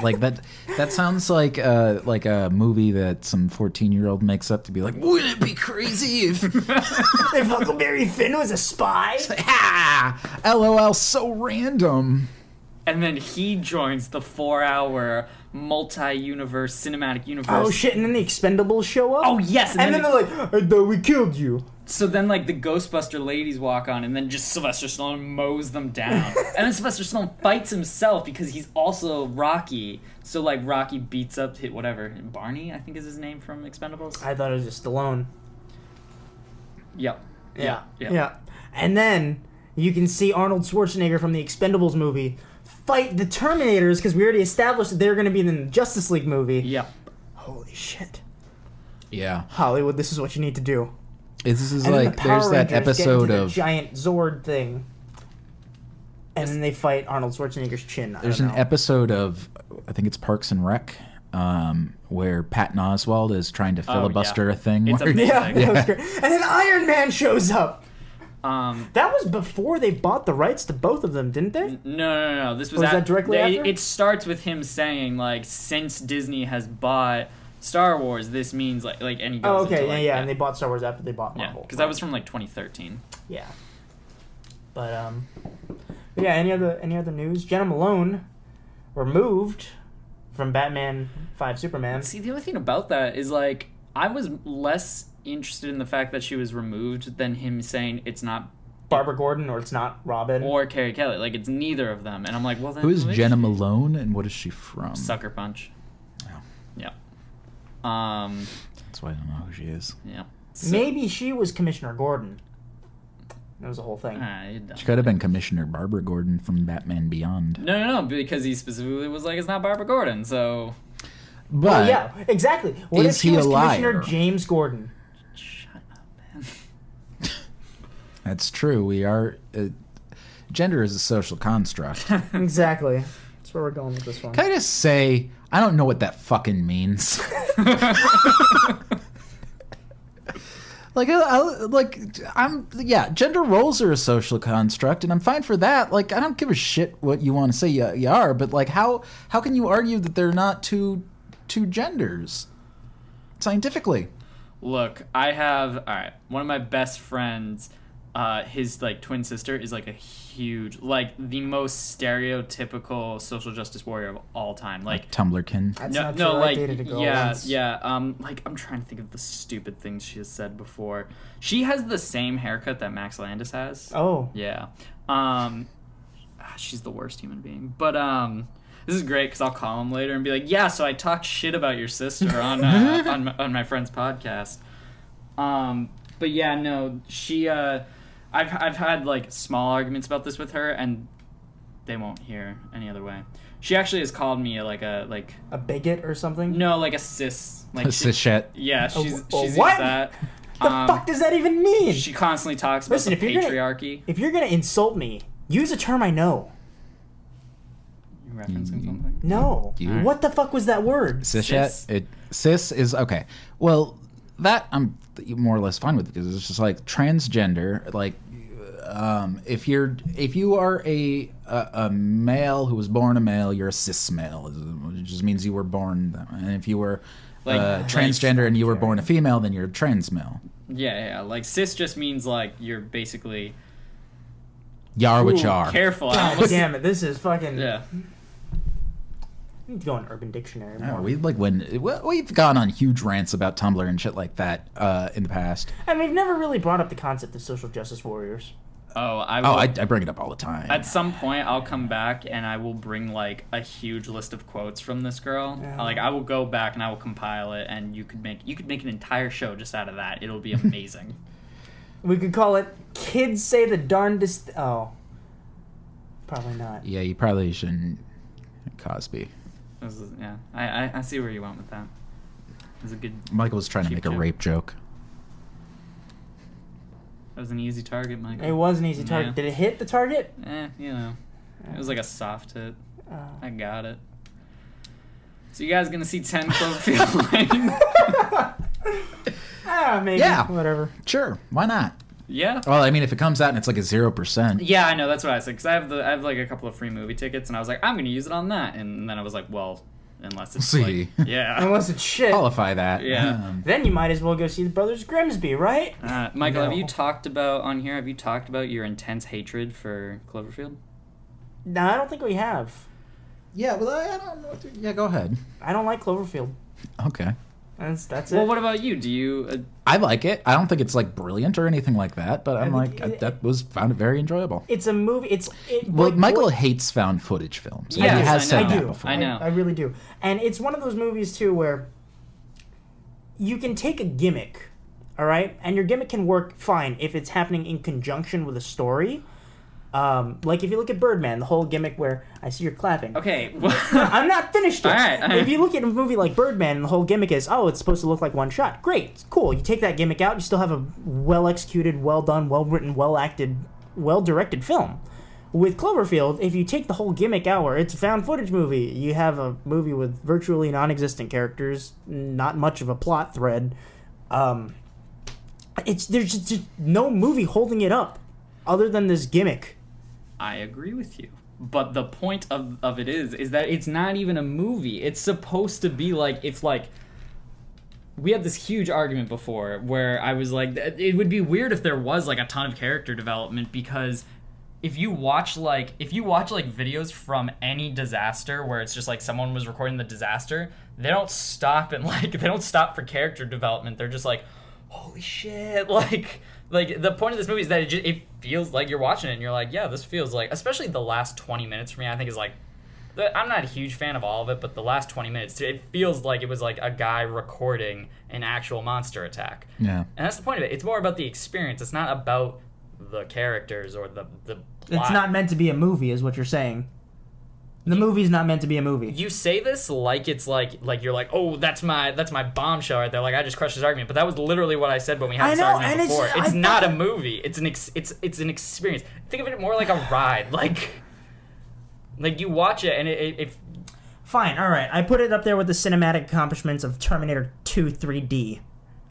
Speaker 2: like that that sounds like uh like a movie that some 14-year-old makes up to be like, "Wouldn't it be crazy if
Speaker 1: If Huckleberry Finn was a spy,
Speaker 2: ha, LOL so random."
Speaker 3: and then he joins the four-hour multi-universe cinematic universe.
Speaker 1: oh shit! And then the Expendables show up.
Speaker 3: Oh, yes, and
Speaker 1: And,
Speaker 3: then
Speaker 1: then, they're like, "I thought we killed you."
Speaker 3: So then, like the Ghostbuster ladies walk on, and then just Sylvester Stallone mows them down. and then Sylvester Stallone fights himself because he's also Rocky. So like Rocky beats up hit whatever Barney, I think is his name from Expendables.
Speaker 1: I thought it was just Stallone.
Speaker 3: Yep.
Speaker 1: Yeah.
Speaker 3: Yeah.
Speaker 1: Yeah. And then you can see Arnold Schwarzenegger from the Expendables movie fight the Terminators because we already established that they're going to be in the Justice League movie.
Speaker 3: Yep.
Speaker 1: Holy shit.
Speaker 2: Yeah.
Speaker 1: Hollywood, this is what you need to do.
Speaker 2: It's- This is
Speaker 1: And then
Speaker 2: like
Speaker 1: the Power
Speaker 2: there's
Speaker 1: Rangers
Speaker 2: that
Speaker 1: get into
Speaker 2: episode
Speaker 1: the
Speaker 2: of
Speaker 1: giant Zord thing. And then they fight Arnold Schwarzenegger's chin. I
Speaker 2: There's
Speaker 1: don't
Speaker 2: an
Speaker 1: know.
Speaker 2: episode of I think it's Parks and Rec um, where Patton Oswald is trying to
Speaker 3: yeah.
Speaker 2: filibuster a thing.
Speaker 3: It's a
Speaker 2: where-
Speaker 3: big
Speaker 1: Yeah,
Speaker 3: thing.
Speaker 1: that was great. And then Iron Man shows up.
Speaker 3: Um.
Speaker 1: That was before they bought the rights to both of them, didn't they?
Speaker 3: No, no, no, no. This was,
Speaker 1: Was
Speaker 3: at-
Speaker 1: Oh, that directly
Speaker 3: they-
Speaker 1: after?
Speaker 3: It starts with him saying like, since Disney has bought Star Wars, this means like like any.
Speaker 1: Oh, okay, yeah, yeah. And they bought Star Wars after they bought Marvel.
Speaker 3: because that was from like 2013.
Speaker 1: Yeah. But um but yeah, any other any other news? Jenna Malone removed from Batman five Superman.
Speaker 3: See, the only thing about that is like I was less interested in the fact that she was removed than him saying it's not
Speaker 1: Barbara Gordon or it's not Robin.
Speaker 3: or Carrie Kelly. Like it's neither of them, and I'm like, well, then
Speaker 2: Who is
Speaker 3: which-
Speaker 2: Jenna Malone and what is she from?
Speaker 3: Sucker Punch.
Speaker 2: Oh.
Speaker 3: Yeah. Um.
Speaker 2: That's why I don't know who she is.
Speaker 3: Yeah.
Speaker 1: Maybe she was Commissioner Gordon. That was the whole thing.
Speaker 3: Ah, you're dumb.
Speaker 2: She could have been Commissioner Barbara Gordon from Batman Beyond.
Speaker 3: No, no, no, because he specifically was like, it's not Barbara Gordon, so.
Speaker 2: But
Speaker 1: Oh yeah, exactly. What
Speaker 2: Is
Speaker 1: if she
Speaker 2: he a
Speaker 1: was Commissioner
Speaker 2: liar?
Speaker 1: James Gordon?
Speaker 3: Shut up, man.
Speaker 2: that's true. We are. Uh, gender is a social construct. Can
Speaker 1: exactly. That's where we're going with this one.
Speaker 2: I just say I don't know what that fucking means? like, I, I, like I'm yeah. Gender roles are a social construct, and I'm fine for that. Like, I don't give a shit what you want to say you, you are, but like, how how can you argue that they're not two two genders scientifically?
Speaker 3: Look, I have all right. One of my best friends, uh, his like twin sister is like a huge, like the most stereotypical social justice warrior of all time. Like
Speaker 2: Tumblrkin.
Speaker 1: That's
Speaker 3: no,
Speaker 1: not
Speaker 3: no,
Speaker 1: true. I
Speaker 3: like
Speaker 1: dated a girl
Speaker 3: yeah,
Speaker 1: once.
Speaker 3: yeah. Um, like I'm trying to think of the stupid things she has said before. She has the same haircut that Max Landis has.
Speaker 1: Oh.
Speaker 3: Yeah. Um, ah, she's the worst human being. But um, this is great because I'll call him later and be like, "Yeah, so I talked shit about your sister on uh, on, my, on my friend's podcast." Um, but yeah, no, she. Uh, I've I've had like small arguments about this with her, and they won't hear any other way. She actually has called me uh, like a like
Speaker 1: A bigot or something?
Speaker 3: no like a cis like
Speaker 2: That's the
Speaker 3: she-
Speaker 2: shit.
Speaker 3: yeah she's
Speaker 1: a
Speaker 3: she's
Speaker 1: what?
Speaker 3: that.
Speaker 1: The
Speaker 3: Um,
Speaker 1: fuck does that even mean?
Speaker 3: she constantly talks about
Speaker 1: Listen,
Speaker 3: the
Speaker 1: if you're gonna-
Speaker 3: patriarchy.
Speaker 1: if you're gonna insult me, use a term I know.
Speaker 3: You
Speaker 1: Mm.
Speaker 3: referencing something?
Speaker 1: No.
Speaker 2: You-
Speaker 1: What the fuck was that word?
Speaker 2: Cis
Speaker 3: Cis.
Speaker 2: yet? It cis is okay. Well, that I'm more or less fine with because it's just like transgender. Like, um, if you're if you are a a, a male who was born a male, you're a cis male. It just means you were born. that way. And if you were
Speaker 3: Like-
Speaker 2: uh,
Speaker 3: like-
Speaker 2: transgender and you were born a female, then you're a trans male.
Speaker 3: Yeah, yeah. Like cis just means like you're basically
Speaker 2: Yar what
Speaker 3: Ooh,
Speaker 2: yar.
Speaker 3: careful. I
Speaker 1: God
Speaker 3: almost,
Speaker 1: damn it, this is fucking.
Speaker 3: yeah.
Speaker 1: I need to go on Urban Dictionary.
Speaker 2: Oh,
Speaker 1: More.
Speaker 2: we like when we- we've gone on huge rants about Tumblr and shit like that uh, in the past.
Speaker 1: And we've never really brought up the concept of social justice warriors.
Speaker 3: Oh, I will.
Speaker 2: Oh, I, I bring it up all the time.
Speaker 3: at some point, I'll come back and I will bring like a huge list of quotes from this girl.
Speaker 1: Yeah.
Speaker 3: Like I will go back and I will compile it, and you could make you could make an entire show just out of that. It'll be amazing.
Speaker 1: We could call it "Kids Say the Darndest." Th- oh, probably not.
Speaker 2: yeah, you probably shouldn't, Cosby.
Speaker 3: this is, yeah, I, I I see where you went with that. It's a good.
Speaker 2: Michael was trying to
Speaker 3: Cheap
Speaker 2: make a
Speaker 3: joke.
Speaker 2: rape joke.
Speaker 3: That was an easy target, Michael.
Speaker 1: It was an easy target.
Speaker 3: Yeah.
Speaker 1: Did it hit the target?
Speaker 3: Eh, you know, it was like a soft hit.
Speaker 1: Uh,
Speaker 3: I got it. So you guys gonna see Ten Cloverfield Lane?
Speaker 1: ah, maybe.
Speaker 2: Yeah.
Speaker 1: Whatever.
Speaker 2: Sure, why not?
Speaker 3: yeah.
Speaker 2: Well, I mean, if it comes out and it's like a zero percent,
Speaker 3: Yeah, I know. That's what I said. Because I have the I have like a couple of free movie tickets, and I was like, I'm gonna use it on that. And then I was like, well, unless it's
Speaker 2: See.
Speaker 3: like, yeah.
Speaker 1: Unless it's shit.
Speaker 2: qualify that.
Speaker 3: Yeah.
Speaker 2: Um,
Speaker 1: Then you might as well go see the Brothers Grimsby, right?
Speaker 3: Uh, Michael, have
Speaker 1: No.
Speaker 3: you talked about on here? Have you talked about your intense hatred for Cloverfield?
Speaker 1: No, I don't think we have.
Speaker 2: yeah. Well, I I don't. know what to- Yeah, go ahead.
Speaker 1: I don't like Cloverfield.
Speaker 2: Okay.
Speaker 1: That's that's
Speaker 3: Well,
Speaker 1: it.
Speaker 3: what about you? Do you? Uh,
Speaker 2: I like it. I don't think it's like brilliant or anything like that, but I'm
Speaker 1: I
Speaker 2: like
Speaker 1: think
Speaker 2: I-
Speaker 1: it-
Speaker 2: that was found it very enjoyable.
Speaker 1: It's a movie. It's it,
Speaker 2: Well,
Speaker 1: like,
Speaker 2: Michael hates found footage films. and he
Speaker 3: Yes,
Speaker 2: has
Speaker 3: I
Speaker 2: said
Speaker 3: know.
Speaker 1: I
Speaker 2: that
Speaker 1: do.
Speaker 2: before.
Speaker 3: I know.
Speaker 1: I really do. And it's one of those movies too where you can take a gimmick, all right, and your gimmick can work fine if it's happening in conjunction with a story. Um, like if you look at Birdman, the whole gimmick where I see you're clapping.
Speaker 3: okay.
Speaker 1: I'm not finished yet.
Speaker 3: All right, all right.
Speaker 1: If you look at a movie like Birdman, and the whole gimmick is, oh, it's supposed to look like one shot. Great, cool. You take that gimmick out, you still have a well executed, well done, well written, well acted, well directed film. With Cloverfield, if you take the whole gimmick out, where it's a found footage movie, you have a movie with virtually non existent characters, not much of a plot thread. Um, it's there's just, just no movie holding it up, other than this gimmick.
Speaker 3: I agree with you. But the point of, of it is is that it's not even a movie. It's supposed to be like if like we had this huge argument before where I was like "Th- it would be weird if there was like a ton of character development because if you watch like if you watch like videos from any disaster where it's just like someone was recording the disaster, they don't stop and like they don't stop for character development. They're just like holy shit like like the point of this movie is that it, just, it feels like you're watching it and you're like yeah this feels like especially the last 20 minutes for me i think is like the- i'm not a huge fan of all of it but the last 20 minutes it feels like it was like a guy recording an actual monster attack
Speaker 2: Yeah.
Speaker 3: and that's the point of it it's more about the experience it's not about the characters or the the plot.
Speaker 1: It's not meant to be a movie, is what you're saying. The movie's not meant to be a movie.
Speaker 3: you say this like it's like like you're like oh that's my that's my bombshell right there like I just crushed this argument but that was literally what I said when we had
Speaker 1: I
Speaker 3: this
Speaker 1: know,
Speaker 3: argument
Speaker 1: and it's
Speaker 3: before
Speaker 1: just-
Speaker 3: it's
Speaker 1: I
Speaker 3: not a
Speaker 1: thought-
Speaker 3: movie it's an ex- it's it's an experience think of it more like a ride like like you watch it and it, it, it
Speaker 1: Fine, all right. I put it up there with the cinematic accomplishments of Terminator 2 3D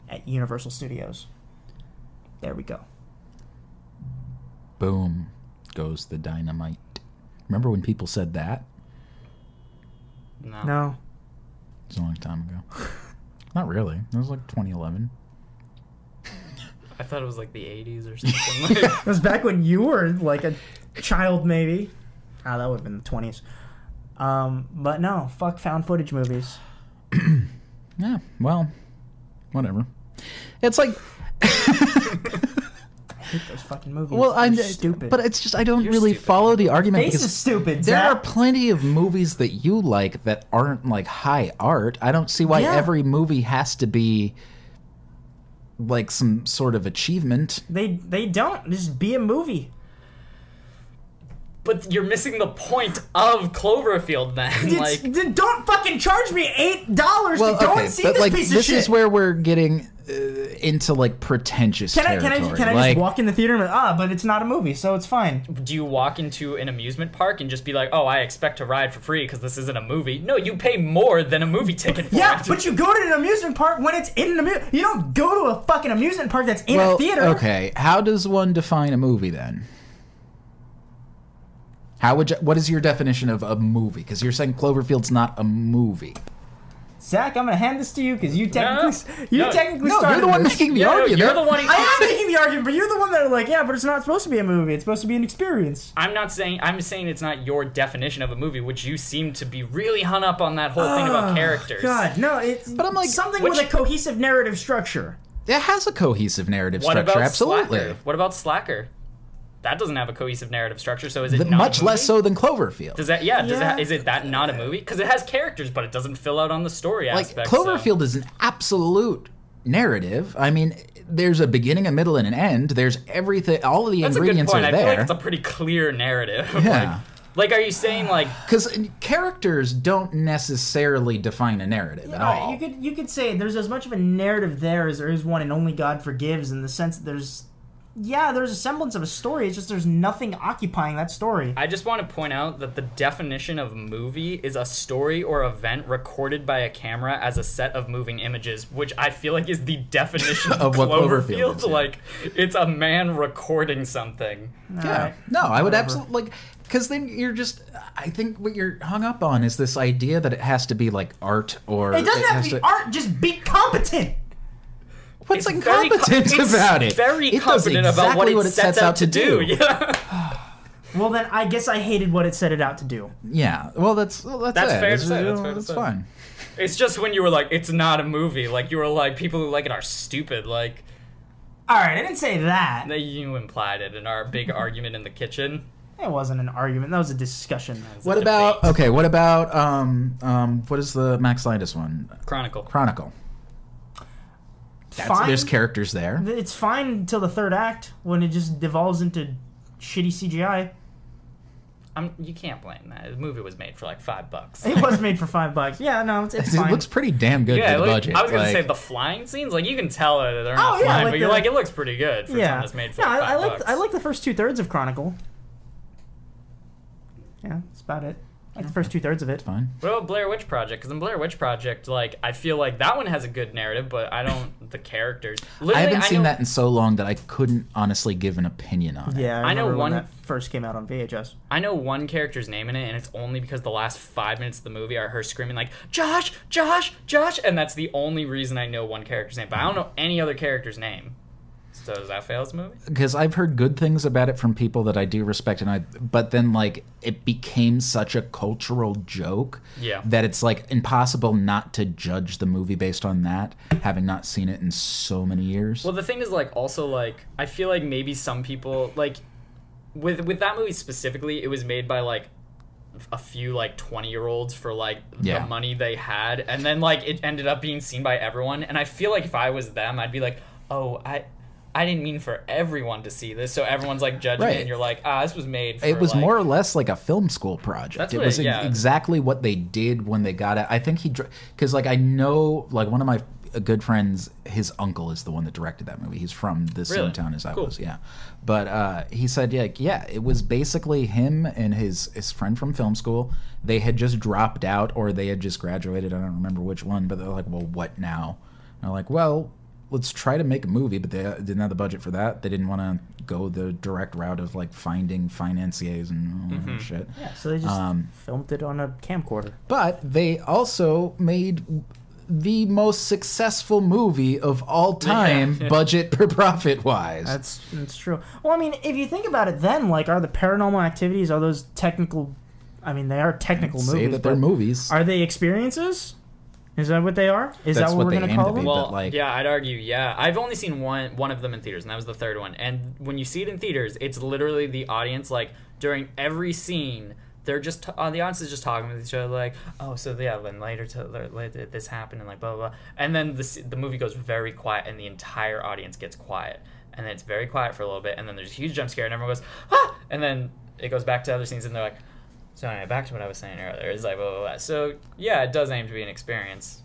Speaker 1: at Universal Studios. There we go.
Speaker 2: Boom goes the dynamite. Remember when people said that?
Speaker 3: no,
Speaker 1: No.
Speaker 2: It's a long time ago. Not really. It was like 2011.
Speaker 3: I thought it was like the 80s or something like,
Speaker 1: It was back when you were like a child, maybe. Ah, that would have been the 20s. Um, but no, fuck found footage movies.
Speaker 2: Yeah. Well, whatever. It's like
Speaker 1: I hate those fucking movies.
Speaker 2: well, I'm
Speaker 1: They're stupid.
Speaker 2: but it's just I don't
Speaker 3: You're
Speaker 2: really
Speaker 3: stupid.
Speaker 2: follow the argument
Speaker 1: Face
Speaker 2: because
Speaker 1: is stupid.
Speaker 2: There
Speaker 1: Zach.
Speaker 2: are plenty of movies that you like that aren't like high art. I don't see why
Speaker 1: Yeah.
Speaker 2: every movie has to be like some sort of achievement.
Speaker 1: they they don't just be a movie.
Speaker 3: but you're missing the point of Cloverfield then
Speaker 1: It's-
Speaker 3: like
Speaker 1: d- don't fucking charge me eight dollars
Speaker 2: Well,
Speaker 1: to go
Speaker 2: okay,
Speaker 1: and see
Speaker 2: but
Speaker 1: this
Speaker 2: like
Speaker 1: piece of
Speaker 2: this
Speaker 1: shit.
Speaker 2: is where we're getting uh, into like pretentious
Speaker 1: can I can I
Speaker 2: territory.
Speaker 1: can I
Speaker 2: like,
Speaker 1: just walk in the theater and ah, but it's not a movie, so it's fine.
Speaker 3: do you walk into an amusement park and just be like, "Oh, I expect to ride for free because this isn't a movie"? No, you pay more than a movie ticket for
Speaker 1: Yeah,
Speaker 3: it.
Speaker 1: but you go to an amusement park when it's in an amusement. You don't go to a fucking amusement park that's in
Speaker 2: well,
Speaker 1: a theater.
Speaker 2: Okay, how does one define a movie then? How would you, what is your definition of a movie? Because you're saying Cloverfield's not a movie.
Speaker 1: Zach, I'm gonna hand this to you because you technically s- you
Speaker 3: no,
Speaker 1: technically
Speaker 2: No,
Speaker 1: started
Speaker 2: you're the one
Speaker 1: this.
Speaker 2: making the
Speaker 3: Yeah, no,
Speaker 2: argument.
Speaker 3: you're the one. Who
Speaker 1: I am making the argument, but you're the one that are like, yeah, but it's not supposed to be a movie. It's supposed to be an experience.
Speaker 3: I'm not saying. I'm saying it's not your definition of a movie, which you seem to be really hung up on that whole thing about characters.
Speaker 1: God, no, it's but
Speaker 2: I'm like,
Speaker 1: something
Speaker 3: which-
Speaker 1: with a cohesive narrative structure.
Speaker 2: It has a cohesive narrative
Speaker 3: What
Speaker 2: structure,
Speaker 3: about
Speaker 2: absolutely.
Speaker 3: Slacker? What about Slacker? that doesn't have a cohesive narrative structure. So is it
Speaker 2: Th-
Speaker 3: not a
Speaker 2: much less
Speaker 3: movie?
Speaker 2: so than Cloverfield.
Speaker 3: Does that yeah? Does
Speaker 1: Yeah.
Speaker 3: that is it that not a movie? Because it has characters, but it doesn't fill out on the story
Speaker 2: like
Speaker 3: aspect. so-
Speaker 2: Cloverfield is an absolute narrative. I mean, there's a beginning, a middle, and an end. There's everything. All of the
Speaker 3: That's a good
Speaker 2: ingredients
Speaker 3: point.
Speaker 2: are
Speaker 3: I feel like
Speaker 2: there.
Speaker 3: it's a pretty clear narrative.
Speaker 2: Yeah.
Speaker 3: Like, like, are you saying like
Speaker 2: Because characters don't necessarily define a narrative at
Speaker 1: Alright,
Speaker 2: all.
Speaker 1: You could you could say there's as much of a narrative there as there is one, and only God forgives. In the sense that there's, yeah, there's a semblance of a story. It's just there's nothing occupying that story.
Speaker 3: I just want to point out that the definition of movie is a story or event recorded by a camera as a set of moving images, which I feel like is the definition of,
Speaker 2: Of what Cloverfield
Speaker 3: Cloverfield.
Speaker 2: is, yeah.
Speaker 3: Like it's a man recording something.
Speaker 2: yeah.
Speaker 1: Alright,
Speaker 2: No, I would
Speaker 1: whatever.
Speaker 2: absolutely like. Because then you're just. I think what you're hung up on is this idea that it has to be like art or
Speaker 1: It doesn't have
Speaker 2: has
Speaker 1: to be art. Just be competent.
Speaker 2: What's
Speaker 3: It's very co-
Speaker 2: incompetent
Speaker 3: it's
Speaker 2: about it?
Speaker 3: Very
Speaker 2: it does
Speaker 3: competent about what
Speaker 2: exactly
Speaker 3: it, sets, out to do. Yeah.
Speaker 1: Well, then I guess I hated what it set it out to do.
Speaker 2: Yeah. Well, that's well, that's,
Speaker 3: That's
Speaker 2: it.
Speaker 3: fair to
Speaker 2: It's-
Speaker 3: say,
Speaker 2: you
Speaker 3: that's
Speaker 2: know,
Speaker 3: fair to
Speaker 2: That's
Speaker 3: say.
Speaker 2: fine.
Speaker 3: It's just when you were like, it's not a movie. Like you were like, people who like it are stupid. Like
Speaker 1: All right, I didn't say that.
Speaker 3: they- you implied it in our big argument in the kitchen.
Speaker 1: It wasn't an argument. That was a discussion.
Speaker 2: What about okay? What about um um? What is the Max Landis one?
Speaker 3: Chronicle.
Speaker 2: Chronicle. That's,
Speaker 1: Fine.
Speaker 2: There's characters there.
Speaker 1: It's fine until the third act when it just devolves into shitty CGI.
Speaker 3: I'm, you can't blame that. The movie was made for like five bucks.
Speaker 1: It was made for five bucks. Yeah, no, it's, it's
Speaker 2: It
Speaker 1: fine.
Speaker 2: looks pretty damn good
Speaker 3: Yeah,
Speaker 2: for the
Speaker 3: like-
Speaker 2: budget.
Speaker 3: I was gonna
Speaker 2: like,
Speaker 3: say the flying scenes. Like you can tell that they're not
Speaker 1: Oh, yeah,
Speaker 3: flying,
Speaker 1: like
Speaker 3: but you're
Speaker 1: the-
Speaker 3: like it looks pretty good for something
Speaker 1: yeah,
Speaker 3: that's made for
Speaker 1: no,
Speaker 3: like,
Speaker 1: I,
Speaker 3: five
Speaker 1: I like
Speaker 3: bucks.
Speaker 1: I like the first two thirds of Chronicle. Yeah, that's about it. I like the first two thirds of it.
Speaker 2: fine.
Speaker 3: What about Blair Witch Project? Because in Blair Witch Project, like I feel like that one has a good narrative, but I don't the characters.
Speaker 2: I
Speaker 3: Literally,
Speaker 2: haven't seen
Speaker 3: know-
Speaker 2: that in so long that I couldn't honestly give an opinion on it.
Speaker 1: Yeah, I,
Speaker 3: I know
Speaker 1: remember
Speaker 3: one-
Speaker 1: when that first came out on VHS.
Speaker 3: I know one character's name in it, and it's only because the last five minutes of the movie are her screaming like "Josh, Josh, Josh," and that's the only reason I know one character's name. But I don't know any other character's name. So does that fail this movie?
Speaker 2: because I've heard good things about it from people that I do respect, and I. But then, like, it became such a cultural joke
Speaker 3: Yeah.
Speaker 2: that it's like impossible not to judge the movie based on that, having not seen it in so many years.
Speaker 3: Well, the thing is, like, also, like, I feel like maybe some people, like, with with that movie specifically, it was made by like a few like twenty year olds for like
Speaker 2: Yeah.
Speaker 3: the money they had, and then like it ended up being seen by everyone. And I feel like if I was them, I'd be like, oh, I. I didn't mean for everyone to see this, so everyone's like judging
Speaker 2: Right.
Speaker 3: it, and you're like, ah, this was made. For,
Speaker 2: it was
Speaker 3: like-
Speaker 2: more or less like a film school project.
Speaker 3: That's
Speaker 2: it
Speaker 3: what
Speaker 2: was
Speaker 3: it-
Speaker 2: e-
Speaker 3: yeah.
Speaker 2: exactly what they did when they got it. I think he because like I know like one of my uh, good friends, his uncle is the one that directed that movie. He's from the
Speaker 3: Really?
Speaker 2: same town as I
Speaker 3: Cool.
Speaker 2: was. Yeah, but uh, he said yeah, like yeah, it was basically him and his his friend from film school. They had just dropped out or they had just graduated. I don't remember which one, but they're like, well, what now? And they're like, well. Let's try to make a movie, but they uh, didn't have the budget for that. They didn't want to go the direct route of like finding financiers and all
Speaker 1: Mm-hmm.
Speaker 2: that shit.
Speaker 1: Yeah, so they just
Speaker 2: Um,
Speaker 1: filmed it on a camcorder.
Speaker 2: But they also made the most successful movie of all time, budget per profit wise.
Speaker 1: That's that's true. Well, I mean, if you think about it, then like, are the paranormal activities are those technical? I mean, they are technical
Speaker 2: Say
Speaker 1: movies.
Speaker 2: that they're
Speaker 1: but
Speaker 2: movies.
Speaker 1: Are they experiences? Is that what they are? Is
Speaker 2: That's
Speaker 1: that
Speaker 2: what
Speaker 1: what,
Speaker 2: they
Speaker 1: we're going
Speaker 2: aim
Speaker 1: to
Speaker 2: to
Speaker 1: call
Speaker 2: be,
Speaker 1: them?
Speaker 2: but-
Speaker 3: Well,
Speaker 2: like-
Speaker 3: yeah, I'd argue, yeah. I've only seen one one of them in theaters, and that was the third one. And when you see it in theaters, it's literally the audience like during every scene. They're just uh, the audience is just talking with each other, like, oh, so yeah, then later, to, later this happened, and like blah blah. blah. And then the s- the movie goes very quiet, and the entire audience gets quiet, and then it's very quiet for a little bit, and then there's a huge jump scare, and everyone goes ah, and then it goes back to other scenes, and they're like, so anyway, back to what I was saying earlier, it's like blah blah blah. So yeah, it does aim to be an experience.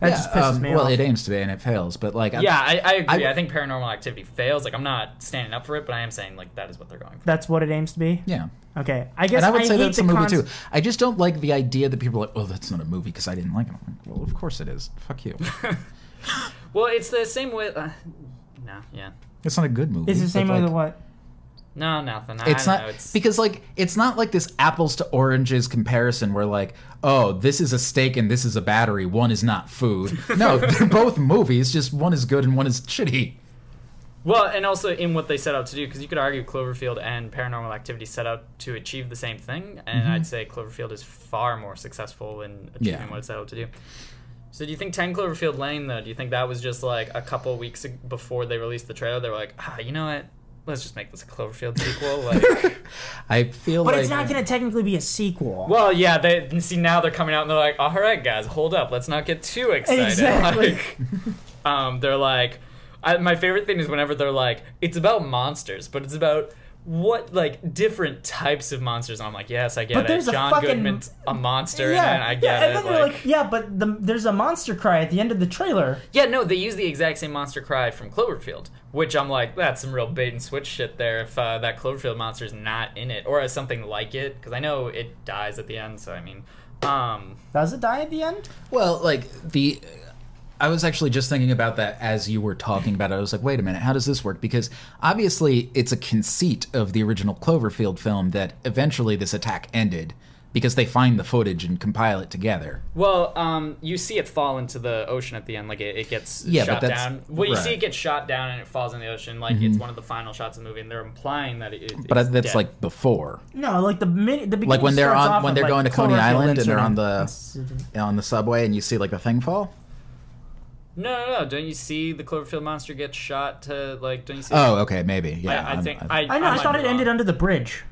Speaker 1: that just pisses me
Speaker 2: Um, well,
Speaker 1: off.
Speaker 2: it aims to be and it fails, but like, I-
Speaker 3: Yeah, I, I agree.
Speaker 2: I-
Speaker 3: I, think paranormal activity fails. Like, I'm not standing up for it, but I am saying, like, that is what they're going for.
Speaker 1: that's what it aims to be.
Speaker 2: yeah.
Speaker 1: Okay, I guess
Speaker 2: And I would say
Speaker 1: hate
Speaker 2: that's
Speaker 1: the
Speaker 2: a movie
Speaker 1: cons-
Speaker 2: too. I just don't like the idea that people are like, "Oh, that's not a movie" because I didn't like it. I'm like, well, of course it is. Fuck you.
Speaker 3: Well, it's the same way. Uh, no, yeah.
Speaker 2: It's not a good movie.
Speaker 1: It's the
Speaker 2: but,
Speaker 1: same
Speaker 2: like,
Speaker 1: with the what?
Speaker 3: No, nothing. I
Speaker 2: it's
Speaker 3: don't
Speaker 2: not
Speaker 3: know. It's,
Speaker 2: because like it's not like this apples to oranges comparison where like oh this is a steak and this is a battery one is not food no they're both movies just one is good and one is shitty
Speaker 3: well, and also in what they set out to do, because you could argue Cloverfield and paranormal activity set out to achieve the same thing, and I'd say Cloverfield is far more successful in achieving
Speaker 2: Yeah.
Speaker 3: what it set out to do. So, do you think 10 Cloverfield Lane, though, do you think that was just like a couple weeks ag- before they released the trailer? They were like, ah, you know what? let's just make this a Cloverfield sequel. Like,
Speaker 2: I feel
Speaker 1: But
Speaker 2: like
Speaker 1: it's not going to technically be a sequel.
Speaker 3: well, yeah, they see now they're coming out and they're like, all right, guys, hold up, let's not get too excited.
Speaker 1: Exactly.
Speaker 3: Like, um, they're like, I, my favorite thing is whenever they're like, it's about monsters, but it's about what like different types of monsters. And I'm like, yes, I get
Speaker 1: But
Speaker 3: it.
Speaker 1: there's a
Speaker 3: John
Speaker 1: fucking-
Speaker 3: Goodman's a monster, and I, I
Speaker 1: yeah,
Speaker 3: get
Speaker 1: and
Speaker 3: it.
Speaker 1: then you're like, yeah, but the, there's a monster cry at the end of the trailer.
Speaker 3: Yeah, no, they use the exact same monster cry from Cloverfield, which I'm like, that's some real bait and switch shit there. If uh, that Cloverfield monster's not in it, or as something like it, because I know it dies at the end. So I mean, um,
Speaker 1: Does it die at the end?
Speaker 2: Well, like the I was actually just thinking about that as you were talking about it. I was like, wait a minute, how does this work? Because obviously it's a conceit of the original Cloverfield film that eventually this attack ended because they find the footage and compile it together.
Speaker 3: well, um, you see it fall into the ocean at the end, like it, it gets
Speaker 2: Yeah, but
Speaker 3: shot
Speaker 2: that's-
Speaker 3: down. Well, you see
Speaker 2: right. Mm-hmm.
Speaker 3: it get shot down and it falls in the ocean, like it's one of the final shots of the movie, and they're implying that it. it
Speaker 2: But
Speaker 3: it's
Speaker 2: that's
Speaker 3: dead.
Speaker 2: like before
Speaker 1: No, like the minute the beginning.
Speaker 2: Like when they're
Speaker 1: starts
Speaker 2: on-
Speaker 1: off
Speaker 2: when
Speaker 1: with,
Speaker 2: they're
Speaker 1: like,
Speaker 2: going to Coney
Speaker 1: Cloverfield
Speaker 2: Island and
Speaker 1: incident.
Speaker 2: they're on the-
Speaker 1: Incident.
Speaker 2: on the subway and you see like the thing fall.
Speaker 3: no, no, no! Don't you see the Cloverfield monster get shot to like? Don't you see?
Speaker 2: Oh, okay, maybe. Yeah,
Speaker 3: I, I
Speaker 2: I'm-
Speaker 3: think
Speaker 2: I'm-
Speaker 3: I.
Speaker 1: I know. I,
Speaker 3: might
Speaker 1: thought
Speaker 3: be
Speaker 1: it
Speaker 3: wrong.
Speaker 1: ended under the bridge.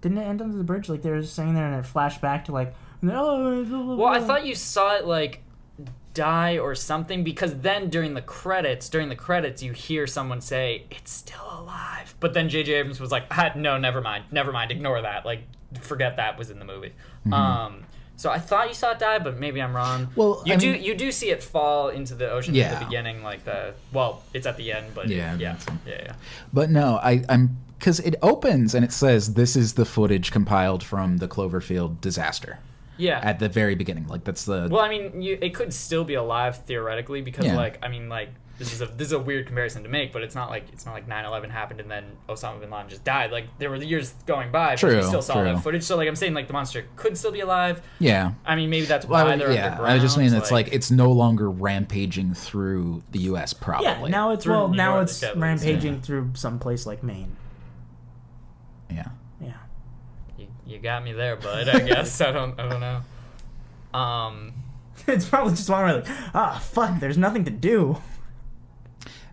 Speaker 1: Didn't it end under the bridge? Like they were saying there, and it flashed back to like. No.
Speaker 3: Well, I thought you saw it like die or something because then during the credits, during the credits, you hear someone say it's still alive. But then J.J. Abrams was like, ah, "No, never mind, never mind, ignore that. Like, forget that was in the movie."
Speaker 2: Mm-hmm.
Speaker 3: Um, so I thought you saw it die, but maybe I'm wrong.
Speaker 2: Well,
Speaker 3: you
Speaker 2: I
Speaker 3: do
Speaker 2: mean-
Speaker 3: you do see it fall into the ocean at
Speaker 2: Yeah.
Speaker 3: the beginning, like the well, it's at the end, but
Speaker 2: Yeah,
Speaker 3: yeah, yeah,
Speaker 2: that's-
Speaker 3: yeah. yeah.
Speaker 2: But no, I, I'm because it opens and it says this is the footage compiled from the Cloverfield disaster
Speaker 3: Yeah.
Speaker 2: at the very beginning. Like that's the
Speaker 3: Well, I mean, you, it could still be alive theoretically because,
Speaker 2: Yeah.
Speaker 3: like, I mean, like this is a this is a weird comparison to make, but it's not like it's not like 9-11 happened and then Osama bin Laden just died. Like there were years going by, but
Speaker 2: True,
Speaker 3: we still saw
Speaker 2: true.
Speaker 3: that footage. So, like, I'm saying, like the monster could still be alive.
Speaker 2: yeah.
Speaker 3: I mean, maybe that's
Speaker 2: Well,
Speaker 3: why
Speaker 2: I
Speaker 3: they're
Speaker 2: would- yeah,
Speaker 3: underground.
Speaker 2: I just mean it's like, it's no longer rampaging through the U.S. Probably.
Speaker 1: Yeah. Now it's
Speaker 3: Through
Speaker 1: well.
Speaker 3: New
Speaker 1: Now
Speaker 3: York,
Speaker 1: it's
Speaker 3: at least,
Speaker 1: rampaging through some place like Maine.
Speaker 2: Yeah.
Speaker 1: Yeah.
Speaker 3: you, you got me there, bud. I guess I don't I don't know. Um,
Speaker 1: it's probably just one where like, ah, fuck. There's nothing to do.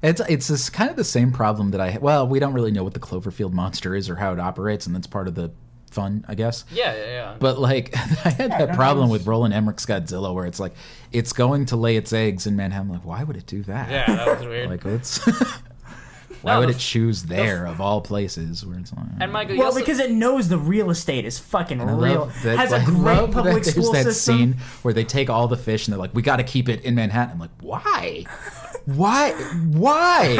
Speaker 2: It's it's this kind of the same problem that I well we don't really know what the Cloverfield monster is or how it operates and that's part of the fun I guess.
Speaker 3: yeah, yeah, yeah.
Speaker 2: But like I had
Speaker 1: no,
Speaker 2: that problem
Speaker 1: it's-
Speaker 2: with Roland Emmerich's Godzilla where it's like it's going to lay its eggs in Manhattan. Like why would it do that?
Speaker 3: yeah, that was weird.
Speaker 2: Like it's why
Speaker 3: No,
Speaker 2: would
Speaker 3: the
Speaker 2: it
Speaker 3: f-
Speaker 2: choose there of all places where it's like
Speaker 3: and Michael, you
Speaker 1: Well,
Speaker 3: also-
Speaker 1: because it knows the real estate is fucking
Speaker 2: I love
Speaker 1: real.
Speaker 2: that-
Speaker 1: Has a
Speaker 2: I love
Speaker 1: great
Speaker 2: that
Speaker 1: public
Speaker 2: there's
Speaker 1: school
Speaker 2: that
Speaker 1: system.
Speaker 2: scene where they take all the fish and they're like, "We got to keep it in Manhattan." I'm like, "Why? Why? Why?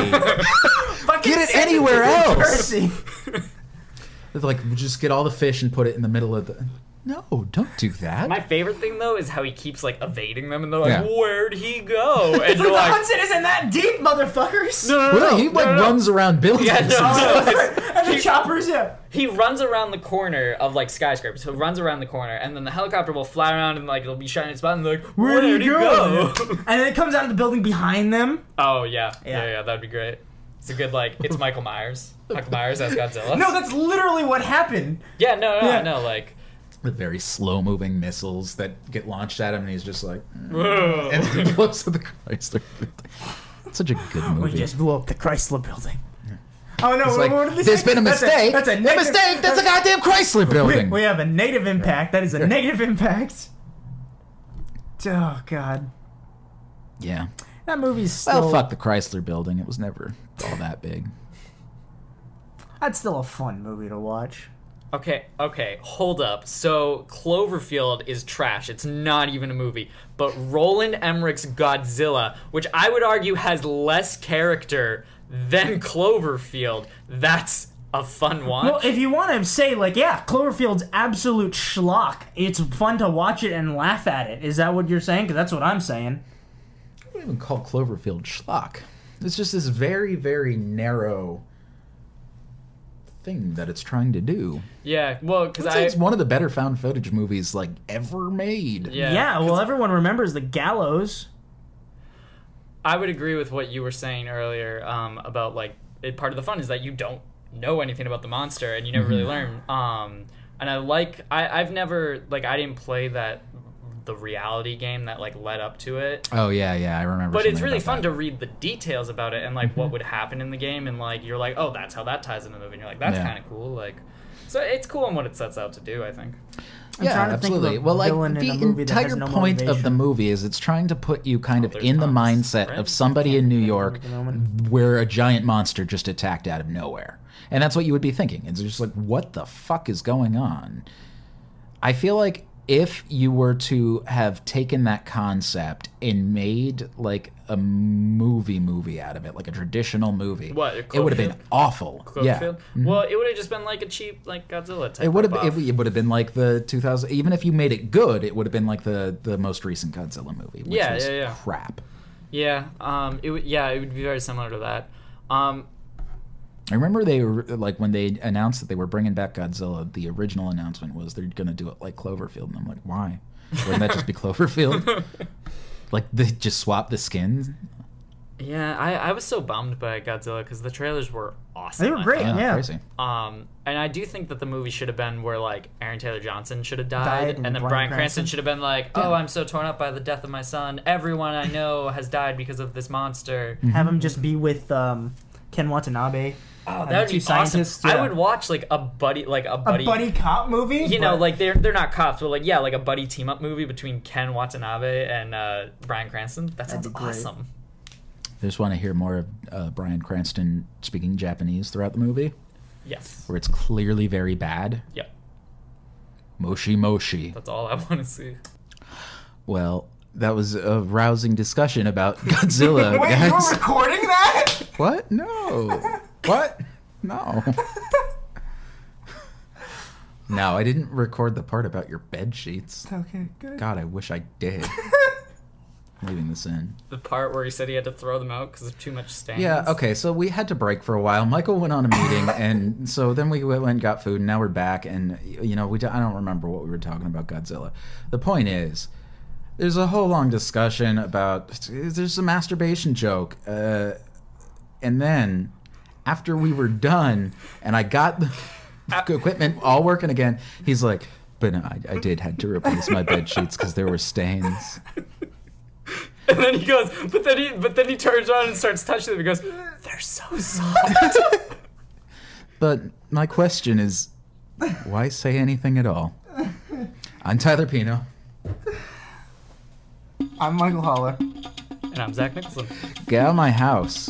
Speaker 1: Fucking
Speaker 2: Get it
Speaker 1: send to
Speaker 2: anywhere
Speaker 1: New
Speaker 2: else.
Speaker 1: Jersey.
Speaker 2: they're like, "We'll just get all the fish and put it in the middle of the." No, don't do that.
Speaker 3: my favorite thing though is how he keeps like evading them, and they're like,
Speaker 2: Yeah.
Speaker 3: "Where'd he go?" And
Speaker 1: It's like
Speaker 3: you're
Speaker 1: the
Speaker 3: like,
Speaker 1: Hudson isn't that deep, motherfuckers.
Speaker 3: "No, no, no,
Speaker 2: Well,
Speaker 3: no,
Speaker 2: he
Speaker 3: no,
Speaker 2: like
Speaker 3: no, no."
Speaker 2: runs around buildings.
Speaker 3: Yeah, no, no, it's-
Speaker 1: and the choppers, yeah.
Speaker 3: he runs around the corner of like skyscrapers. So he runs around the corner, and then the helicopter will fly around and like it'll be shining its button. Like, where did he go?
Speaker 1: and then it comes out of the building behind them.
Speaker 3: oh yeah. yeah,
Speaker 1: Yeah.
Speaker 3: yeah, that'd be great. It's a good like. It's Michael Myers. Michael Myers as Godzilla.
Speaker 1: No, that's literally what happened.
Speaker 3: yeah, no, no,
Speaker 1: Yeah.
Speaker 3: no, like.
Speaker 2: The very slow-moving missiles that get launched at him, and he's just like, and
Speaker 3: whoa.
Speaker 2: then he blows up the Chrysler. Building. It's such a good movie.
Speaker 1: We just blew up the Chrysler building. Oh no!
Speaker 2: It's
Speaker 1: What,
Speaker 2: like,
Speaker 1: what did they
Speaker 2: there's
Speaker 1: say?
Speaker 2: been a
Speaker 1: That's
Speaker 2: mistake.
Speaker 1: That's a,
Speaker 2: a
Speaker 1: negative,
Speaker 2: mistake. That's a goddamn Chrysler
Speaker 1: we,
Speaker 2: building.
Speaker 1: we have a negative impact. That is a negative impact. Oh god,
Speaker 2: yeah.
Speaker 1: that movie's
Speaker 2: Well,
Speaker 1: still.
Speaker 2: fuck the Chrysler building. It was never all that big.
Speaker 1: That's still a fun movie to watch.
Speaker 3: Okay, okay, hold up. So Cloverfield is trash. It's not even a movie. But Roland Emmerich's Godzilla, which I would argue has less character than Cloverfield, that's a fun watch.
Speaker 1: Well, if you want to say like, yeah, Cloverfield's absolute schlock. It's fun to watch it and laugh at it. Is that what you're saying? Because that's what I'm saying.
Speaker 2: I wouldn't even call Cloverfield schlock. It's just this very, very narrow thing that it's trying to do.
Speaker 3: yeah, well, because
Speaker 2: It's,
Speaker 3: I
Speaker 2: it's one of the better found footage movies like ever made.
Speaker 3: yeah,
Speaker 1: Yeah. well, everyone remembers the gallows.
Speaker 3: I would agree with what you were saying earlier um, about like it, part of the fun is that you don't know anything about the monster and you
Speaker 2: Mm-hmm.
Speaker 3: never really learn. Um, and I like I, I've never like I didn't play that the the reality game that like led up to it.
Speaker 2: Oh yeah, yeah, I remember.
Speaker 3: But it's
Speaker 2: something
Speaker 3: really
Speaker 2: about
Speaker 3: fun
Speaker 2: that. Mm-hmm.
Speaker 3: to read the details about it and like what would happen in the game and like you're like, oh, that's how that ties into the movie. And you're like, that's
Speaker 2: Yeah.
Speaker 3: kind of cool. Like, so it's cool on what it sets out to do. I think.
Speaker 1: I'm
Speaker 2: yeah,
Speaker 1: trying to think of a
Speaker 2: absolutely. well,
Speaker 1: villain
Speaker 2: like
Speaker 1: in
Speaker 2: the
Speaker 1: a movie that has
Speaker 2: entire
Speaker 1: no
Speaker 2: point of the
Speaker 1: motivation.
Speaker 2: movie is it's trying to put you kind
Speaker 3: Oh,
Speaker 2: of
Speaker 3: there's
Speaker 2: in the
Speaker 3: Thomas
Speaker 2: mindset
Speaker 3: Friend.
Speaker 2: of somebody in New
Speaker 1: think of
Speaker 2: York
Speaker 1: him at the moment.
Speaker 2: where a giant monster just attacked out of nowhere, and that's what you would be thinking. It's just like, what the fuck is going on? I feel like if you were to have taken that concept and made like a movie movie out of it, like a traditional movie,
Speaker 3: What,
Speaker 2: it would have been
Speaker 3: Cloverfield?
Speaker 2: awful. Yeah. Mm-hmm.
Speaker 3: Cloverfield? Well, it would have just been like a cheap like Godzilla type.
Speaker 2: It would have
Speaker 3: ripoff.
Speaker 2: it, it would have been like the 2000 even if you made it good it would have been like the the most recent Godzilla movie which
Speaker 3: Yeah,
Speaker 2: was
Speaker 3: yeah, yeah.
Speaker 2: crap.
Speaker 3: Yeah. Um. It would. Yeah. It would be very similar to that. Um.
Speaker 2: I remember they were like when they announced that they were bringing back Godzilla the original announcement was they're going to do it like Cloverfield and I'm like why? Wouldn't that just be Cloverfield? like they just swap the skins?
Speaker 3: Yeah. I I was so bummed by Godzilla because the trailers were awesome.
Speaker 1: They were
Speaker 3: I
Speaker 1: great.
Speaker 2: Yeah,
Speaker 1: Yeah.
Speaker 2: crazy.
Speaker 3: Um, and I do think that the movie should have been where like Aaron Taylor Johnson should have died,
Speaker 1: Died
Speaker 3: and,
Speaker 1: and
Speaker 3: then
Speaker 1: Bryan
Speaker 3: Brian Cranston,
Speaker 1: Cranston.
Speaker 3: should have been like, "Oh, I'm so torn up by the death of my son. Everyone I know has died because of this monster."
Speaker 1: Have him just be with um, Ken Watanabe.
Speaker 3: Oh,
Speaker 1: and the
Speaker 3: that would
Speaker 1: two
Speaker 3: be awesome.
Speaker 1: scientists,
Speaker 3: I
Speaker 1: yeah.
Speaker 3: would watch like a buddy, like a
Speaker 1: a
Speaker 3: buddy,
Speaker 1: buddy cop movie.
Speaker 3: you know,
Speaker 1: but-
Speaker 3: like they're they're not cops, but like yeah, like a buddy team up movie between Ken Watanabe and uh, Brian Cranston. That sounds
Speaker 1: be great.
Speaker 3: awesome.
Speaker 2: Just want to hear more of uh, Brian Cranston speaking Japanese throughout the movie
Speaker 3: Yes.
Speaker 2: where it's clearly very bad.
Speaker 3: Yep.
Speaker 2: Moshi moshi.
Speaker 3: That's all I want to see.
Speaker 2: Well, that was a rousing discussion about Godzilla,
Speaker 1: Wait,
Speaker 2: guys.
Speaker 1: you were recording that?
Speaker 2: What? No. what? No. no, I didn't record the part about your bed sheets.
Speaker 1: okay, good.
Speaker 2: God, I wish I did. I'm leaving this in.
Speaker 3: The part where he said he had to throw them out because of too much stains.
Speaker 2: Yeah, okay, so we had to break for a while. Michael went on a meeting, and so then we went and got food, and now we're back, and, you know, we d- I don't remember what we were talking about Godzilla. The point is, there's a whole long discussion about, there's a masturbation joke, uh, and then after we were done, and I got the equipment all working again, he's like, but no, I, I did had to replace my bed sheets because there were stains.
Speaker 3: And then he goes, but then he but then he turns around and starts touching them. He goes, they're so soft.
Speaker 2: But my question is, why say anything at all? I'm Tyler Pino.
Speaker 1: I'm Michael Holler.
Speaker 3: And I'm Zach Nicholson.
Speaker 2: Get out of my house.